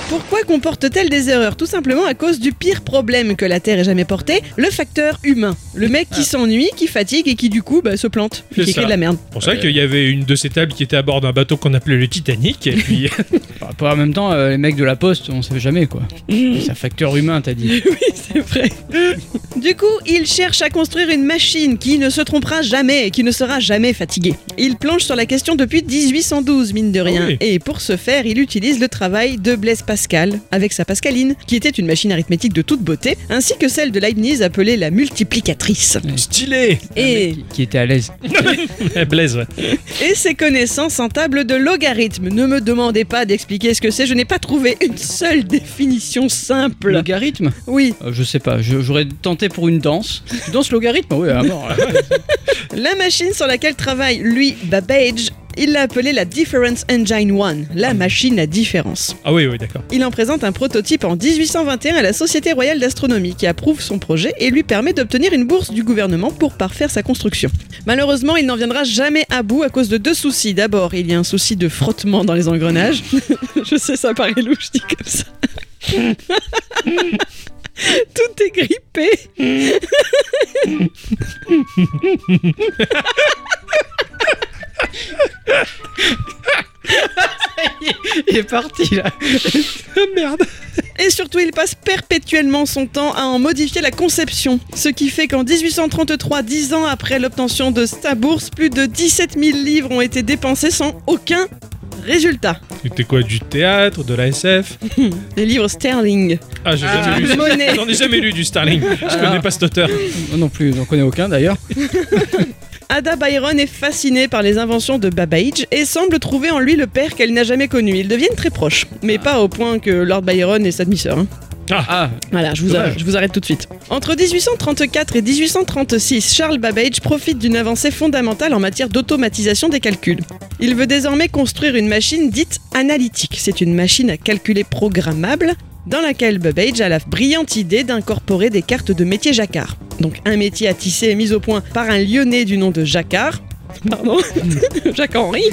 [SPEAKER 3] Pourquoi comporte-t-elle des erreurs Tout simplement à cause du pire problème que la Terre ait jamais porté, le facteur humain. Le mec qui s'ennuie, qui fatigue et qui du coup bah, se plante, puis
[SPEAKER 1] Ah. C'est
[SPEAKER 3] qui crée
[SPEAKER 1] ça.
[SPEAKER 3] de la merde. [laughs]
[SPEAKER 1] C'est pour ça qu'il y avait une de ces tables qui était à bord d'un bateau qu'on appelait le Titanic. Et
[SPEAKER 3] [laughs]
[SPEAKER 1] puis, [laughs]
[SPEAKER 2] Bah, pas en même temps, euh, les mecs de la poste, on sait jamais [laughs] quoi. C'est un facteur humain, t'as dit.
[SPEAKER 3] Oui, c'est vrai. Du coup, il cherche à construire une machine qui ne se trompera jamais et qui ne sera jamais fatiguée. Il planche sur la question depuis 1812, mine de rien.
[SPEAKER 1] Ah oui.
[SPEAKER 3] Et pour ce faire, il utilise le travail de Blaise Pascal avec sa Pascaline, qui était une machine arithmétique de toute beauté, ainsi que celle de Leibniz appelée la multiplicatrice.
[SPEAKER 1] stylé
[SPEAKER 3] Et,
[SPEAKER 2] Qui- Qui était à l'aise.
[SPEAKER 1] Eh, Blaise, ouais.
[SPEAKER 3] et ses connaissances en table de logarithme. Ne me demandez pas d'expliquer ce que c'est, je n'ai pas trouvé une seule définition simple.
[SPEAKER 2] Logarithme
[SPEAKER 3] Oui,
[SPEAKER 2] Euh, Je sais pas, je- j'aurais tenté pour une danse. Une danse logarithme Oui, à mort.
[SPEAKER 3] La machine sur laquelle travaille lui Babbage, il l'a appelée la Difference Engine One, la machine à différence.
[SPEAKER 1] Ah oui, oui, d'accord.
[SPEAKER 3] Il en présente un prototype en 1821 à la Société royale d'astronomie qui approuve son projet et lui permet d'obtenir une bourse du gouvernement pour parfaire sa construction. Malheureusement, il n'en viendra jamais à bout à cause de deux soucis. D'abord, il y a un souci de frottement dans les engrenages. [laughs] Je sais, ça paraît louche dit comme ça. [laughs] Tout est grippé.
[SPEAKER 2] [laughs] Il est parti là.
[SPEAKER 1] Ah merde
[SPEAKER 3] Et surtout, il passe perpétuellement son temps à en modifier la conception. Ce qui fait qu'en 1833, dix ans après l'obtention de sa bourse, plus de 17 000 livres ont été dépensés sans aucun résultat.
[SPEAKER 1] C'était quoi Du théâtre De la SF
[SPEAKER 3] Des livres sterling.
[SPEAKER 1] Ah, j'ai
[SPEAKER 2] Ah.
[SPEAKER 1] jamais lu.
[SPEAKER 3] Monnaie.
[SPEAKER 1] J'en ai jamais lu du Starling.
[SPEAKER 3] Ah.
[SPEAKER 1] Je connais pas cet auteur.
[SPEAKER 2] Moi non plus, j'en connais aucun d'ailleurs.
[SPEAKER 3] Ada Byron est fascinée par les inventions de Babbage et semble trouver en lui le père qu'elle n'a jamais connu. Ils deviennent très proches, mais pas au point que Lord Byron est sa demi-sœur. hein.
[SPEAKER 2] Ah,
[SPEAKER 3] Voilà, je vous,
[SPEAKER 2] Dommage.
[SPEAKER 3] arrête, je vous arrête tout de suite. Entre 1834 et 1836, Charles Babbage profite d'une avancée fondamentale en matière d'automatisation des calculs. Il veut désormais construire une machine dite analytique. C'est une machine à calculer programmable dans laquelle Babbage a la brillante idée d'incorporer des cartes de métier jacquard. Donc un métier à tisser et mis au point par un lyonnais du nom de Jacquard. Pardon [laughs] Jacques-Henri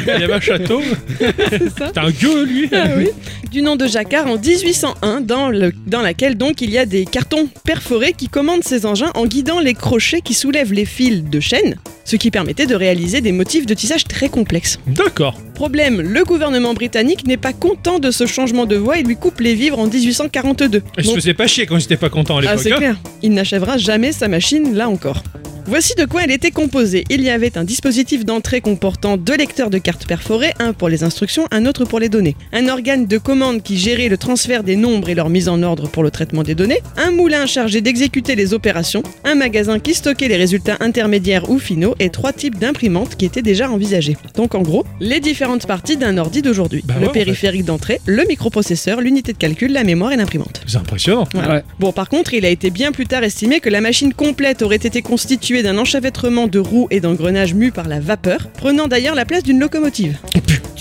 [SPEAKER 1] Il y avait un château.
[SPEAKER 3] [laughs] C'est ça
[SPEAKER 1] T'as un gueux, lui
[SPEAKER 3] ah oui. [laughs] du nom de Jacquard en 1801, dans, le- dans laquelle donc il y a des cartons perforés qui commandent ces engins en guidant les crochets qui soulèvent les fils de chaîne, ce qui permettait de réaliser des motifs de tissage très complexes.
[SPEAKER 1] D'accord.
[SPEAKER 3] Problème, le gouvernement britannique n'est pas content de ce changement de voie et lui coupe les vivres en 1842.
[SPEAKER 1] Je se
[SPEAKER 3] Donc-
[SPEAKER 1] faisais pas chier quand j'étais pas content à
[SPEAKER 3] ah,
[SPEAKER 1] l'époque.
[SPEAKER 3] c'est
[SPEAKER 1] hein.
[SPEAKER 3] clair. Il n'achèvera jamais sa machine, là encore. Voici de quoi elle était composée. Il y avait un dispositif d'entrée comportant deux lecteurs de cartes perforées, un pour les instructions, un autre pour les données. Un organe de commande qui gérait le transfert des nombres et leur mise en ordre pour le traitement des données. Un moulin chargé d'exécuter les opérations. Un magasin qui stockait les résultats intermédiaires ou finaux. Et trois types d'imprimantes qui étaient déjà envisagés. Donc en gros, les différentes parties d'un ordi d'aujourd'hui.
[SPEAKER 1] Bah ouais,
[SPEAKER 3] le
[SPEAKER 1] en fait.
[SPEAKER 3] périphérique d'entrée, le microprocesseur, l'unité de calcul, la mémoire et l'imprimante.
[SPEAKER 1] C'est impressionnant.
[SPEAKER 2] ouais.
[SPEAKER 3] Bon, par contre, il a été bien plus tard estimé que la machine complète aurait été constituée d'un enchevêtrement de roues et d'engrenages mus par la vapeur, prenant d'ailleurs la place d'une locomotive.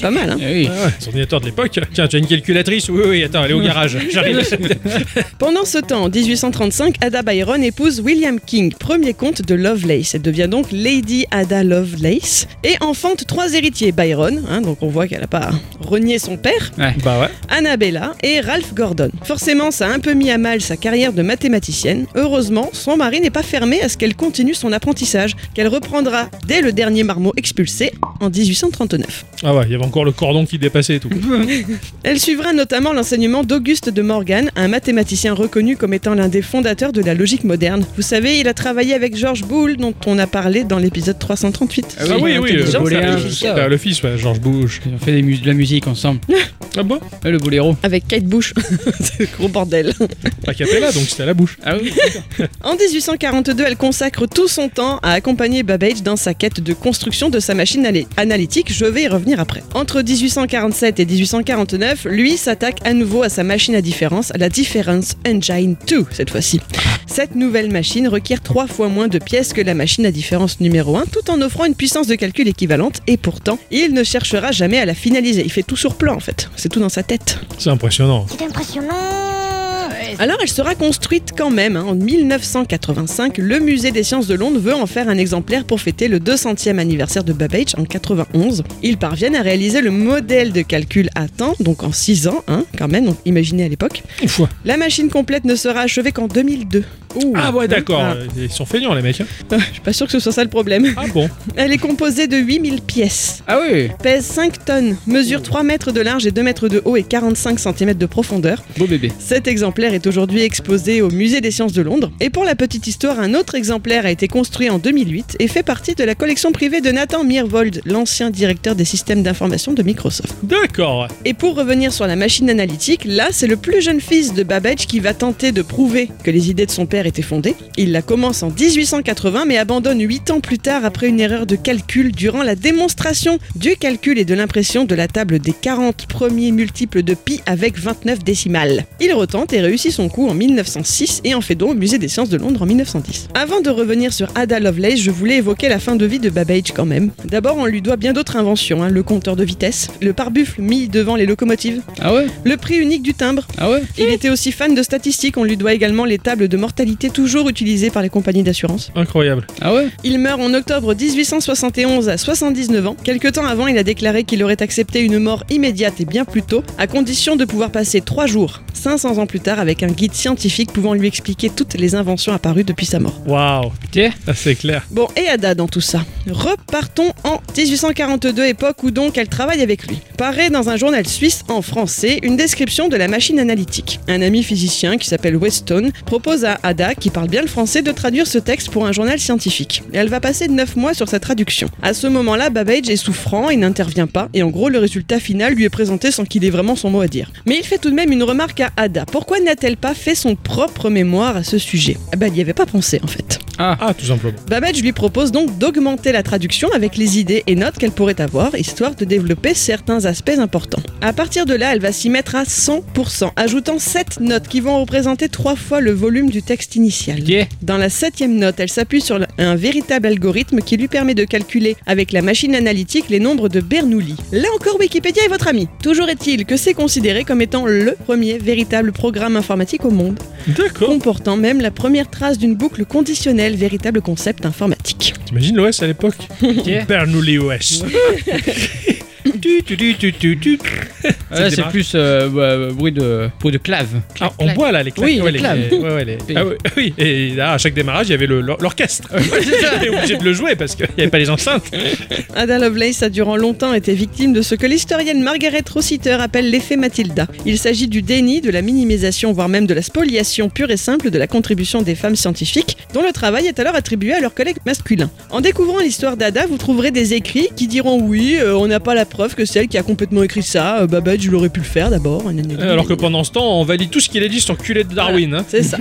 [SPEAKER 3] Pas mal, hein
[SPEAKER 2] Eh oui.
[SPEAKER 1] Ah ouais, les ordinateurs de l'époque. Tiens, tu as une calculatrice Oui, oui, attends, elle est au
[SPEAKER 2] [laughs]
[SPEAKER 1] garage. J'arrive.
[SPEAKER 3] Pendant ce temps, en 1835, Ada Byron épouse William King, premier comte de Lovelace. Elle devient donc Lady Ada Lovelace et enfante trois héritiers Byron, hein, donc on voit qu'elle n'a pas renié son père,
[SPEAKER 1] bah ouais.
[SPEAKER 3] Annabella et Ralph Gordon. Forcément, ça a un peu mis à mal sa carrière de mathématicienne. Heureusement, son mari n'est pas fermé à ce qu'elle continue son apprentissage, qu'elle reprendra dès le dernier marmot expulsé en 1839.
[SPEAKER 1] Ah ouais, il y avait encore le cordon qui dépassait et tout.
[SPEAKER 3] Elle suivra notamment l'enseignement d'Auguste de Morgan, un mathématicien reconnu comme étant l'un des fondateurs de la logique moderne. Vous savez, il a travaillé avec George Boole, dont on a parlé dans l'épisode 338.
[SPEAKER 1] Ah oui, oui,
[SPEAKER 2] Intelligence,
[SPEAKER 1] euh,
[SPEAKER 2] intelligence,
[SPEAKER 1] le,
[SPEAKER 2] tout hein, ça.
[SPEAKER 1] le fils, ouais, George Bush.
[SPEAKER 2] Ils ont fait des mu- de la musique ensemble.
[SPEAKER 1] Ah bon
[SPEAKER 2] Ouais, le boléro.
[SPEAKER 3] Avec Kate Bush. [laughs] C'est le gros bordel.
[SPEAKER 1] Pas capella, donc c'était à la bouche.
[SPEAKER 2] Ah oui
[SPEAKER 3] En 1842, elle consacre tout son temps à accompagner Babbage dans sa quête de construction de sa machine alé- analytique. Je vais y revenir après. Entre 1847 et 1849, lui s'attaque à nouveau à sa machine à différence, la Difference Engine 2 cette fois-ci. Cette nouvelle machine requiert trois fois moins de pièces que la machine à différence numéro 1, tout en offrant une puissance de calcul équivalente, et pourtant, il ne cherchera jamais à la finaliser. Il fait tout sur plan en fait, c'est tout dans sa tête.
[SPEAKER 1] C'est impressionnant.
[SPEAKER 5] C'est impressionnant.
[SPEAKER 3] Alors elle sera construite quand même. hein. En 1985, le musée des sciences de Londres veut en faire un exemplaire pour fêter le 200e anniversaire de Babbage en 91. Ils parviennent à réaliser le modèle de calcul à temps, donc en 6 ans, hein, quand même, donc imaginez à l'époque.
[SPEAKER 1] Ouf.
[SPEAKER 3] La machine complète ne sera achevée qu'en 2002. Ouh.
[SPEAKER 1] Ah ouais, d'accord.
[SPEAKER 3] Ah. [laughs]
[SPEAKER 1] Ils sont feignants, les mecs. hein.
[SPEAKER 3] Je suis pas sûr que ce soit ça le problème.
[SPEAKER 1] Ah bon
[SPEAKER 3] Elle est composée de 8000 pièces,
[SPEAKER 2] Ah oui
[SPEAKER 3] pèse 5 tonnes, mesure 3 mètres de large et 2 mètres de haut et 45 cm de profondeur.
[SPEAKER 2] Beau bébé.
[SPEAKER 3] Cet exemplaire est aujourd'hui exposé au Musée des sciences de Londres. Et pour la petite histoire, un autre exemplaire a été construit en 2008 et fait partie de la collection privée de Nathan Mirvold, l'ancien directeur des systèmes d'information de Microsoft.
[SPEAKER 1] D'accord.
[SPEAKER 3] Et pour revenir sur la machine analytique, là, c'est le plus jeune fils de Babbage qui va tenter de prouver que les idées de son père étaient fondées. Il la commence en 1880 mais abandonne 8 ans plus tard après une erreur de calcul durant la démonstration du calcul et de l'impression de la table des 40 premiers multiples de pi avec 29 décimales. Il retente et réussit son coup en 1906 et en fait don au musée des sciences de Londres en 1910. Avant de revenir sur Ada Lovelace, je voulais évoquer la fin de vie de Babbage quand même. D'abord, on lui doit bien d'autres inventions, hein, le compteur de vitesse, le pare-buffle mis devant les locomotives,
[SPEAKER 2] Ah ouais
[SPEAKER 3] le prix unique du timbre.
[SPEAKER 2] Ah ouais
[SPEAKER 3] Il était aussi fan de statistiques, on lui doit également les tables de mortalité toujours utilisées par les compagnies d'assurance.
[SPEAKER 1] Incroyable.
[SPEAKER 2] Ah ouais
[SPEAKER 3] Il meurt en octobre 1871 à 79 ans. Quelque temps avant, il a déclaré qu'il aurait accepté une mort immédiate et bien plus tôt, à condition de pouvoir passer trois jours, 500 ans plus tard, avec un guide scientifique pouvant lui expliquer toutes les inventions apparues depuis sa mort.
[SPEAKER 1] Waouh.
[SPEAKER 2] Tiens.
[SPEAKER 1] Ah, C'est clair.
[SPEAKER 3] Bon, et Ada dans tout ça Repartons en 1842, époque où donc elle travaille avec lui. Paraît dans un journal suisse en français une description de la machine analytique. Un ami physicien qui s'appelle Weston propose à Ada, qui parle bien le français, de traduire ce texte pour un journal scientifique. Et elle va passer 9 mois sur sa traduction. À ce moment-là, Babbage est souffrant et n'intervient pas, et en gros, le résultat final lui est présenté sans qu'il ait vraiment son mot à dire. Mais il fait tout de même une remarque à Ada. Pourquoi n'a-t-elle pas fait son propre mémoire à ce sujet Ah Bah, elle n'y avait pas pensé en fait.
[SPEAKER 1] Ah, tout simplement.
[SPEAKER 3] Babbage lui propose donc d'augmenter la traduction avec les idées et notes qu'elle pourrait avoir, histoire de développer certains aspects importants. À partir de là, elle va s'y mettre à 100%, ajoutant 7 notes qui vont représenter 3 fois le volume du texte initial.
[SPEAKER 2] Tiens.
[SPEAKER 3] Dans la septième note, elle s'appuie sur le- un véritable algorithme qui lui permet de calculer avec la machine analytique les nombres de Bernoulli. Là encore, Wikipédia est votre ami. Toujours est-il que c'est considéré comme étant le premier véritable programme informatique au monde
[SPEAKER 1] D'accord.
[SPEAKER 3] comportant même la première trace d'une boucle conditionnelle, véritable concept informatique.
[SPEAKER 1] T'imagines l'OS à l'époque
[SPEAKER 2] Yeah.
[SPEAKER 1] Bernoulli
[SPEAKER 2] [laughs]
[SPEAKER 1] OS. Tu, tu, tu, tu, tu, tu.
[SPEAKER 2] Ah là, c'est
[SPEAKER 1] démarre.
[SPEAKER 2] plus euh, bah, bruit de bruit de clave.
[SPEAKER 1] Ah, on
[SPEAKER 2] clac.
[SPEAKER 1] boit là les claques.
[SPEAKER 2] Oui,
[SPEAKER 1] ouais,
[SPEAKER 2] les
[SPEAKER 1] les-
[SPEAKER 2] claves.
[SPEAKER 1] ouais, ouais, les- Ah, ouais, oui, et là, à chaque démarrage, il y avait le- l'or- l'orchestre. [laughs] On était obligé de le jouer parce qu'il n'y avait pas les enceintes.
[SPEAKER 3] Ada Lovelace a durant longtemps été victime de ce que l'historienne Margaret Rossiter appelle l'effet Matilda. Il s'agit du déni, de la minimisation, voire même de la spoliation pure et simple de la contribution des femmes scientifiques, dont le travail est alors attribué à leurs collègues masculins. En découvrant l'histoire d'Ada, vous trouverez des écrits qui diront oui, euh, on n'a pas la preuve que celle qui a complètement écrit ça, euh, Babbage l'aurait pu le faire d'abord.
[SPEAKER 1] Euh, Alors que pendant ce temps, on valide tout ce qu'il a dit sur le culé de Darwin. hein.
[SPEAKER 3] C'est ça.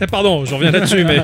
[SPEAKER 1] Ah, Pardon, je reviens là-dessus, [laughs] mais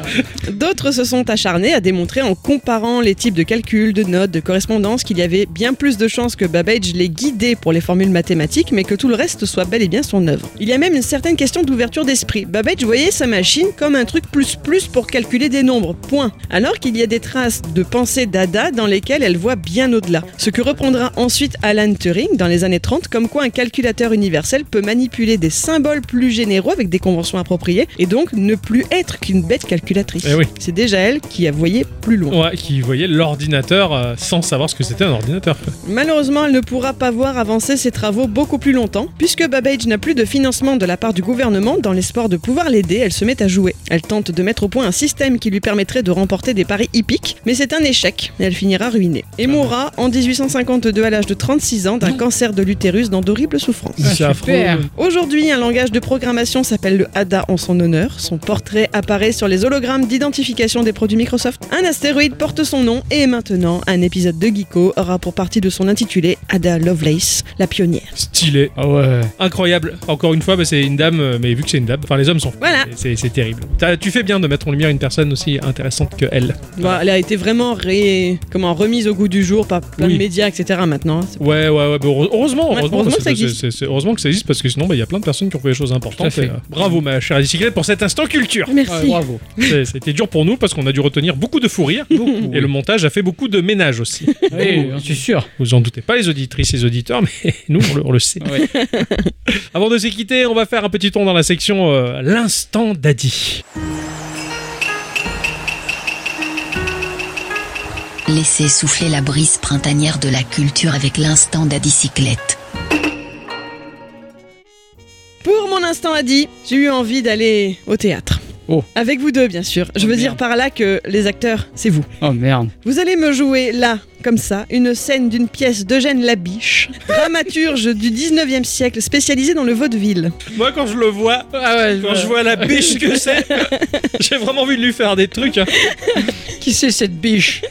[SPEAKER 3] D'autres se sont acharnés à démontrer en comparant les types de calculs, de notes, de correspondances qu'il y avait bien plus de chances que Babbage les guidait pour les formules mathématiques, mais que tout le reste soit bel et bien son œuvre. Il y a même une certaine question d'ouverture d'esprit. Babbage voyait sa machine comme un truc plus plus pour calculer des nombres, point. Alors qu'il y a des traces de pensée d'Ada dans lesquelles elle voit bien au-delà. Ce que reprendra ensuite Alan Turing dans les années 30, comme quoi un calculateur universel peut manipuler des symboles plus généraux avec des conventions appropriées, et donc ne plus être qu'une bête calculatrice.
[SPEAKER 1] Eh oui. Oh.
[SPEAKER 3] C'est déjà elle qui a voyé plus loin.
[SPEAKER 1] ouais, qui voyait l'ordinateur euh, sans savoir ce que c'était un ordinateur. quoi.
[SPEAKER 3] Malheureusement, elle ne pourra pas voir avancer ses travaux beaucoup plus longtemps, puisque Babbage n'a plus de financement de la part du gouvernement. Dans l'espoir de pouvoir l'aider, elle se met à jouer. Elle tente de mettre au point un système qui lui permettrait de remporter des paris hippiques, mais c'est un échec, et elle finira ruinée. Et mourra en 1852 à l'âge de 36 ans d'un cancer de l'utérus dans d'horribles souffrances.
[SPEAKER 1] C'est
[SPEAKER 2] super.
[SPEAKER 1] affreux.
[SPEAKER 3] Aujourd'hui, un langage de programmation s'appelle le ADA en son honneur. Son portrait apparaît sur les hologrammes d'identification des produits Microsoft. Un astéroïde porte son nom et maintenant, un épisode de Geeko aura pour partie de son intitulé Ada Lovelace, la pionnière.
[SPEAKER 1] Stylé.
[SPEAKER 2] Ah ouais.
[SPEAKER 1] Incroyable. Encore une fois, bah, c'est une dame, euh, mais vu que c'est une dame, enfin les hommes sont.
[SPEAKER 3] Voilà.
[SPEAKER 1] C'est c'est terrible. T'as- tu fais bien de mettre en lumière une personne aussi intéressante que elle.
[SPEAKER 3] Bah, elle a été vraiment ré- comment, remise au goût du jour par plein
[SPEAKER 1] Oui.
[SPEAKER 3] de médias, etc. maintenant. hein. C'est-
[SPEAKER 1] Ouais, ouais, ouais. mais heure- heureusement,
[SPEAKER 3] Ouais,
[SPEAKER 1] heureusement,
[SPEAKER 3] heureusement
[SPEAKER 1] parce
[SPEAKER 3] que ça
[SPEAKER 1] c'est-
[SPEAKER 3] existe.
[SPEAKER 1] c'est- c'est- heureusement que ça existe parce que sinon, bah, il y a plein de personnes qui ont fait des choses importantes.
[SPEAKER 2] fait.
[SPEAKER 1] et, euh, bravo, ma chère bicyclette, pour cet instant culture.
[SPEAKER 3] [laughs]
[SPEAKER 2] Ouais,
[SPEAKER 3] Merci.
[SPEAKER 2] bravo.
[SPEAKER 1] C'est- C'était dur pour nous parce qu'on a dû retenir beaucoup de fou rire.
[SPEAKER 2] Beaucoup.
[SPEAKER 1] Et le montage a fait beaucoup de ménage aussi. [laughs]
[SPEAKER 2] Oui, Eh, j'en suis sûr.
[SPEAKER 1] Vous en doutez pas, les auditrices et les auditeurs, mais [laughs] nous, on le, on le sait.
[SPEAKER 2] Ouais.
[SPEAKER 1] [laughs] Avant de se quitter, on va faire un petit tour dans la section euh, L'instant daddy.
[SPEAKER 5] Laissez souffler la brise printanière de la culture avec l'instant d'adicyclette.
[SPEAKER 3] Pour mon instant Adi, j'ai eu envie d'aller au théâtre.
[SPEAKER 2] Oh.
[SPEAKER 3] Avec vous deux, bien sûr.
[SPEAKER 2] Oh,
[SPEAKER 3] Je veux
[SPEAKER 2] merde.
[SPEAKER 3] dire par là que les acteurs, c'est vous.
[SPEAKER 2] Oh merde.
[SPEAKER 3] Vous allez me jouer là, comme ça, une scène d'une pièce d'Eugène Labiche, dramaturge du 19e siècle, spécialisé dans le vaudeville.
[SPEAKER 1] Moi, quand je le vois,
[SPEAKER 2] Ah ouais,
[SPEAKER 1] quand je vois la biche que c'est, j'ai vraiment envie de lui faire des trucs. hein.
[SPEAKER 2] Qui c'est cette biche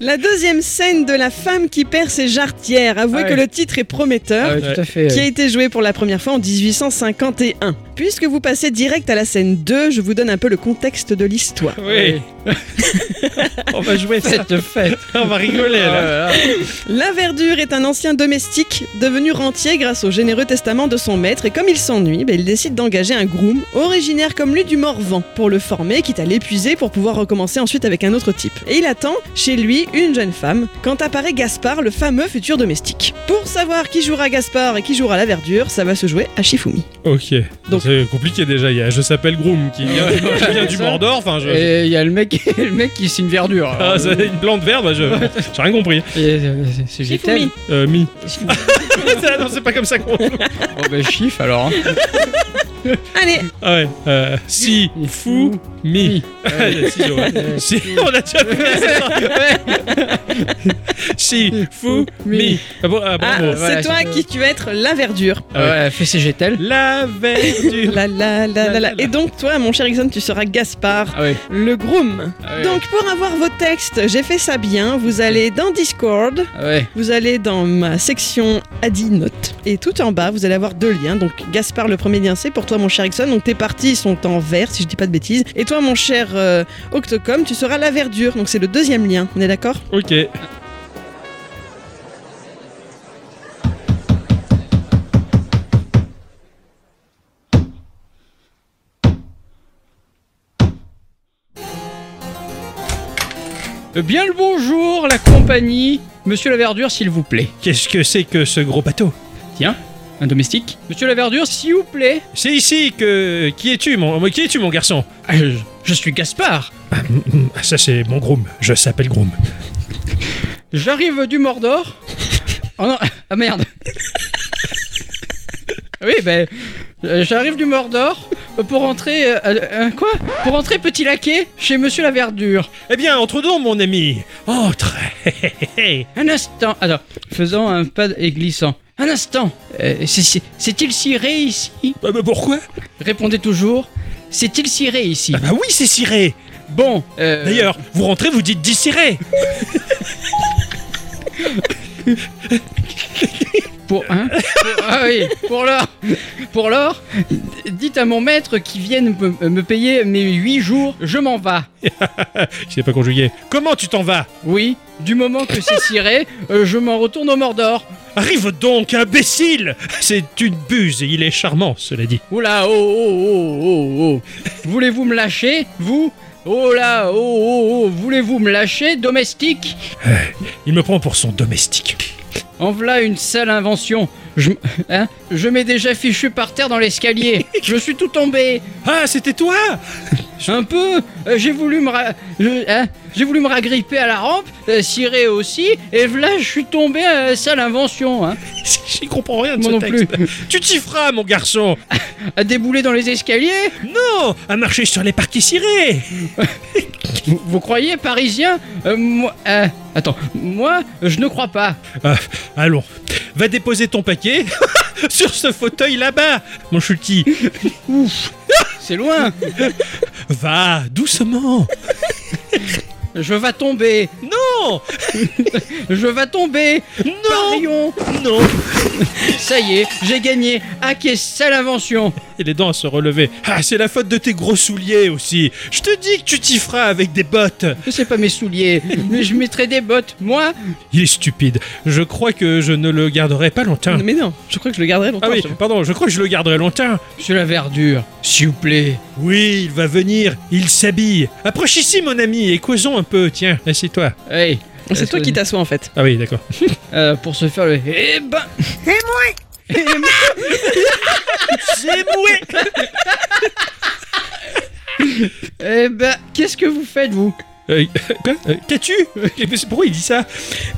[SPEAKER 3] La deuxième scène de la femme qui perd ses jarretières. Avouez
[SPEAKER 2] Ah ouais.
[SPEAKER 3] que le titre est prometteur.
[SPEAKER 2] Ah ouais,
[SPEAKER 1] Ouais.
[SPEAKER 2] tout à fait.
[SPEAKER 3] qui a été joué pour la première fois en 1851. Puisque vous passez direct à la scène 2, je vous donne un peu le contexte de l'histoire.
[SPEAKER 1] Oui, on va jouer ça.
[SPEAKER 2] Fête de fête.
[SPEAKER 1] On va rigoler là.
[SPEAKER 2] Ah ouais,
[SPEAKER 3] La Verdure est un ancien domestique devenu rentier grâce au généreux testament de son maître et comme il s'ennuie, bah, il décide d'engager un groom originaire comme lui du Morvan pour le former, quitte à l'épuiser pour pouvoir recommencer ensuite avec un autre type. Et il attend chez lui une jeune femme quand apparaît Gaspard, le fameux futur domestique. Pour savoir qui jouera Gaspard et qui jouera la Verdure, ça va se jouer à Shifumi.
[SPEAKER 1] Ok,
[SPEAKER 3] Donc-
[SPEAKER 1] c'est compliqué déjà. Il y a Je s'appelle Groom qui vient, qui vient du Mordor. Enfin, je.
[SPEAKER 2] ouais. Et il y a le mec, [laughs] le mec qui c'est une verdure.
[SPEAKER 1] Ah, c'est une plante verte, bah, je. J'ai rien compris.
[SPEAKER 2] Et, euh, c'est- C'est
[SPEAKER 3] Shifumi.
[SPEAKER 2] Vitel.
[SPEAKER 1] Euh, mi. Ah, [laughs] non, c'est pas comme ça qu'on.
[SPEAKER 2] Oh bah chiffre alors. hein.
[SPEAKER 3] Allez,
[SPEAKER 1] Ah ouais. Euh, si, [laughs] fou, mi. Ah, il y a six jours, ouais.
[SPEAKER 2] [laughs] Euh,
[SPEAKER 1] Si, on a déjà fait ça. Si, fou, mi. Ah bon, ah,
[SPEAKER 3] Ah,
[SPEAKER 1] bravo.
[SPEAKER 2] euh, voilà,
[SPEAKER 3] c'est toi qui tu vas être la Verdure.
[SPEAKER 1] Ah ouais.
[SPEAKER 2] Ouais, fait ses GTL.
[SPEAKER 1] La verdure.
[SPEAKER 3] La la la la la. Et donc toi, mon cher Ixon, tu seras Gaspard,
[SPEAKER 2] Ah ouais.
[SPEAKER 3] le groom.
[SPEAKER 2] Ah ouais.
[SPEAKER 3] Donc pour avoir vos textes, j'ai fait ça bien. Vous allez dans Discord,
[SPEAKER 2] Ah ouais.
[SPEAKER 3] vous allez dans ma section Adi Note. Et tout en bas, vous allez avoir deux liens. Donc Gaspard, le premier lien, c'est pour toi, mon cher Ixon. Donc tes parties sont en vert, si je dis pas de bêtises. Et toi, mon cher euh, Octocom, tu seras la verdure. Donc c'est le deuxième lien. On est d'accord
[SPEAKER 1] Ok.
[SPEAKER 2] Euh, Bien le bonjour, la compagnie. Monsieur la verdure, s'il vous plaît.
[SPEAKER 1] Qu'est-ce que c'est que ce gros bateau
[SPEAKER 2] Tiens, un domestique. Monsieur la verdure, s'il vous plaît.
[SPEAKER 1] C'est ici que. Qui es-tu, mon. Qui es-tu, mon garçon
[SPEAKER 2] Ah, je, je suis Gaspard.
[SPEAKER 1] Ah, Ça, c'est mon groom. Je s'appelle groom.
[SPEAKER 2] J'arrive du Mordor. Oh non, ah merde. Oui, ben, euh, j'arrive du Mordor pour entrer. euh, euh, quoi Pour entrer petit laquais chez Monsieur la Verdure.
[SPEAKER 1] Eh bien, entre donc, mon ami. Oh, Entre.
[SPEAKER 2] Un instant. Alors, faisant un pas et glissant. Un instant. Euh, c'est- c'est- C'est-il ciré ici
[SPEAKER 1] [laughs] Bah, bah, pourquoi
[SPEAKER 2] Répondez toujours. C'est-il ciré ici
[SPEAKER 1] Ah, bah oui, c'est ciré.
[SPEAKER 2] Bon. euh,
[SPEAKER 1] D'ailleurs, vous rentrez, vous dites dissiré.
[SPEAKER 2] Pour hein Pour- Ah oui, pour l'or. Pour l'or, d- dites à mon maître qui vienne me, me payer mes 8 jours, je m'en vas.
[SPEAKER 1] Je sais pas conjugué. Comment tu t'en vas
[SPEAKER 2] Oui, du moment que c'est ciré, euh, je m'en retourne au Mordor.
[SPEAKER 1] Arrive donc, imbécile [laughs] C'est une buse et il est charmant, cela dit.
[SPEAKER 2] Oula, oh oh oh oh oh. Voulez-vous me lâcher, vous Oh là, oh oh oh, voulez-vous me lâcher, domestique
[SPEAKER 1] Il me prend pour son domestique.
[SPEAKER 2] En voilà une sale invention. Je, m- [laughs] hein, je m'ai déjà fichu par terre dans l'escalier. Je suis tout tombé.
[SPEAKER 1] Ah, c'était toi [laughs]
[SPEAKER 2] Un peu euh, J'ai voulu me ra- je- hein, j'ai voulu me ragripper à la rampe, euh, cirer aussi, et là je suis tombé à sale invention, hein,
[SPEAKER 1] J'y comprends rien de ce
[SPEAKER 2] Moi non
[SPEAKER 1] texte. [laughs] Tu t'y feras, mon garçon
[SPEAKER 2] à débouler dans les escaliers.
[SPEAKER 1] Non À marcher sur les parquets cirés
[SPEAKER 2] Vous, vous croyez parisien Euh, Moi, euh, attends, moi je ne crois pas.
[SPEAKER 1] Ah, Allons, va déposer ton paquet [laughs] sur ce fauteuil là-bas, mon chouti.
[SPEAKER 2] C'est loin.
[SPEAKER 1] Va, doucement
[SPEAKER 2] Je vais tomber.
[SPEAKER 1] Non
[SPEAKER 2] Je vais tomber.
[SPEAKER 1] Non
[SPEAKER 2] Parion.
[SPEAKER 1] Non
[SPEAKER 2] Ça y est, j'ai gagné. Ah, quelle sale invention
[SPEAKER 1] Et les dents à se relever. Ah, c'est la faute de tes gros souliers aussi. Je te dis que tu t'y feras avec des bottes.
[SPEAKER 2] C'est pas mes souliers, mais je mettrai des bottes, moi
[SPEAKER 1] Il est stupide. Je crois que je ne le garderai pas longtemps.
[SPEAKER 3] Mais non, je crois que je le garderai longtemps.
[SPEAKER 1] Ah oui,
[SPEAKER 3] je-
[SPEAKER 1] pardon, je crois que je le garderai longtemps.
[SPEAKER 2] C'est la verdure, s'il vous plaît.
[SPEAKER 1] Oui, il va venir, il s'habille. Approche ici, mon ami, et causons un peu. Tiens, assieds-toi.
[SPEAKER 2] Hey,
[SPEAKER 3] C'est toi qui t'assois en fait.
[SPEAKER 1] Ah oui, d'accord.
[SPEAKER 2] euh, Pour se faire le. Eh ben
[SPEAKER 1] C'est moué
[SPEAKER 2] Eh ben, qu'est-ce que vous faites, vous
[SPEAKER 1] Euh, [laughs] Quoi Euh, Qu'as-tu Et puis, c'est- Pourquoi il dit ça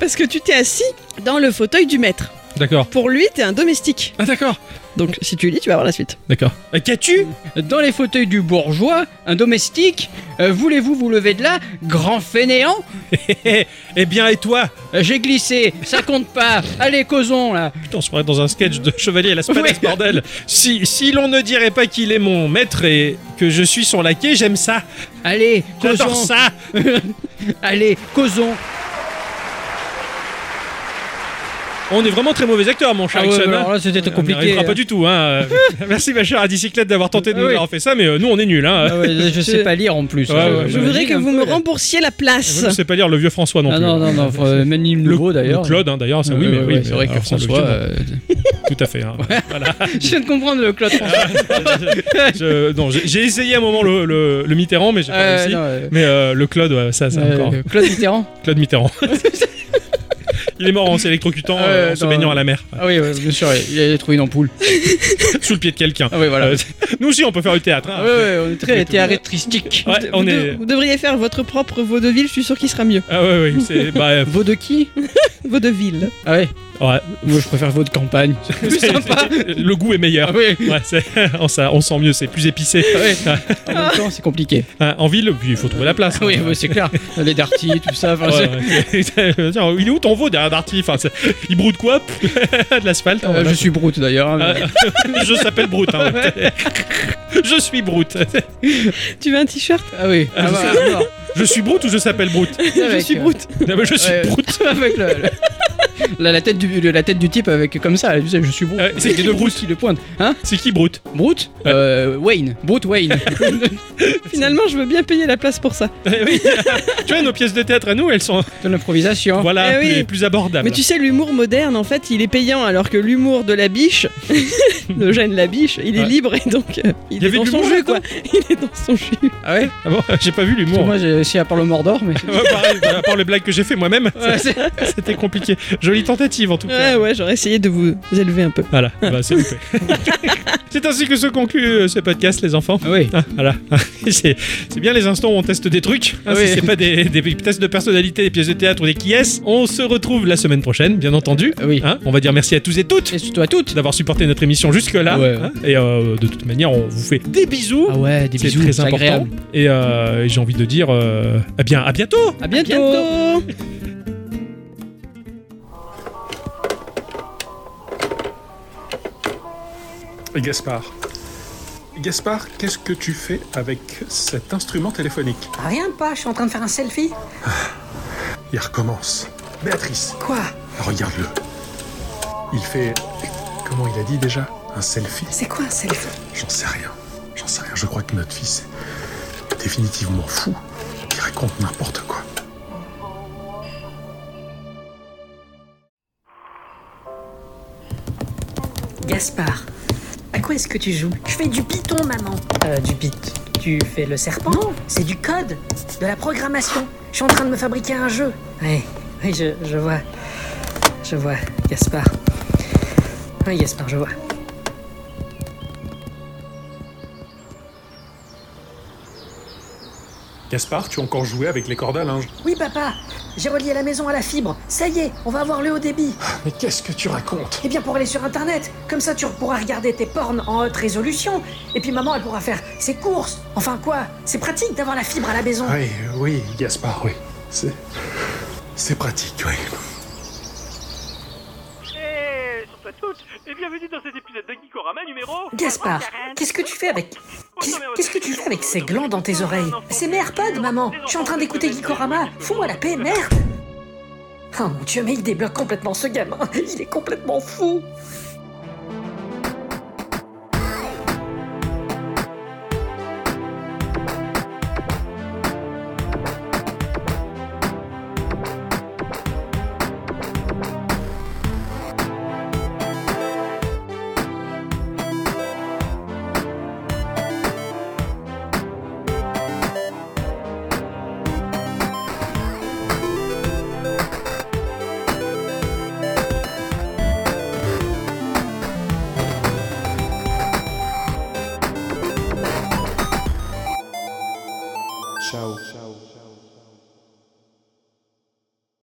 [SPEAKER 3] Parce que tu t'es assis dans le fauteuil du maître.
[SPEAKER 1] D'accord.
[SPEAKER 3] Pour lui, t'es un domestique.
[SPEAKER 1] Ah d'accord,
[SPEAKER 3] Donc si tu lis, tu vas voir la suite.
[SPEAKER 1] d'accord. Euh, Qu'as-tu [laughs]
[SPEAKER 2] Dans les fauteuils du bourgeois, un domestique Euh, Voulez-vous vous lever de là, grand fainéant
[SPEAKER 1] Eh, Eh eh bien, et toi
[SPEAKER 2] Euh, J'ai glissé, ça compte pas. Allez, causons là.
[SPEAKER 1] Putain, on se croirait dans un sketch de Chevalier à la Spade,
[SPEAKER 2] Ouais.
[SPEAKER 1] ce bordel. Si, si l'on ne dirait pas qu'il est mon maître et que je suis son laquais, j'aime ça.
[SPEAKER 2] Allez,
[SPEAKER 1] J'adore
[SPEAKER 2] causons.
[SPEAKER 1] ça.
[SPEAKER 2] [laughs] Allez, causons.
[SPEAKER 1] On est vraiment très mauvais acteurs, mon cher
[SPEAKER 2] Ah ouais,
[SPEAKER 1] Ixon,
[SPEAKER 2] mais
[SPEAKER 1] hein.
[SPEAKER 2] alors là, c'était très
[SPEAKER 1] On
[SPEAKER 2] compliqué,
[SPEAKER 1] n'y arrivera
[SPEAKER 2] hein.
[SPEAKER 1] pas du tout.
[SPEAKER 2] [laughs]
[SPEAKER 1] Hein. Euh, Merci, ma chère à bicyclette, d'avoir tenté de
[SPEAKER 2] Ah
[SPEAKER 1] nous
[SPEAKER 2] oui.
[SPEAKER 1] avoir fait ça, mais euh, nous, on est nuls. Hein.
[SPEAKER 2] Ah ouais,
[SPEAKER 1] [laughs]
[SPEAKER 2] je sais pas lire en plus. Euh,
[SPEAKER 1] Ouais, ouais,
[SPEAKER 3] Je
[SPEAKER 1] ouais.
[SPEAKER 3] voudrais que vous me
[SPEAKER 2] rendiez.
[SPEAKER 3] remboursiez la
[SPEAKER 1] Je
[SPEAKER 3] place.
[SPEAKER 1] ne sais pas lire le vieux François non
[SPEAKER 2] Ah
[SPEAKER 1] plus. hein.
[SPEAKER 2] non, non, non, faut, euh, même il le vaut d'ailleurs.
[SPEAKER 1] Le Claude, hein, d'ailleurs, ça, oui,
[SPEAKER 2] Ouais,
[SPEAKER 1] mais
[SPEAKER 2] Euh, ouais,
[SPEAKER 1] oui.
[SPEAKER 2] ouais,
[SPEAKER 1] mais
[SPEAKER 2] c'est vrai que
[SPEAKER 1] alors, ça,
[SPEAKER 2] François.
[SPEAKER 1] logiquement,
[SPEAKER 2] euh,
[SPEAKER 1] Tout à fait. hein. Voilà.
[SPEAKER 2] [laughs] je viens de comprendre le Claude François.
[SPEAKER 1] [laughs] Je- non, j'ai j'ai essayé à un moment le, le- le Mitterrand, mais j'ai pas
[SPEAKER 2] Euh,
[SPEAKER 1] réussi.
[SPEAKER 2] non, euh,
[SPEAKER 1] Mais euh, le Claude, ouais, ça, ça
[SPEAKER 2] euh,
[SPEAKER 1] encore.
[SPEAKER 2] Claude Mitterrand.
[SPEAKER 1] Claude Mitterrand. Il est mort en s'électrocutant, euh,
[SPEAKER 2] Ouais,
[SPEAKER 1] en se
[SPEAKER 2] non,
[SPEAKER 1] baignant
[SPEAKER 2] non.
[SPEAKER 1] à la mer,
[SPEAKER 2] [laughs]
[SPEAKER 1] euh,
[SPEAKER 2] Ah oui, ouais, bien sûr, il a trouvé une ampoule.
[SPEAKER 1] sous le pied de quelqu'un.
[SPEAKER 2] Ah oui, voilà.
[SPEAKER 1] Euh, nous aussi, on peut faire du théâtre. hein.
[SPEAKER 2] Ah ouais, ouais, [laughs] on est très
[SPEAKER 1] Mais-
[SPEAKER 2] théâtristique.
[SPEAKER 1] Ouais, on
[SPEAKER 3] vous, de-
[SPEAKER 1] est.
[SPEAKER 3] vous devriez faire votre propre vaudeville, je suis sûr qu'il sera mieux.
[SPEAKER 1] Ah ouais, ouais,
[SPEAKER 2] [laughs]
[SPEAKER 1] c'est. Bah, euh,
[SPEAKER 2] Vaut de qui
[SPEAKER 3] Vaudeville.
[SPEAKER 2] Ah ouais,
[SPEAKER 1] ouais.
[SPEAKER 2] moi je préfère vaut de campagne. C'est [laughs] plus
[SPEAKER 1] C'est-
[SPEAKER 2] sympa.
[SPEAKER 1] c'est- Le goût est meilleur.
[SPEAKER 2] Ah [laughs] oui,
[SPEAKER 1] Ouais, c'est- [laughs] on, ça- on sent mieux, c'est plus épicé.
[SPEAKER 2] ah
[SPEAKER 1] [laughs]
[SPEAKER 2] ouais. En même temps, c'est compliqué.
[SPEAKER 1] Hein, en ville, puis il faut trouver la place.
[SPEAKER 2] Ah Oui, ouais, c'est clair. [laughs] Les Darty, tout ça. enfin,
[SPEAKER 1] Ouais,
[SPEAKER 2] c'est-
[SPEAKER 1] ouais, [laughs] c'est- Tiens, Il est où ton veau derrière Darty enfin, c'est- Il broute quoi [laughs] De l'asphalte hein,
[SPEAKER 2] Euh,
[SPEAKER 1] voilà.
[SPEAKER 2] je suis brute d'ailleurs. hein, mais-
[SPEAKER 1] Ah, [laughs] Je s'appelle Brute. hein, ouais. [laughs] Je suis Brute.
[SPEAKER 3] Tu veux un t-shirt
[SPEAKER 2] Ah oui,
[SPEAKER 1] Ah,
[SPEAKER 2] ah [laughs] bah,
[SPEAKER 1] je-
[SPEAKER 2] alors,
[SPEAKER 1] Je suis Brute ou je s'appelle Brute
[SPEAKER 3] Je
[SPEAKER 2] avec,
[SPEAKER 3] suis
[SPEAKER 2] euh,
[SPEAKER 3] brute.
[SPEAKER 1] Non, mais Je suis
[SPEAKER 2] Ouais.
[SPEAKER 1] Brute.
[SPEAKER 2] [laughs] avec le- le- la, la tête du, la tête du type avec comme ça, tu sais, je suis brute.
[SPEAKER 1] Euh, c'est qui
[SPEAKER 2] le
[SPEAKER 1] Brute
[SPEAKER 2] qui le pointe Hein
[SPEAKER 1] C'est qui Brute
[SPEAKER 2] Brute Euh, Wayne. Brute [laughs] Wayne.
[SPEAKER 3] Finalement, je veux bien payer la place pour ça.
[SPEAKER 1] [laughs] Eh oui. Tu vois, nos pièces de théâtre à nous, elles sont
[SPEAKER 2] De l'improvisation.
[SPEAKER 1] voilà,
[SPEAKER 3] Eh oui.
[SPEAKER 1] plus, plus abordables.
[SPEAKER 3] Mais tu sais, l'humour moderne, en fait, il est payant, alors que l'humour de la biche, [laughs] de Jeanne la biche, il est
[SPEAKER 1] Ouais.
[SPEAKER 3] libre et donc euh, il,
[SPEAKER 1] y
[SPEAKER 3] est
[SPEAKER 1] avait
[SPEAKER 3] dans
[SPEAKER 1] de
[SPEAKER 3] son
[SPEAKER 1] l'humour
[SPEAKER 3] jus, quoi. [laughs] Il est dans son jus.
[SPEAKER 2] Ah ouais
[SPEAKER 1] Ah bon J'ai pas vu
[SPEAKER 2] Parce que
[SPEAKER 1] l'humour.
[SPEAKER 2] Moi, j'ai essayé à part le Mordor, mais.
[SPEAKER 1] Ouais, pareil, à part les blagues que j'ai fait moi-même,
[SPEAKER 2] Ouais, c'est-
[SPEAKER 1] [laughs] c'était compliqué. Jolie tentative en tout cas.
[SPEAKER 3] Ouais, ouais, j'aurais essayé de vous élever un peu.
[SPEAKER 1] Voilà, bah, c'est loupé. [laughs] c'est ainsi que se conclut euh, ce podcast, les enfants.
[SPEAKER 2] Ah oui.
[SPEAKER 1] Ah, voilà. [laughs] c'est c'est bien les instants où on teste des trucs. Hein,
[SPEAKER 2] Oui.
[SPEAKER 1] Si c'est pas des, des tests de personnalité, des pièces de théâtre ou des qui est On se retrouve la semaine prochaine, bien entendu.
[SPEAKER 2] Ah oui.
[SPEAKER 1] Hein, on va dire merci à tous et toutes
[SPEAKER 2] Et surtout à toutes.
[SPEAKER 1] d'avoir supporté notre émission jusque-là.
[SPEAKER 2] Ouais.
[SPEAKER 1] hein. et euh, de toute manière, on vous fait des bisous.
[SPEAKER 2] Ah ouais, des
[SPEAKER 1] C'est
[SPEAKER 2] bisous.
[SPEAKER 1] très important.
[SPEAKER 2] agréable.
[SPEAKER 1] Et euh, j'ai envie de dire, euh, eh bien, à bientôt
[SPEAKER 2] À bientôt.
[SPEAKER 3] Bientôt
[SPEAKER 6] Et Gaspard. Gaspard, qu'est-ce que tu fais avec cet instrument téléphonique
[SPEAKER 7] Rien pas, je suis en train de faire un selfie.
[SPEAKER 6] Il recommence. Béatrice,
[SPEAKER 7] Quoi
[SPEAKER 6] regarde-le. Il fait. Comment il a dit déjà Un selfie
[SPEAKER 7] C'est quoi un selfie
[SPEAKER 6] J'en sais rien. J'en sais rien. Je crois que notre fils est définitivement fou. Il raconte n'importe quoi.
[SPEAKER 7] Gaspard, à quoi est-ce que tu joues
[SPEAKER 8] Je fais du Python, maman.
[SPEAKER 7] Euh, du beat. Tu fais le serpent
[SPEAKER 8] Non.
[SPEAKER 7] C'est du code
[SPEAKER 8] De la programmation. Je suis en train de me fabriquer un jeu.
[SPEAKER 7] Oui, oui, je, je vois. Je vois, Gaspard. Oui, Gaspard, je vois.
[SPEAKER 6] Gaspard, tu as encore joué avec les cordes à linge.
[SPEAKER 8] Oui, papa. J'ai relié la maison à la fibre. Ça y est, on va avoir le haut débit.
[SPEAKER 6] Mais qu'est-ce que tu racontes
[SPEAKER 8] Eh bien, pour aller sur Internet. Comme ça, tu pourras regarder tes pornes en haute résolution. Et puis, maman, elle pourra faire ses courses. Enfin, quoi C'est pratique d'avoir la fibre à la maison.
[SPEAKER 6] Oui, oui, Gaspard, oui. C'est. C'est pratique, oui.
[SPEAKER 9] Bonjour à toutes et bienvenue dans cet épisode de Geekorama numéro.
[SPEAKER 8] Gaspard, qu'est-ce que tu fais avec. Qu'est-ce qu'est-ce que tu fais avec ces glands dans tes oreilles C'est mes AirPods, maman. Je suis en train d'écouter Gikorama. Fous-moi la paix, merde. Oh mon dieu, mais il débloque complètement ce gamin. Il est complètement fou.
[SPEAKER 6] Ciao. Ciao.